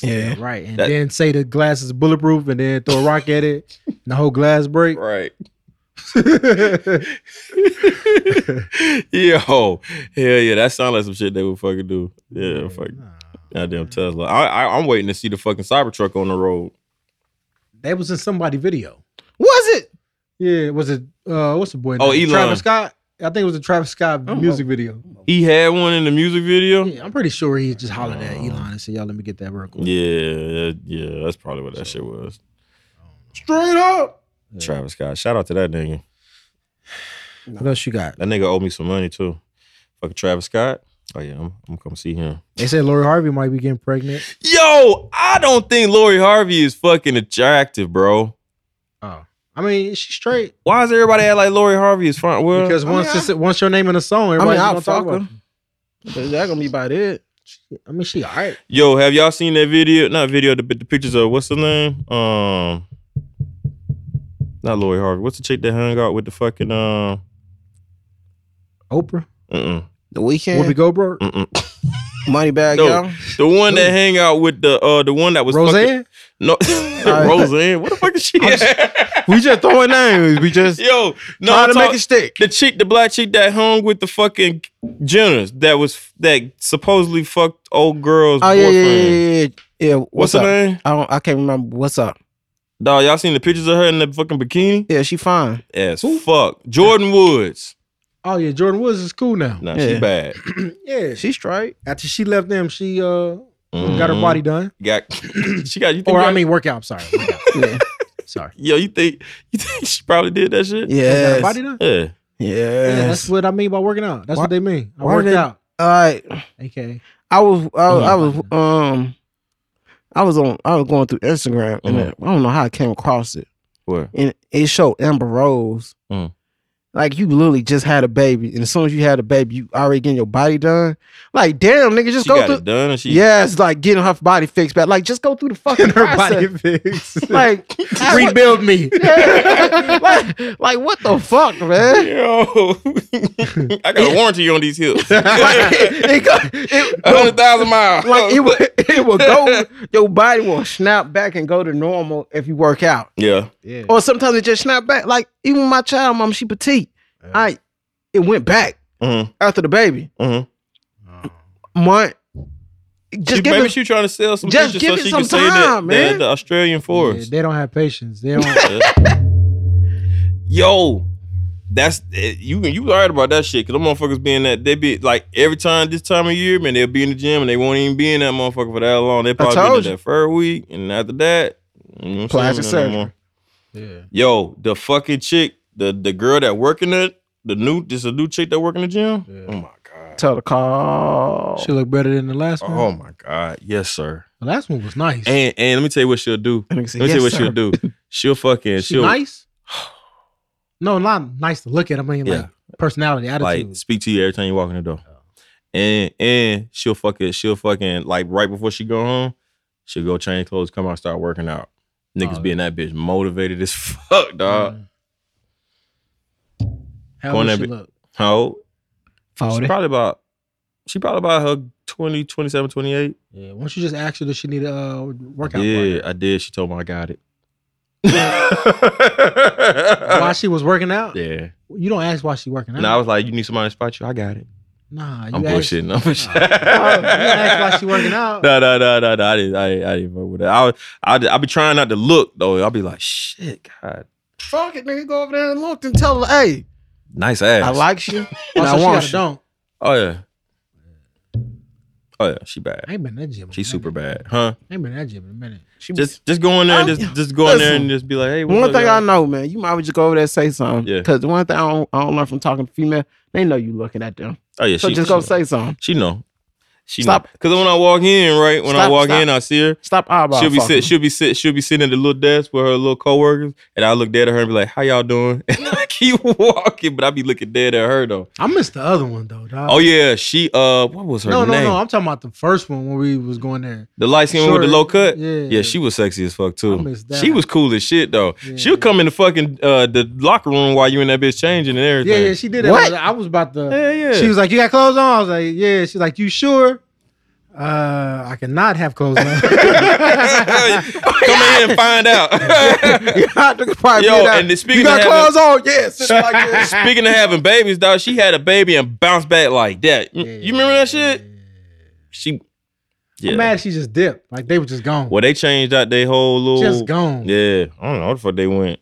[SPEAKER 1] Yeah.
[SPEAKER 3] right and
[SPEAKER 5] that-
[SPEAKER 3] then say the glass is bulletproof and then throw a rock at it and the whole glass
[SPEAKER 5] [LAUGHS]
[SPEAKER 3] break. [LAUGHS]
[SPEAKER 5] Right. Yo, hell yeah, that sounds like some shit they would fucking do. Yeah, fuck
[SPEAKER 3] Nah.
[SPEAKER 5] goddamn Tesla. I, I I'm waiting to see the fucking Cybertruck on the road.
[SPEAKER 3] That was in somebody video.
[SPEAKER 1] Was it?
[SPEAKER 3] Yeah, was it uh what's the boy?
[SPEAKER 5] Oh,
[SPEAKER 3] name?
[SPEAKER 5] Elon.
[SPEAKER 3] Travis Scott. I think it was a Travis Scott music video.
[SPEAKER 5] He had one in the music video. Yeah,
[SPEAKER 3] Oh, Yeah, I'm pretty sure he just hollered at Elon and said, "Y'all, let me get that real quick."
[SPEAKER 5] yeah, yeah, that's probably what that shit was.
[SPEAKER 1] Straight up.
[SPEAKER 5] Travis Scott, shout out to that nigga.
[SPEAKER 3] What else you got?
[SPEAKER 5] That nigga owed me some money too. Fucking Travis Scott. Oh yeah, I'm, I'm gonna see him.
[SPEAKER 3] They said Lori Harvey might be getting pregnant.
[SPEAKER 5] Yo, I don't think Lori Harvey is fucking attractive, bro.
[SPEAKER 3] Oh, I mean, she's straight.
[SPEAKER 5] Why is everybody act like Lori Harvey is front? Well,
[SPEAKER 3] Because
[SPEAKER 1] Uh, I mean,
[SPEAKER 3] once
[SPEAKER 1] I-
[SPEAKER 3] it's, once your name in a song,
[SPEAKER 1] I mean,
[SPEAKER 3] everybody's
[SPEAKER 1] I'll
[SPEAKER 3] gonna talk
[SPEAKER 1] fuck
[SPEAKER 3] about.
[SPEAKER 1] her. But that gonna be about it.
[SPEAKER 3] it. I mean, she all right.
[SPEAKER 5] Yo, have y'all seen that video? Not video, the, the pictures of what's the name? Um, not Lori Harvey. What's the chick that hung out with the fucking um?
[SPEAKER 3] Oprah,
[SPEAKER 5] Uh, mm
[SPEAKER 1] The weekend.
[SPEAKER 3] Whoopi Goldberg.
[SPEAKER 5] mm mm
[SPEAKER 1] Moneybag,
[SPEAKER 5] No. [LAUGHS]
[SPEAKER 1] yo.
[SPEAKER 5] The one that hang out with the uh the one that was fucking-
[SPEAKER 3] Roseanne?
[SPEAKER 5] No, [LAUGHS] Roseanne. What the fuck is she?
[SPEAKER 1] We just throwing names. We just
[SPEAKER 5] Yo, [LAUGHS] no,
[SPEAKER 1] trying
[SPEAKER 5] I'm
[SPEAKER 1] to
[SPEAKER 5] talk-
[SPEAKER 1] make it stick.
[SPEAKER 5] the chick, the black chick that hung with the fucking Jenners that was that supposedly fucked old girl's
[SPEAKER 1] Oh yeah, yeah,
[SPEAKER 5] boyfriend.
[SPEAKER 1] yeah, yeah, yeah. Yeah,
[SPEAKER 5] What's,
[SPEAKER 1] What's,
[SPEAKER 5] her
[SPEAKER 1] up?
[SPEAKER 5] name?
[SPEAKER 1] I don't. I can't remember. What's up?
[SPEAKER 5] Dog, y'all seen the pictures of her in that fucking bikini?
[SPEAKER 1] Yeah, she fine.
[SPEAKER 5] As fuck. Jordan Woods.
[SPEAKER 3] Oh yeah, Jordan Woods is cool now.
[SPEAKER 5] Nah,
[SPEAKER 1] Yeah.
[SPEAKER 5] she bad.
[SPEAKER 3] yeah.
[SPEAKER 1] She straight.
[SPEAKER 3] After she left them, she uh got
[SPEAKER 1] Mm-hmm.
[SPEAKER 3] her
[SPEAKER 5] Mhm.
[SPEAKER 3] body done.
[SPEAKER 5] Got
[SPEAKER 1] [CLEARS THROAT]
[SPEAKER 5] she got you think
[SPEAKER 3] Or I
[SPEAKER 5] y'all-
[SPEAKER 3] mean workout, I'm sorry. workout.
[SPEAKER 1] Yeah.
[SPEAKER 3] sorry.
[SPEAKER 5] yo, you think [LAUGHS] you think she probably did that shit?
[SPEAKER 3] Got her
[SPEAKER 1] Yes.
[SPEAKER 3] body done?
[SPEAKER 5] Yeah.
[SPEAKER 3] Yeah, that's
[SPEAKER 1] Yes.
[SPEAKER 3] what I mean by working out. That's
[SPEAKER 1] Why-
[SPEAKER 3] what they mean. I
[SPEAKER 1] why
[SPEAKER 3] worked
[SPEAKER 1] they-
[SPEAKER 3] out.
[SPEAKER 1] All right.
[SPEAKER 3] Okay.
[SPEAKER 1] I was I, was- I was
[SPEAKER 3] Mhm.
[SPEAKER 1] um I was on I was going through Instagram and
[SPEAKER 5] Mhm.
[SPEAKER 1] I don't know how I came across it.
[SPEAKER 5] What?
[SPEAKER 1] And it showed Amber Rose.
[SPEAKER 5] Mhm.
[SPEAKER 1] Like you literally just had a baby, and as soon as you had a baby, you already getting your body done. Like damn, nigga, just
[SPEAKER 5] She
[SPEAKER 1] go
[SPEAKER 5] got
[SPEAKER 1] through.
[SPEAKER 5] it done and she
[SPEAKER 1] Yes, like getting her body fixed back. Like just go through the fucking
[SPEAKER 3] her
[SPEAKER 1] process.
[SPEAKER 3] body fixed.
[SPEAKER 1] Like, I-
[SPEAKER 3] Rebuild me.
[SPEAKER 1] [LAUGHS] like, like what the fuck,
[SPEAKER 5] [LAUGHS]
[SPEAKER 1] man?
[SPEAKER 5] Yo, [LAUGHS] I got a warranty on
[SPEAKER 1] [LAUGHS]
[SPEAKER 5] these hills. [LAUGHS]
[SPEAKER 1] Like,
[SPEAKER 5] Hundred
[SPEAKER 1] it, it, go- it-
[SPEAKER 5] thousand miles.
[SPEAKER 1] like it would, it would go. Your body will snap back and go to normal if you work out.
[SPEAKER 5] yeah,
[SPEAKER 3] Yeah.
[SPEAKER 1] Or sometimes it just snap back. Like even my child mom, she petite. I it went back
[SPEAKER 5] mm-hmm.
[SPEAKER 1] after the baby.
[SPEAKER 5] Mm-hmm.
[SPEAKER 1] Month. Just
[SPEAKER 5] She,
[SPEAKER 1] give
[SPEAKER 5] maybe
[SPEAKER 1] it.
[SPEAKER 5] she trying to sell some
[SPEAKER 1] just
[SPEAKER 5] pictures
[SPEAKER 1] give
[SPEAKER 5] so
[SPEAKER 1] it
[SPEAKER 5] she
[SPEAKER 1] some
[SPEAKER 5] can say that,
[SPEAKER 1] time, man.
[SPEAKER 5] that the Australian
[SPEAKER 3] Yeah,
[SPEAKER 5] forest.
[SPEAKER 3] they don't have
[SPEAKER 5] [LAUGHS]
[SPEAKER 3] patience. They don't
[SPEAKER 5] Yo, that's eh, you. You right about that shit? Cause them motherfuckers being that they be like every time this time of year, man, they'll be in the gym and they won't even be in that motherfucker for that long. They probably
[SPEAKER 1] told
[SPEAKER 5] been in
[SPEAKER 1] you.
[SPEAKER 5] that first week, and after that, you know,
[SPEAKER 1] Plastic surgery.
[SPEAKER 3] Yeah.
[SPEAKER 5] Yo, the fucking chick, the the girl that working it, the new this a new chick that work in the gym. Oh my god.
[SPEAKER 1] Tell the call.
[SPEAKER 3] She look better than the last one.
[SPEAKER 5] Oh my god. Yes, sir.
[SPEAKER 3] The last one was nice.
[SPEAKER 5] And and let me tell you what she'll do.
[SPEAKER 1] Let me
[SPEAKER 5] Let me tell you what she'll do. [LAUGHS] She'll fucking
[SPEAKER 3] she
[SPEAKER 5] she'll
[SPEAKER 3] nice? No, not nice to look at. I mean
[SPEAKER 5] Yeah.
[SPEAKER 3] like personality,
[SPEAKER 5] like
[SPEAKER 3] attitude.
[SPEAKER 5] speak to you every time you walk in the door. And and she'll fucking she'll fucking like right before she go home, she'll go change clothes, come out, start working out. Niggas
[SPEAKER 3] Oh,
[SPEAKER 5] being that bitch motivated as [LAUGHS] fuck, dog.
[SPEAKER 3] Mm. How
[SPEAKER 5] Going
[SPEAKER 3] does
[SPEAKER 5] that
[SPEAKER 3] she
[SPEAKER 5] bi-
[SPEAKER 3] look?
[SPEAKER 5] How old? She
[SPEAKER 1] Forty.
[SPEAKER 5] probably about she probably about her 20, 27, 28.
[SPEAKER 3] Yeah. Once you just ask her does she need a uh, workout
[SPEAKER 5] yeah,
[SPEAKER 3] partner?
[SPEAKER 5] I did. She told me I got [LAUGHS] it.
[SPEAKER 3] While she was working out?
[SPEAKER 5] Uh. yeah.
[SPEAKER 3] You don't ask why she working out.
[SPEAKER 5] And I was like, you need somebody to spot you? I got it.
[SPEAKER 3] Nah, you
[SPEAKER 5] I'm
[SPEAKER 3] ask,
[SPEAKER 5] bullshitting. I'm bullshitting.
[SPEAKER 1] Oh,
[SPEAKER 3] you ask why she working out.
[SPEAKER 5] [LAUGHS] No, no, no, no, no. I didn't, I, I didn't fuck with that. I, was- I, I be trying not to look though. I'll be like, shit, God,
[SPEAKER 1] Fuck it, nigga. Go over there and look and tell her, hey,
[SPEAKER 5] nice ass.
[SPEAKER 1] I like you.
[SPEAKER 3] Oh,
[SPEAKER 1] and
[SPEAKER 3] so
[SPEAKER 1] I
[SPEAKER 3] she
[SPEAKER 1] want
[SPEAKER 3] got a
[SPEAKER 1] you.
[SPEAKER 3] dunk.
[SPEAKER 5] Oh yeah. Oh yeah, she bad.
[SPEAKER 3] I ain't been in that gym. in
[SPEAKER 5] She
[SPEAKER 3] a
[SPEAKER 5] super
[SPEAKER 3] minute.
[SPEAKER 5] bad, huh?
[SPEAKER 3] I ain't been in that gym in a minute.
[SPEAKER 1] She
[SPEAKER 5] Just, just go in there and
[SPEAKER 1] I'm-
[SPEAKER 5] just, just go in there
[SPEAKER 1] listen.
[SPEAKER 5] and just be like, hey, what's
[SPEAKER 1] one
[SPEAKER 5] up,
[SPEAKER 1] thing
[SPEAKER 5] y'all?
[SPEAKER 1] I know, man, you might as well just go over there and say something.
[SPEAKER 5] Yeah.
[SPEAKER 1] Cause the one thing I don't, I don't learn from talking to female, they know you looking at them.
[SPEAKER 5] Oh yeah,
[SPEAKER 1] So
[SPEAKER 5] she
[SPEAKER 1] just
[SPEAKER 5] she
[SPEAKER 1] go
[SPEAKER 5] know.
[SPEAKER 1] say something.
[SPEAKER 5] She know. She
[SPEAKER 1] Stop.
[SPEAKER 5] Because when I walk in, right, when I
[SPEAKER 1] Stop,
[SPEAKER 5] walk
[SPEAKER 1] stop.
[SPEAKER 5] in, I see her.
[SPEAKER 1] Stop eyeballing.
[SPEAKER 5] she'll be sit,
[SPEAKER 1] fucking.
[SPEAKER 5] she'll be sit, she'll be sitting at the little desk with her little coworkers, and I look dead at her and be like, "How y'all doing?" [LAUGHS] And I keep walking, but I be looking dead at her though.
[SPEAKER 3] I missed the other one though, dog.
[SPEAKER 5] Oh yeah, she uh, what was her
[SPEAKER 3] no, no,
[SPEAKER 5] name?
[SPEAKER 3] no. I'm talking about the first one when we was going there.
[SPEAKER 5] The light skin one with the
[SPEAKER 3] Short.
[SPEAKER 5] low cut.
[SPEAKER 3] Yeah.
[SPEAKER 5] yeah, she was sexy as fuck
[SPEAKER 3] I
[SPEAKER 5] too.
[SPEAKER 3] miss that.
[SPEAKER 5] She was cool as shit though.
[SPEAKER 3] Yeah.
[SPEAKER 5] She'll come in the fucking uh the locker room while you in that bitch changing and
[SPEAKER 3] Yeah,
[SPEAKER 5] everything.
[SPEAKER 3] yeah, she did that.
[SPEAKER 1] What?
[SPEAKER 3] I was about to.
[SPEAKER 5] Yeah, yeah.
[SPEAKER 3] She was like, "You got clothes on." I was like, "Yeah." She's like, "You sure?" Uh, I cannot have clothes on.
[SPEAKER 5] come in here and find
[SPEAKER 1] [LAUGHS]
[SPEAKER 5] out.
[SPEAKER 1] yeah, I think it's probably
[SPEAKER 5] Yo,
[SPEAKER 1] been that.
[SPEAKER 5] and then speaking
[SPEAKER 1] you got
[SPEAKER 5] of
[SPEAKER 1] clothes on, yes.
[SPEAKER 5] [LAUGHS]
[SPEAKER 1] It's like this.
[SPEAKER 5] Speaking of having babies, dog, she had a baby and bounced back like that. You-
[SPEAKER 3] Yeah.
[SPEAKER 5] you remember that shit? She, yeah.
[SPEAKER 3] I'm mad she just dipped. Like they were just gone.
[SPEAKER 5] Well, they changed out their whole little.
[SPEAKER 3] Just gone.
[SPEAKER 5] Yeah, I don't know what the fuck they
[SPEAKER 1] [LAUGHS]
[SPEAKER 5] went.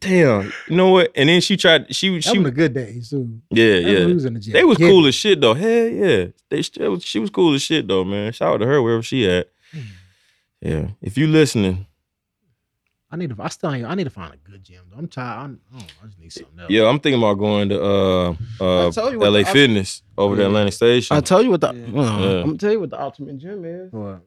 [SPEAKER 5] Damn, you know what? And then she tried. She
[SPEAKER 3] That was
[SPEAKER 5] she.
[SPEAKER 3] the good days too.
[SPEAKER 5] Yeah,
[SPEAKER 3] That's when
[SPEAKER 5] yeah.
[SPEAKER 3] we was in the gym.
[SPEAKER 5] They was
[SPEAKER 3] Yeah.
[SPEAKER 5] cool as shit though. Hell yeah, they still she was cool as shit though, man. Shout out to her wherever she at.
[SPEAKER 1] Hmm.
[SPEAKER 5] Yeah, if you listening,
[SPEAKER 3] I need to. I still. Ain't, I need to find a good gym. though. I'm tired. I'm, I, don't, know, I just need something else.
[SPEAKER 5] yeah, I'm thinking about going to uh uh
[SPEAKER 1] I told you what
[SPEAKER 5] L.A.
[SPEAKER 1] the- I-
[SPEAKER 5] Fitness over the Atlantic Station.
[SPEAKER 1] I told you what the
[SPEAKER 3] Yeah.
[SPEAKER 1] well,
[SPEAKER 5] Yeah.
[SPEAKER 1] I'm gonna tell you what the ultimate gym is.
[SPEAKER 3] What?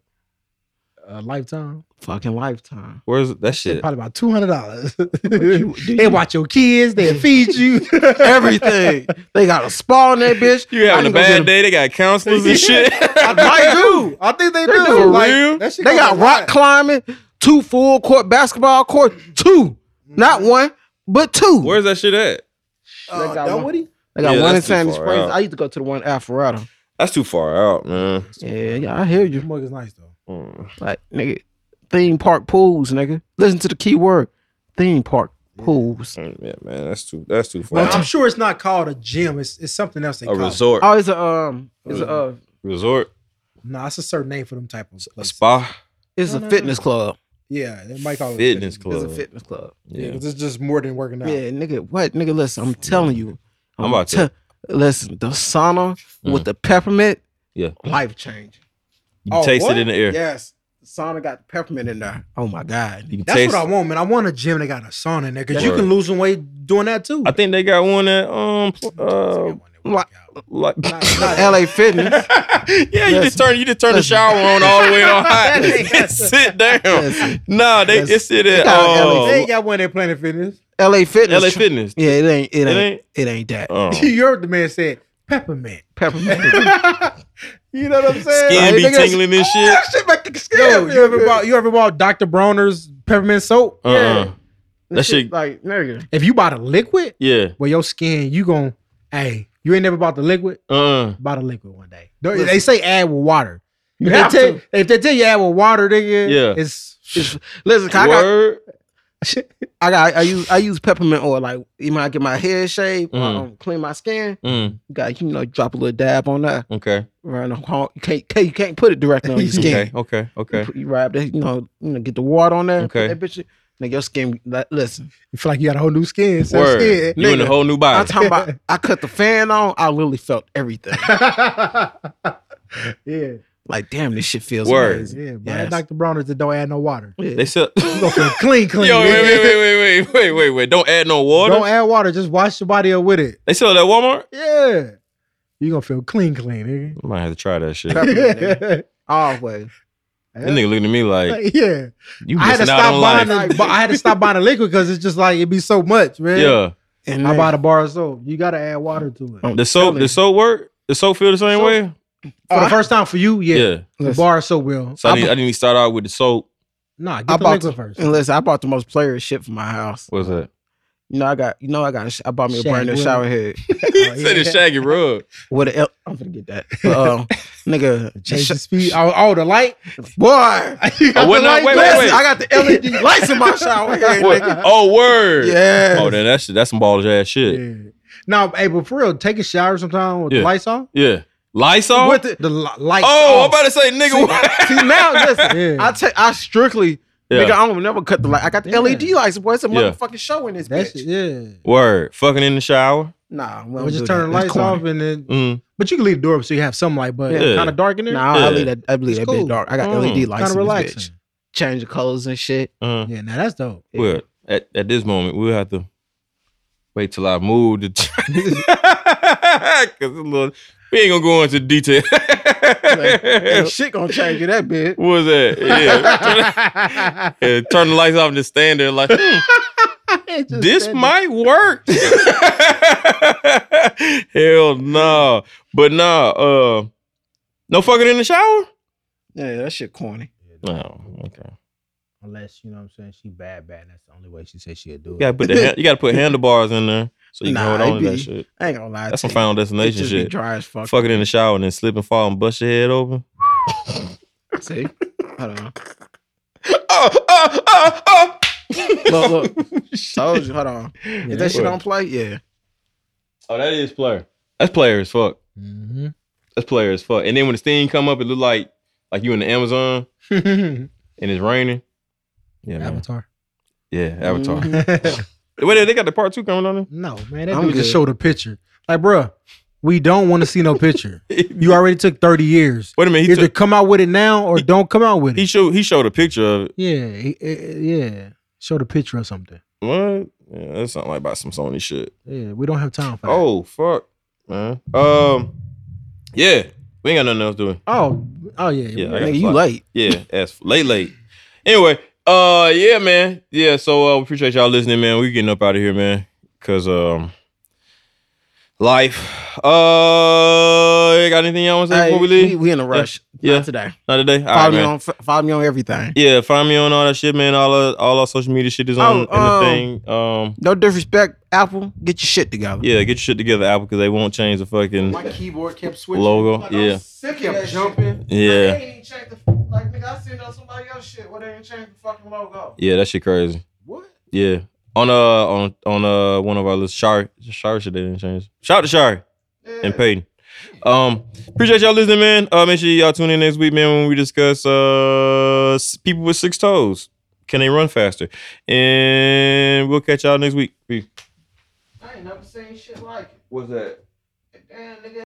[SPEAKER 3] A lifetime.
[SPEAKER 1] Fucking lifetime.
[SPEAKER 5] Where's that
[SPEAKER 3] Shit,
[SPEAKER 5] shit?
[SPEAKER 3] probably about two hundred dollars. [LAUGHS]
[SPEAKER 1] you-
[SPEAKER 3] They watch your kids. They feed you. [LAUGHS]
[SPEAKER 1] Everything. they got a spa in that bitch.
[SPEAKER 5] You having a
[SPEAKER 1] [LAUGHS]
[SPEAKER 5] bad day? They got counselors and shit.
[SPEAKER 3] I might do. I think they,
[SPEAKER 1] They
[SPEAKER 3] do.
[SPEAKER 1] do. For
[SPEAKER 5] real?
[SPEAKER 3] that shit
[SPEAKER 1] They got
[SPEAKER 3] costs a lot.
[SPEAKER 1] rock climbing, two full court basketball court, two.
[SPEAKER 3] Mm-hmm.
[SPEAKER 1] Not one, but two.
[SPEAKER 5] [LAUGHS] Where's that shit at?
[SPEAKER 1] they got, one,
[SPEAKER 6] Dunwoody?
[SPEAKER 1] they got
[SPEAKER 5] Yeah,
[SPEAKER 1] one in
[SPEAKER 5] that's too
[SPEAKER 1] Sandy
[SPEAKER 5] far
[SPEAKER 1] Springs.
[SPEAKER 5] out.
[SPEAKER 1] I used to go to the one in Alpharetta.
[SPEAKER 5] That's too far out, man.
[SPEAKER 1] Yeah, yeah, I hear
[SPEAKER 7] This
[SPEAKER 1] you.
[SPEAKER 7] mug is nice though.
[SPEAKER 5] Mm.
[SPEAKER 1] Like, nigga, theme park pools, nigga. Listen to the key word, theme park pools.
[SPEAKER 5] Mm, Yeah, man, that's too that's too far.
[SPEAKER 1] Well,
[SPEAKER 5] out.
[SPEAKER 1] t-
[SPEAKER 3] I'm sure it's not called a gym. It's, it's something else they
[SPEAKER 5] a
[SPEAKER 3] call
[SPEAKER 5] resort,
[SPEAKER 1] Oh, it's a um, it's a uh,
[SPEAKER 5] resort,
[SPEAKER 3] it. No, it's a certain name for them type of
[SPEAKER 5] a
[SPEAKER 3] places.
[SPEAKER 5] spa,
[SPEAKER 1] it's
[SPEAKER 3] No,
[SPEAKER 1] a
[SPEAKER 3] no, no.
[SPEAKER 1] fitness club.
[SPEAKER 3] Yeah, they might call it
[SPEAKER 5] fitness
[SPEAKER 1] It's
[SPEAKER 5] club.
[SPEAKER 1] a fitness club.
[SPEAKER 3] Yeah,
[SPEAKER 5] yeah.
[SPEAKER 3] 'cause it's just more than working out.
[SPEAKER 1] Yeah, nigga, what, nigga? Listen, I'm telling you,
[SPEAKER 5] I'm about to-
[SPEAKER 1] te- listen. The sauna with the peppermint,
[SPEAKER 5] Yeah.
[SPEAKER 1] life change.
[SPEAKER 5] You
[SPEAKER 3] Oh,
[SPEAKER 5] taste
[SPEAKER 3] what?
[SPEAKER 5] it in the air.
[SPEAKER 1] Yes, sauna got peppermint in there. Oh my god,
[SPEAKER 5] You can
[SPEAKER 3] That's
[SPEAKER 5] taste.
[SPEAKER 3] what I want, man. I want a gym that got a sauna in there because you
[SPEAKER 5] Word.
[SPEAKER 3] can lose some weight doing that too.
[SPEAKER 5] I think they got one at um pl- uh
[SPEAKER 1] like-
[SPEAKER 5] like
[SPEAKER 3] not-
[SPEAKER 1] L.A. [LAUGHS] Fitness.
[SPEAKER 5] [LAUGHS] yeah, you just
[SPEAKER 1] Listen.
[SPEAKER 5] turn you just turn the
[SPEAKER 1] Listen.
[SPEAKER 5] shower on all the way on hot.
[SPEAKER 3] Listen.
[SPEAKER 5] sit down.
[SPEAKER 1] Listen.
[SPEAKER 5] Nah, they
[SPEAKER 1] Listen.
[SPEAKER 5] it's it at
[SPEAKER 1] They got an
[SPEAKER 5] uh,
[SPEAKER 3] they ain't got one at Planet Fitness.
[SPEAKER 1] L.A. Fitness.
[SPEAKER 5] LA Fitness.
[SPEAKER 1] Yeah, it ain't. It, ain't,
[SPEAKER 5] ain't?
[SPEAKER 1] It ain't that
[SPEAKER 5] Oh.
[SPEAKER 3] you heard the man said peppermint.
[SPEAKER 1] peppermint.
[SPEAKER 3] You know what I'm saying?
[SPEAKER 5] Skin be
[SPEAKER 1] Like, niggas-
[SPEAKER 5] tingling and shit.
[SPEAKER 3] shit make the skin. Yo, you ever bought you ever bought Dr. Bronner's peppermint soap?
[SPEAKER 5] Uh uh That
[SPEAKER 1] This
[SPEAKER 5] shit
[SPEAKER 1] like nigga.
[SPEAKER 3] If you buy the liquid,
[SPEAKER 5] yeah.
[SPEAKER 3] well, your skin, you gon' hey, you ain't never bought the liquid.
[SPEAKER 5] Uh
[SPEAKER 3] Buy the liquid one day. Don't- They say add with water.
[SPEAKER 1] You
[SPEAKER 3] If
[SPEAKER 1] have
[SPEAKER 3] they, tell, if they tell you add with water, nigga,
[SPEAKER 5] Yeah.
[SPEAKER 3] it's
[SPEAKER 1] It's- Listen, 'cause I got,
[SPEAKER 5] word.
[SPEAKER 1] I got, I use, I use peppermint oil. Like, you might get my head shaved, or,
[SPEAKER 5] Mhm.
[SPEAKER 1] um, clean my skin.
[SPEAKER 5] Mm,
[SPEAKER 1] You got, you know, drop a little dab on that.
[SPEAKER 5] okay.
[SPEAKER 1] Around the hall. You can't, you can't put it directly on your skin.
[SPEAKER 5] Okay. Okay.
[SPEAKER 1] You,
[SPEAKER 5] Okay.
[SPEAKER 1] put, you rub that, you know, you know, get the water on there.
[SPEAKER 5] Okay.
[SPEAKER 1] Okay. That bitch, nigga, your skin. Like, listen,
[SPEAKER 3] you feel like you got a whole new skin. So
[SPEAKER 5] Word.
[SPEAKER 3] skin.
[SPEAKER 5] You in a whole new
[SPEAKER 1] I'm
[SPEAKER 5] body.
[SPEAKER 1] talking about.
[SPEAKER 5] [LAUGHS]
[SPEAKER 1] I cut the fan on. I literally felt everything.
[SPEAKER 3] [LAUGHS] yeah,
[SPEAKER 1] Like, damn, this shit feels
[SPEAKER 5] Word.
[SPEAKER 1] amazing.
[SPEAKER 3] yeah. Buy
[SPEAKER 1] Yes.
[SPEAKER 3] that Dr. Bronner's that don't add no water.
[SPEAKER 1] Yeah.
[SPEAKER 5] They said
[SPEAKER 3] You gonna feel clean, clean.
[SPEAKER 5] [LAUGHS] Yo, wait,
[SPEAKER 3] nigga.
[SPEAKER 5] wait, wait, wait, wait, wait, wait, wait. Don't add no water.
[SPEAKER 3] Don't add water. Just wash your body up with it.
[SPEAKER 5] they sell it at Walmart?
[SPEAKER 3] Yeah. You gonna feel clean, clean,
[SPEAKER 5] I might have to try that shit.
[SPEAKER 3] [LAUGHS]
[SPEAKER 5] that
[SPEAKER 1] Peppermint, nigga.
[SPEAKER 3] nigga.
[SPEAKER 1] Always.
[SPEAKER 5] nigga looking at me like
[SPEAKER 3] yeah.
[SPEAKER 5] you
[SPEAKER 3] I had
[SPEAKER 5] missing out
[SPEAKER 3] to
[SPEAKER 5] on
[SPEAKER 3] stop buying.
[SPEAKER 5] life.
[SPEAKER 3] The, bu- I had to stop buying the liquor because it's just like it be so much, man.
[SPEAKER 5] Yeah.
[SPEAKER 1] And
[SPEAKER 3] I
[SPEAKER 1] then-
[SPEAKER 3] bought a bar of soap. You gotta add water to it.
[SPEAKER 1] I'm
[SPEAKER 5] The soap,
[SPEAKER 1] telling
[SPEAKER 5] the
[SPEAKER 1] you.
[SPEAKER 5] soap work? The soap feel the same
[SPEAKER 1] Oh, Soap-
[SPEAKER 5] way?
[SPEAKER 3] For the first time for you, yeah. The
[SPEAKER 1] Uh, Listen.
[SPEAKER 3] bar of soap will.
[SPEAKER 5] So I
[SPEAKER 1] I
[SPEAKER 5] need,
[SPEAKER 1] bu-
[SPEAKER 5] I need to start out with the soap.
[SPEAKER 3] Nah, get
[SPEAKER 1] I
[SPEAKER 3] the
[SPEAKER 1] bought
[SPEAKER 3] liquor
[SPEAKER 1] the, [LAUGHS]
[SPEAKER 3] first. Oh,
[SPEAKER 1] and listen, I bought the most player shit for my house.
[SPEAKER 5] What's that?
[SPEAKER 1] You know, I got you know I got a sh- I bought me a
[SPEAKER 3] Shaq
[SPEAKER 1] brand new
[SPEAKER 3] Williams.
[SPEAKER 1] shower head
[SPEAKER 5] He
[SPEAKER 3] Oh,
[SPEAKER 5] said
[SPEAKER 3] yeah.
[SPEAKER 5] it's shaggy
[SPEAKER 1] [LAUGHS]
[SPEAKER 5] rug.
[SPEAKER 1] with a L- I'm gonna get that. But,
[SPEAKER 3] [LAUGHS]
[SPEAKER 1] um, nigga, the
[SPEAKER 3] Change
[SPEAKER 1] sh-
[SPEAKER 3] the speed. Oh, oh, the light. [LAUGHS]
[SPEAKER 1] boy, I
[SPEAKER 5] Oh, what, no, wait, wait, wait.
[SPEAKER 1] I got the LED lights in my shower
[SPEAKER 5] [LAUGHS]
[SPEAKER 1] head.
[SPEAKER 5] What?
[SPEAKER 1] nigga.
[SPEAKER 5] Oh, word.
[SPEAKER 1] Yes.
[SPEAKER 5] Oh, then that's that's some balls ass shit.
[SPEAKER 3] Yeah. Now, hey, but for real, take a shower sometime with
[SPEAKER 5] Yeah.
[SPEAKER 3] the lights on.
[SPEAKER 5] Yeah. Lysol?
[SPEAKER 1] With the-
[SPEAKER 3] The li- lights.
[SPEAKER 5] oh, I'm
[SPEAKER 3] off.
[SPEAKER 5] about to say, nigga, what?
[SPEAKER 1] See now, listen,
[SPEAKER 3] Yeah.
[SPEAKER 1] I take I strictly
[SPEAKER 5] [LAUGHS] Yeah.
[SPEAKER 1] nigga, I don't never cut the light. I got the
[SPEAKER 3] Yeah.
[SPEAKER 1] LED lights, boy. It's a
[SPEAKER 5] Yeah.
[SPEAKER 1] motherfucking show in this
[SPEAKER 3] That's
[SPEAKER 1] bitch.
[SPEAKER 3] yeah.
[SPEAKER 5] Word. Fucking in the shower.
[SPEAKER 1] Nah, we
[SPEAKER 3] Or
[SPEAKER 1] don't
[SPEAKER 3] just
[SPEAKER 1] do
[SPEAKER 3] turn the
[SPEAKER 1] that. That's
[SPEAKER 3] lights
[SPEAKER 1] corny.
[SPEAKER 3] off and then.
[SPEAKER 5] Mm.
[SPEAKER 3] But you can leave the door up so you have some light, but
[SPEAKER 5] Yeah.
[SPEAKER 3] kind of dark in there.
[SPEAKER 1] Nah,
[SPEAKER 5] Yeah.
[SPEAKER 1] I leave that. I leave
[SPEAKER 3] It's
[SPEAKER 1] that
[SPEAKER 3] cool.
[SPEAKER 1] bitch dark. I got
[SPEAKER 5] Mm.
[SPEAKER 1] LED
[SPEAKER 3] kind
[SPEAKER 1] lights
[SPEAKER 3] of
[SPEAKER 1] in this
[SPEAKER 3] relaxing.
[SPEAKER 1] bitch. Change the colors and shit.
[SPEAKER 5] Uh,
[SPEAKER 3] Yeah, now that's dope.
[SPEAKER 5] well, at, at this moment, we'll have to wait till I move to. [LAUGHS] Because we ain't going to go into detail. [LAUGHS]
[SPEAKER 1] Ain't shit gonna change you
[SPEAKER 3] [LAUGHS]
[SPEAKER 1] that bitch.
[SPEAKER 5] What was that? Yeah. Yeah, Turn the lights off and just stand there like,
[SPEAKER 1] [LAUGHS]
[SPEAKER 5] hmm, this might work. [LAUGHS] Hell no. But nah, uh, no fucking in the shower?
[SPEAKER 1] Yeah, that shit corny.
[SPEAKER 5] No, okay.
[SPEAKER 3] Unless you know what I'm saying, she bad, bad. That's the only way she said she'd do
[SPEAKER 5] You gotta put the hand, you
[SPEAKER 3] [LAUGHS]
[SPEAKER 5] gotta put handlebars in there so you
[SPEAKER 1] Nah,
[SPEAKER 5] can hold on
[SPEAKER 1] it
[SPEAKER 5] to that
[SPEAKER 1] be-
[SPEAKER 5] shit.
[SPEAKER 1] I ain't gonna lie.
[SPEAKER 5] That's
[SPEAKER 1] to
[SPEAKER 5] some
[SPEAKER 1] you.
[SPEAKER 5] final
[SPEAKER 1] It
[SPEAKER 5] destination
[SPEAKER 1] just be
[SPEAKER 5] shit.
[SPEAKER 1] dry as fuck.
[SPEAKER 5] Fuck it in the shower and then slip and fall and bust your head open.
[SPEAKER 1] See, hold on.
[SPEAKER 5] [LAUGHS] Oh, oh, oh, oh.
[SPEAKER 1] Look, look. Told you. Hold
[SPEAKER 3] [LAUGHS]
[SPEAKER 1] on. If that shit
[SPEAKER 5] What?
[SPEAKER 1] don't play, yeah.
[SPEAKER 5] Oh, that is player. That's player as fuck. That's player as fuck. And then when the steam come up, it look like like you in the Amazon
[SPEAKER 3] Mm-hmm.
[SPEAKER 5] and it's raining. Yeah, man.
[SPEAKER 3] Avatar.
[SPEAKER 5] Yeah, Avatar.
[SPEAKER 1] Mhm.
[SPEAKER 5] Wait, they got the part two coming on
[SPEAKER 3] [LAUGHS] no, man,
[SPEAKER 1] [LAUGHS]
[SPEAKER 3] that
[SPEAKER 1] I'm
[SPEAKER 3] dude
[SPEAKER 1] good.
[SPEAKER 3] just showed a picture. Like, bruh, we don't want to see no
[SPEAKER 5] [LAUGHS]
[SPEAKER 3] picture.
[SPEAKER 5] there?
[SPEAKER 3] You already took 30 years.
[SPEAKER 5] Wait a minute. He,
[SPEAKER 3] Either
[SPEAKER 5] took,
[SPEAKER 3] come out with it now or don't come out with
[SPEAKER 5] he
[SPEAKER 3] it.
[SPEAKER 5] showed he showed a picture of it.
[SPEAKER 3] Yeah, he- eh, eh, yeah. Showed a picture or something.
[SPEAKER 5] What? Yeah, that sound like about some Sony shit.
[SPEAKER 3] Yeah, we don't have time for that.
[SPEAKER 5] Oh fuck, man. Um, yeah, we ain't got nothing else doing.
[SPEAKER 3] oh, oh yeah.
[SPEAKER 5] Yeah, I got
[SPEAKER 1] Nigga, you
[SPEAKER 5] fucked.
[SPEAKER 1] late.
[SPEAKER 5] Yeah, as late, late. Anyway, uh, yeah, man. Yeah, so uh, we appreciate y'all listening, man. We getting up out of here, man, cause um, Life. Uh, you got anything y'all want to say
[SPEAKER 1] Hey,
[SPEAKER 5] before we
[SPEAKER 1] we,
[SPEAKER 5] leave?
[SPEAKER 1] we in a rush.
[SPEAKER 5] Yeah.
[SPEAKER 1] Not today.
[SPEAKER 5] Not today. All right,
[SPEAKER 1] Follow me
[SPEAKER 5] man.
[SPEAKER 1] on f- follow me on everything.
[SPEAKER 5] Yeah, find me on all that shit, man. All our, all our social media shit is on
[SPEAKER 1] Oh,
[SPEAKER 5] in
[SPEAKER 1] um,
[SPEAKER 5] the thing. Um,
[SPEAKER 1] No disrespect, Apple. Get your shit together.
[SPEAKER 5] yeah, get your shit together, Apple, because they won't change the fucking
[SPEAKER 8] My keyboard kept switching.
[SPEAKER 5] logo. Yeah,
[SPEAKER 8] Sick of that jumping.
[SPEAKER 5] yeah,
[SPEAKER 8] ain't even changed the like nigga. I seen on somebody else shit where they ain't changed the fucking logo.
[SPEAKER 5] yeah. That shit crazy.
[SPEAKER 8] What?
[SPEAKER 5] Yeah. On uh on on uh one of our lists, Shari Shari shit they didn't change. Shout out to Shari and Peyton. Um, appreciate y'all listening, man. Uh, make sure y'all tune in next week, man, when we discuss uh s- people with six toes. Can they run faster? And we'll catch y'all next week. Peace.
[SPEAKER 8] I ain't never seen shit like it.
[SPEAKER 5] What's that?
[SPEAKER 8] Damn nigga.